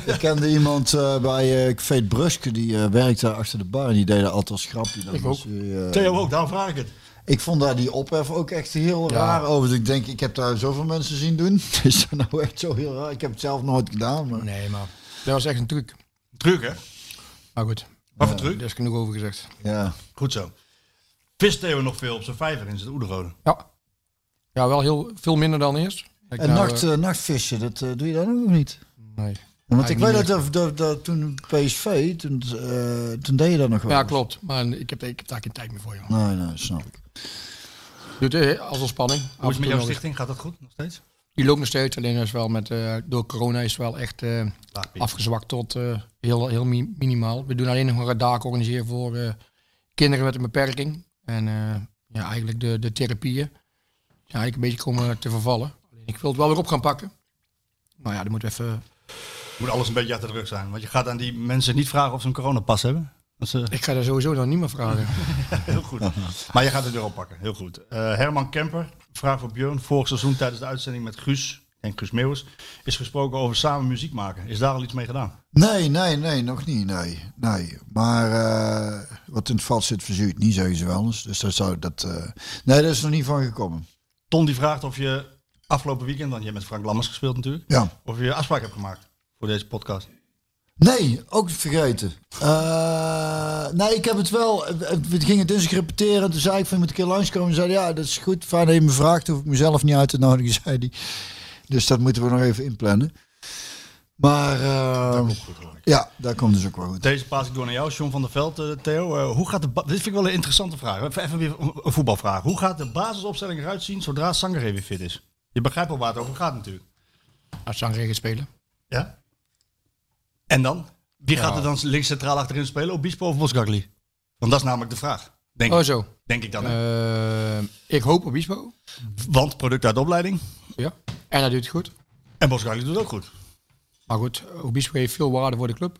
Ik kende iemand eh, bij eh Kveet Bruske, die eh, werkte achter de bar en die deed dat altijd als grapje. Dan
Ik
was
ook.
hij, eh,
Theo ook, daarom vraag ik het.
ik vond daar die ophef ook echt heel raar over. Ik denk, ik heb daar zoveel mensen zien doen. Is dat nou echt zo heel raar? Ik heb het zelf nooit gedaan. Maar...
Nee, maar dat was echt een truc.
Truc, hè?
Maar goed,
Wat voor truc?
daar is genoeg over gezegd.
Ja.
Goed zo. Vist Theo nog veel op zijn vijver in zijn oederode?
Ja, ja wel heel veel minder dan eerst. Kijk,
En
nou,
nacht,
eh,
eh, nachtvissen, dat eh, doe je dan ook niet?
nee.
Want ik
Eigenlijk
weet dat,
niet
dat, dat, dat toen PSV, toen, eh, toen deed je dat nog wel.
Ja,
eens.
klopt. Maar ik heb, ik heb daar geen tijd meer voor, joh.
Nee, nee, snap ik.
Doet eh, als ontspanning.
Hoe is
Af
het
en
met
toe
jouw
nog eens.
stichting? Gaat dat goed nog steeds?
Die loopt nog steeds, alleen is wel met, eh, door corona is het wel echt eh, afgezwakt tot eh, heel, heel mi- minimaal. We doen alleen nog maar dagen organiseren voor eh, kinderen met een beperking. En eh, ja, eigenlijk de, de therapieën zijn eigenlijk een beetje komen te vervallen. Alleen ik wil het wel weer op gaan pakken. Maar ja, dan moet even...
Moet alles een beetje achter de rug zijn. Want je gaat aan die mensen niet vragen of ze een coronapas hebben. Dat ze...
Ik ga daar sowieso nog niet meer vragen.
Heel goed. Maar je gaat het weer oppakken. Heel goed. Eh, Herman Kemper, vraag voor Björn. Vorig seizoen tijdens de uitzending met Guus, en Guus Meeuwis, is gesproken over samen muziek maken. Is daar al iets mee gedaan?
Nee, nee, nee, nog niet. Nee, nee. Maar eh, wat in het vat zit, verzuurt niet, zeggen ze wel eens. Dus dat zou dat. eh, nee, daar is nog niet van gekomen.
Ton die vraagt of je afgelopen weekend, want je hebt met Frank Lammers gespeeld natuurlijk,
Ja.
of je afspraak hebt gemaakt voor deze podcast.
Nee, ook vergeten. Eh, nee, ik heb het wel. We gingen dinsdag repeteren. Toen zei ik van je moet een keer langskomen. Ze zei ja, dat is goed. Fijn dat je me vraagt. Hoef ik mezelf niet uit te nodigen, zei die. Dus dat moeten we nog even inplannen. Maar eh, ja, daar komt dus ook wel goed.
Deze paas ik door naar jou, John van der Veld, eh, Theo. Eh, hoe gaat de ba- Dit vind ik wel een interessante vraag. Even, even weer een- een voetbalvraag. Hoe gaat de basisopstelling eruit zien zodra Sangare weer fit is? Je begrijpt wel waar het over gaat natuurlijk.
Als Sangre gaat spelen.
Ja? En dan? Wie gaat er dan links centraal achterin spelen? Obispo of Bosgagli? Want dat is namelijk de vraag. Denk,
Oh
ik-
zo.
denk ik dan. hè?
Eh, ik hoop op Bispo.
Want product uit de opleiding.
Ja. En dat doet het goed.
En Bosgagli doet het ook goed.
Maar goed, Obispo heeft veel waarde voor de club.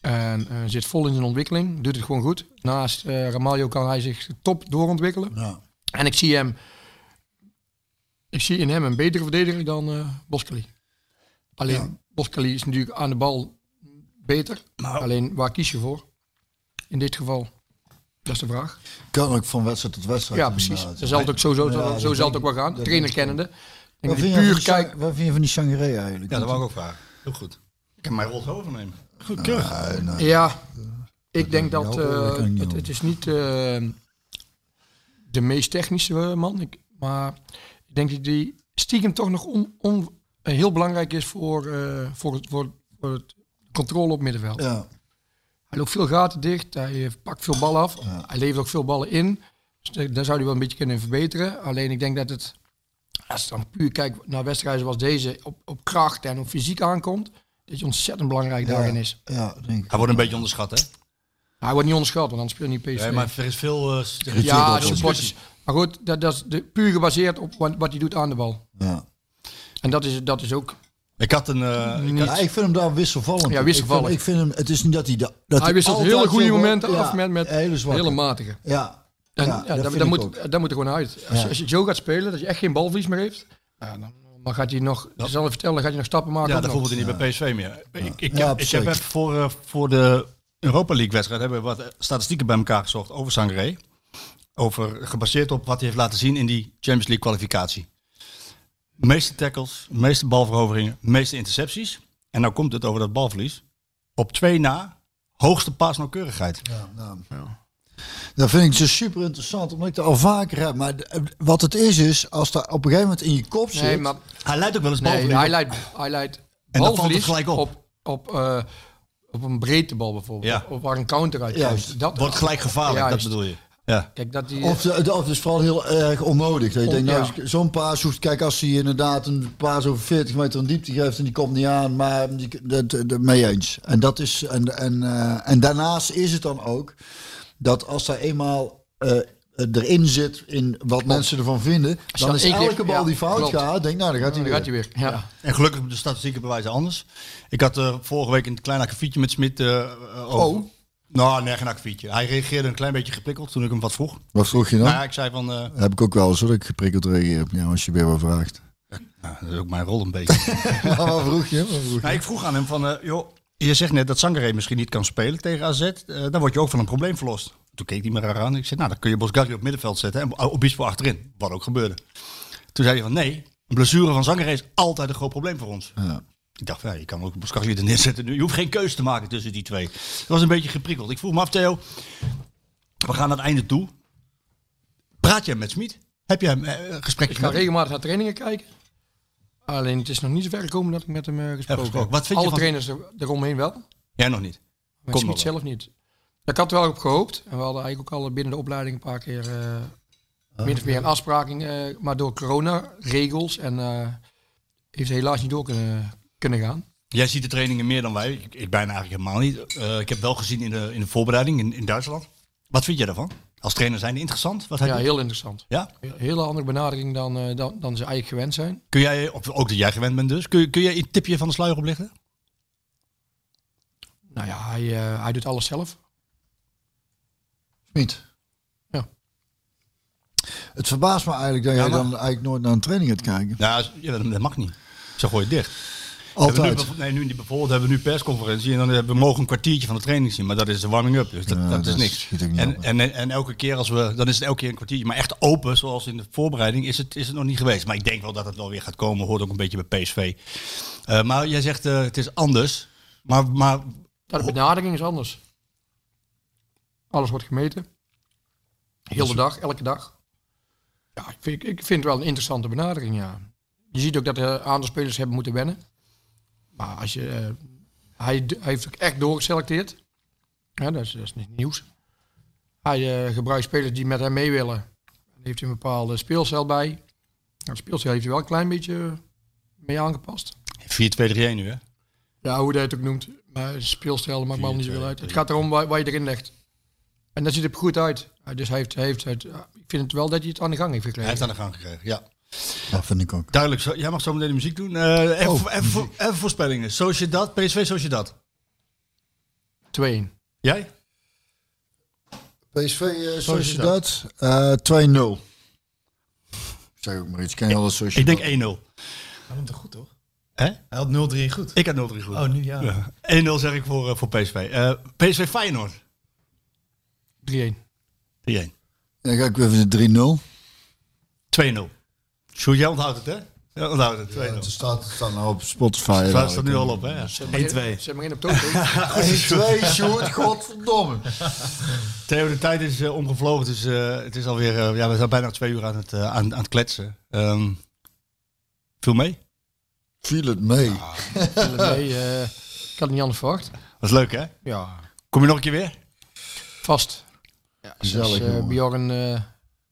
En eh, zit vol in zijn ontwikkeling. Doet het gewoon goed. Naast eh Ramalho kan hij zich top doorontwikkelen.
Ja.
En ik zie hem... Ik zie in hem een betere verdediger dan eh Boskali. Alleen, Boskali is natuurlijk aan de bal beter. Alleen, waar kies je voor? In dit geval. Dat is de vraag.
Kan ook van wedstrijd tot wedstrijd.
Ja, precies.
inderdaad.
Zo zal het ook, zo, zo,
Ja,
zo,
dat
zo zal het ook
denk
wel
ik.
gaan.
Dat
Trainer
denk ik wel.
kennende. Ik
Wat
denk dat
vind,
hij
je
puur
van die
kijkt...
Shang- wat vind je van die Shangri eigenlijk?
Ja, dat wou ik ook vragen. Heel goed. Ik heb mijn rol overnemen. Goed, keurig.
Ja, ik denk
kan ik
dat
niet helpen, dat
eh,
kan ik niet
het, het is niet eh, de meest technische eh, man, ik, maar ik denk dat die stiekem toch nog on, on- eh, heel belangrijk is voor, eh, voor, het, voor, voor het controle op middenveld.
Ja.
Hij loopt veel gaten dicht, hij eh, pakt veel ballen af, hij levert ook veel ballen in. Dus de- daar zou hij wel een beetje kunnen in verbeteren. Alleen ik denk dat het, als je dan puur kijkt naar wedstrijden zoals deze, op, op kracht en op fysiek aankomt, dat je ontzettend belangrijk daarin is.
Ja, denk ik.
Hij wordt een beetje onderschat, hè?
Hij wordt niet onderschat, want dan speel je niet PSV.
Ja, maar er is veel... eh,
Ja, de
discussie.
supporters. Maar goed, dat, dat is de, puur gebaseerd op wat, wat hij doet aan de bal.
Ja.
En dat is, dat is ook.
Ik had een... eh, ik had-
Ja, ik vind hem daar wisselvallend.
Ja, wisselvallig.
Ik vind, ik vind hem, het is niet dat hij... Da, dat
Hij wisselt hele goede momenten
ja,
af met, met
hele zwakke.
matige.
ja,
En
Ja, dat
ja, dat,
vind
dat
ik
moet, dat moet er gewoon uit. Als,
Ja.
als je Joe gaat spelen, dat je echt geen balverlies meer heeft, ja, dan, dan gaat hij nog, dat zal ik vertellen, dan gaat hij nog stappen maken.
Ja,
ook
dat
nog.
voelde hij niet bij PSV meer. Ik, ik,
Ja,
heb, ik heb
zeker.
even voor, eh, voor de Europa League wedstrijd hebben we wat eh, statistieken bij elkaar gezocht over Sangaré. Over, gebaseerd op wat hij heeft laten zien in die Champions League kwalificatie. Meeste tackles, meeste balveroveringen, meeste intercepties. En nou komt het over dat balverlies. Op twee na, hoogste paasnauwkeurigheid.
ja, nou. Dat vind ik zo super interessant, omdat ik dat al vaker heb. Maar eh, wat het is, is als dat op een gegeven moment in je kop zit...
Nee, maar
Hij leidt ook wel eens
nee,
balverlies.
hij leidt, hij leidt
dan valt het
balverlies
gelijk op.
Op, op, eh, op een breedtebal bijvoorbeeld.
Ja.
Of waar een counter uit
Ja,
komt. Dat,
Wordt gelijk gevaarlijk, dat
Juist.
bedoel je. Ja.
Kijk, dat die,
Of, de- de- of het is vooral heel erg onnodig. Dat je
On-
denkt, nou,
ja.
zo'n paas hoeft... Kijk, als hij inderdaad een paas over 40 meter een diepte geeft... en die komt niet aan, maar die, dat, dat- mee eens. En, dat is, en, en, eh, en daarnaast is het dan ook... dat als hij eenmaal eh, erin zit... in wat mensen ervan vinden...
je
dan
dat
is
één keer-
elke bal
ja,
die fout
klopt.
gaat... denk nou, dan gaat hij
dan
weer.
gaat hij weer. ja.
En gelukkig de statistieken bewijzen anders. Ik had eh, vorige week een klein akkefietje met Smit eh, eh, over.
Oh.
Nou, nee, geen akkefietje. Hij reageerde een klein beetje geprikkeld toen ik hem wat vroeg.
Wat vroeg je dan?
Nou ja, ik zei van, eh,
Heb ik ook wel eens, hoor, dat ik geprikkeld reageer op jou... als je weer wat vraagt.
nou, dat is ook mijn rol een beetje.
maar wat vroeg je? Wat vroeg je?
nou, ik vroeg aan hem van, eh, joh, je zegt net dat Sangaré misschien niet kan spelen tegen AZ. eh, dan word je ook van een probleem verlost. Toen keek hij me raar aan. Ik zei, nou, dan kun je Bosgagli op middenveld zetten en Obispo achterin. Wat ook gebeurde. Toen zei hij van, nee, een blessure van Sangaré is altijd een groot probleem voor ons.
Ja.
Ik dacht, ja, je kan ook Boscagli er neerzetten. nu. Je hoeft geen keuze te maken tussen die twee. Dat was een beetje geprikkeld. Ik vroeg me af, Theo, we gaan naar het einde toe. Praat jij met Smit? Heb eh, jij een gesprek
Ik ga regelmatig naar trainingen kijken. Alleen het is nog niet zo ver gekomen dat ik met hem eh, gesproken heb.
gesproken. Wat vind je
Alle
van-
trainers er, eromheen wel.
Jij nog niet.
Maar
nog
Smit
wel.
zelf niet. Ik had er wel op gehoopt. En we hadden eigenlijk ook al binnen de opleiding een paar keer eh,
Ah.
Min of meer een afspraak, eh, maar door corona-regels en eh, heeft het helaas niet door kunnen, kunnen gaan.
Jij ziet de trainingen meer dan wij. Ik, ik bijna eigenlijk helemaal niet. Eh, ik heb wel gezien in de, in de voorbereiding in, in Duitsland. Wat vind jij daarvan? Als trainer zijn interessant? Wat heb
Ja,
je?
heel interessant.
ja?
Hele andere benadering dan, eh, dan, dan ze eigenlijk gewend zijn.
Kun jij, of ook dat jij gewend bent dus, kun, kun jij een tipje van de sluier oplichten?
Nou ja, hij, eh, hij doet alles zelf.
Niet.
Ja.
Het verbaast me eigenlijk dat jij
maar-
dan eigenlijk nooit naar een training gaat kijken.
Nou, ja, dat mag niet. Zo gooi je het dicht. Hebben we nu,
Altijd.
bijvo- nee, nu niet bijvoorbeeld hebben we nu persconferentie en dan hebben we mogen een kwartiertje van de training zien, maar dat is de warming-up, dus dat,
Ja,
dat is
dat
niks.
schiet ik niet
En,
op.
en, en elke keer als we, dan is het elke keer een kwartiertje, maar echt open, zoals in de voorbereiding, is het, is het nog niet geweest. Maar ik denk wel dat het wel weer gaat komen, hoort ook een beetje bij PSV. Eh, maar jij zegt eh, het is anders, maar, maar
Ja, de benadering is anders. Alles wordt gemeten. Heel de dag, elke dag. Dus- Ja, ik vind, ik vind het wel een interessante benadering, ja. Je ziet ook dat een aantal spelers hebben moeten wennen. Maar als je, eh, hij, d- hij heeft ook echt doorgeselecteerd. Ja, dat, is, dat is niet nieuws. Hij eh, gebruikt spelers die met hem mee willen. Dan heeft hij een bepaalde speelcel bij. Nou, de speelcel heeft hij wel een klein beetje eh, mee aangepast.
4-2-3-1 nu hè?
Ja, hoe dat je het ook noemt. Maar speelstijl maakt me al niet zoveel uit. Het
4-2-3.
gaat erom waar, waar je erin legt. En dat ziet er goed uit. Ja, Dus hij heeft, hij heeft het, ja, ik vind het wel dat hij het aan de gang heeft
Hij
gekregen.
heeft aan de gang gekregen, ja.
Dat vind ik ook.
Duidelijk, zo- jij mag zo meteen de muziek doen. Eh even,
Oh,
vo- even, vo- even voorspellingen, Sociedad, PSV Sociedad.
2-1.
Jij?
PSV eh
Sociedad.
Sociedad eh 2-0. Ik Zeg ook maar iets. Ik Ken je wel Sociedad?
Ik denk 1-0.
Hij had goed, toch?
Hè?
Hij had 0-3 goed.
Ik had 0-3 goed.
Oh, nu ja.
Ja. 1-0 zeg ik voor, eh, voor PSV. Eh, PSV Feyenoord.
3-1.
3-1.
Dan ga ik weer voor de 3-0.
2-0. Sjoerd, jij onthoudt het, hè? Ja, onthoudt het. 2-0.
Het staat, het staat nou op Spotify.
dat staat nu al op, hè?
Zet maar in op toon.
1-2, Sjoerd. Godverdomme.
Theo, de tijd is eh, omgevlogen. Dus eh, het is alweer... eh, ja, we zijn bijna twee uur aan het, eh, aan, aan het kletsen. Ehm viel mee?
Viel het mee.
Nee, eh, ik had het niet anders verwacht.
Was leuk, hè?
Ja,
Kom je nog een keer weer?
vast. Ja, als
Gezellig,
eh,
jongen.
Bjorn eh,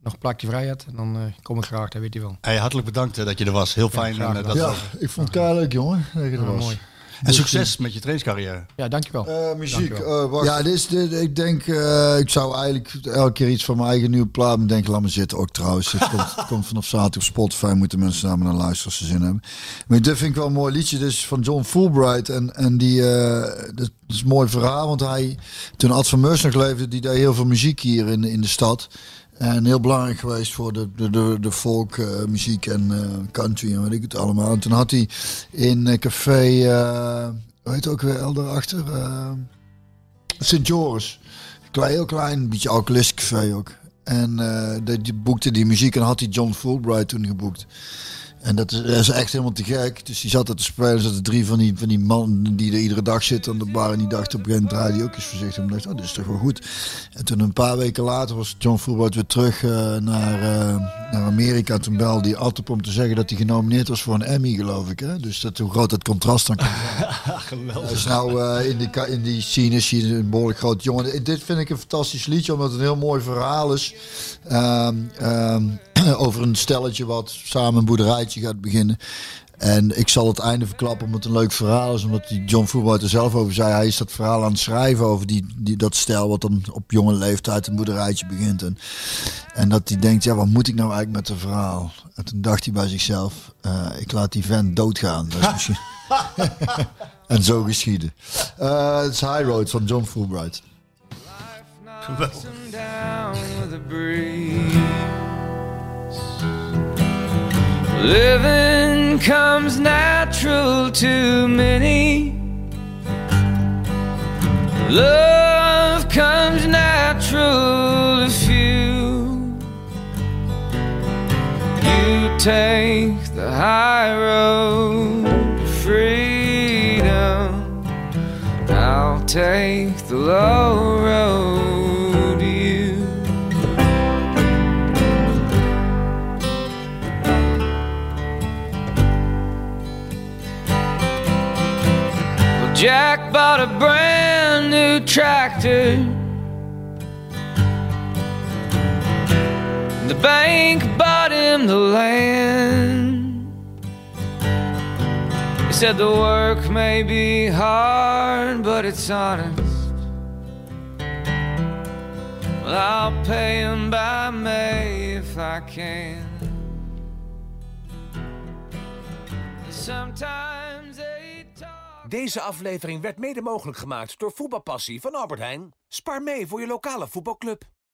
nog een plakje vrijheid, dan eh, kom ik graag, dat weet hij wel.
Hey, hartelijk bedankt eh, dat je er was. Heel fijn.
graag
en, eh, dat
Ja, ik vond het keihard leuk, jongen. Dat je er
Ja,
was.
mooi.
en succes met je trainingscarrière.
Ja, dankjewel.
Eh, muziek,
Dankjewel.
eh, wacht. Ja, dit is, dit, ik denk, eh, ik zou eigenlijk elke keer iets van mijn eigen nieuwe plaat moeten denken. Laat me zitten ook trouwens. Het komt, het komt vanaf zaterdag op Spotify. Moeten mensen naar me naar luisteren als ze zin hebben. Maar dit vind ik wel een mooi liedje. Dit is van John Fulbright. En, en die, eh, dat is een mooi verhaal. Want hij, toen Ad van Meurs nog leefde, die deed heel veel muziek hier in, in de stad. En heel belangrijk geweest voor de, de, de, de folkmuziek en eh, country en weet ik het allemaal. En toen had hij in eh, café, eh hoe heet het ook weer, Elder achter? eh, Sint Joris. Klein, heel klein, een beetje alcoholist café ook. En eh, die- die boekte die muziek en had die John Fulbright toen geboekt. En dat is, dat is echt helemaal te gek. Dus die zat er te spelen. Er zaten drie van die, van die mannen die er iedere dag zitten aan de bar. En die dachten op een gegeven moment draaide hij ook eens voorzichtig. En dacht, oh, dit is toch wel goed. En toen een paar weken later was John Fulbright weer terug eh, naar, eh, naar Amerika. Toen belde die Ad op om te zeggen dat hij genomineerd was voor een Emmy, geloof ik. Hè? Dus dat, hoe groot dat contrast dan kan hij is nou eh, in, die, ka- in die scene is hij een behoorlijk groot jongen. Dit vind ik een fantastisch liedje, omdat het een heel mooi verhaal is. Ehm, ehm, over een stelletje wat samen een boerderijtje gaat beginnen. En ik zal het einde verklappen omdat het een leuk verhaal is. Omdat die John Fulbright er zelf over zei. Hij is dat verhaal aan het schrijven over die, die, dat stel wat dan op jonge leeftijd een boerderijtje begint. En, en dat hij denkt, ja wat moet ik nou eigenlijk met dat verhaal? En toen dacht hij bij zichzelf, eh, ik laat die vent doodgaan. Dat is misschien... En zo geschieden. Eh, Het is High Road van John Fulbright.
Some down with the breeze. Living comes natural to many. Love comes natural to few. You take the high road to freedom. I'll take the low road to you. Well, Jack bought a brand new tractor. The
bank bottomed the land. He said the work may be hard, but it's honest. Well, I'll pay him by May if I can. Sometimes they talk.
Deze aflevering werd mede mogelijk gemaakt door Voetbalpassie van Albert Heijn. Spaar mee voor je lokale voetbalclub.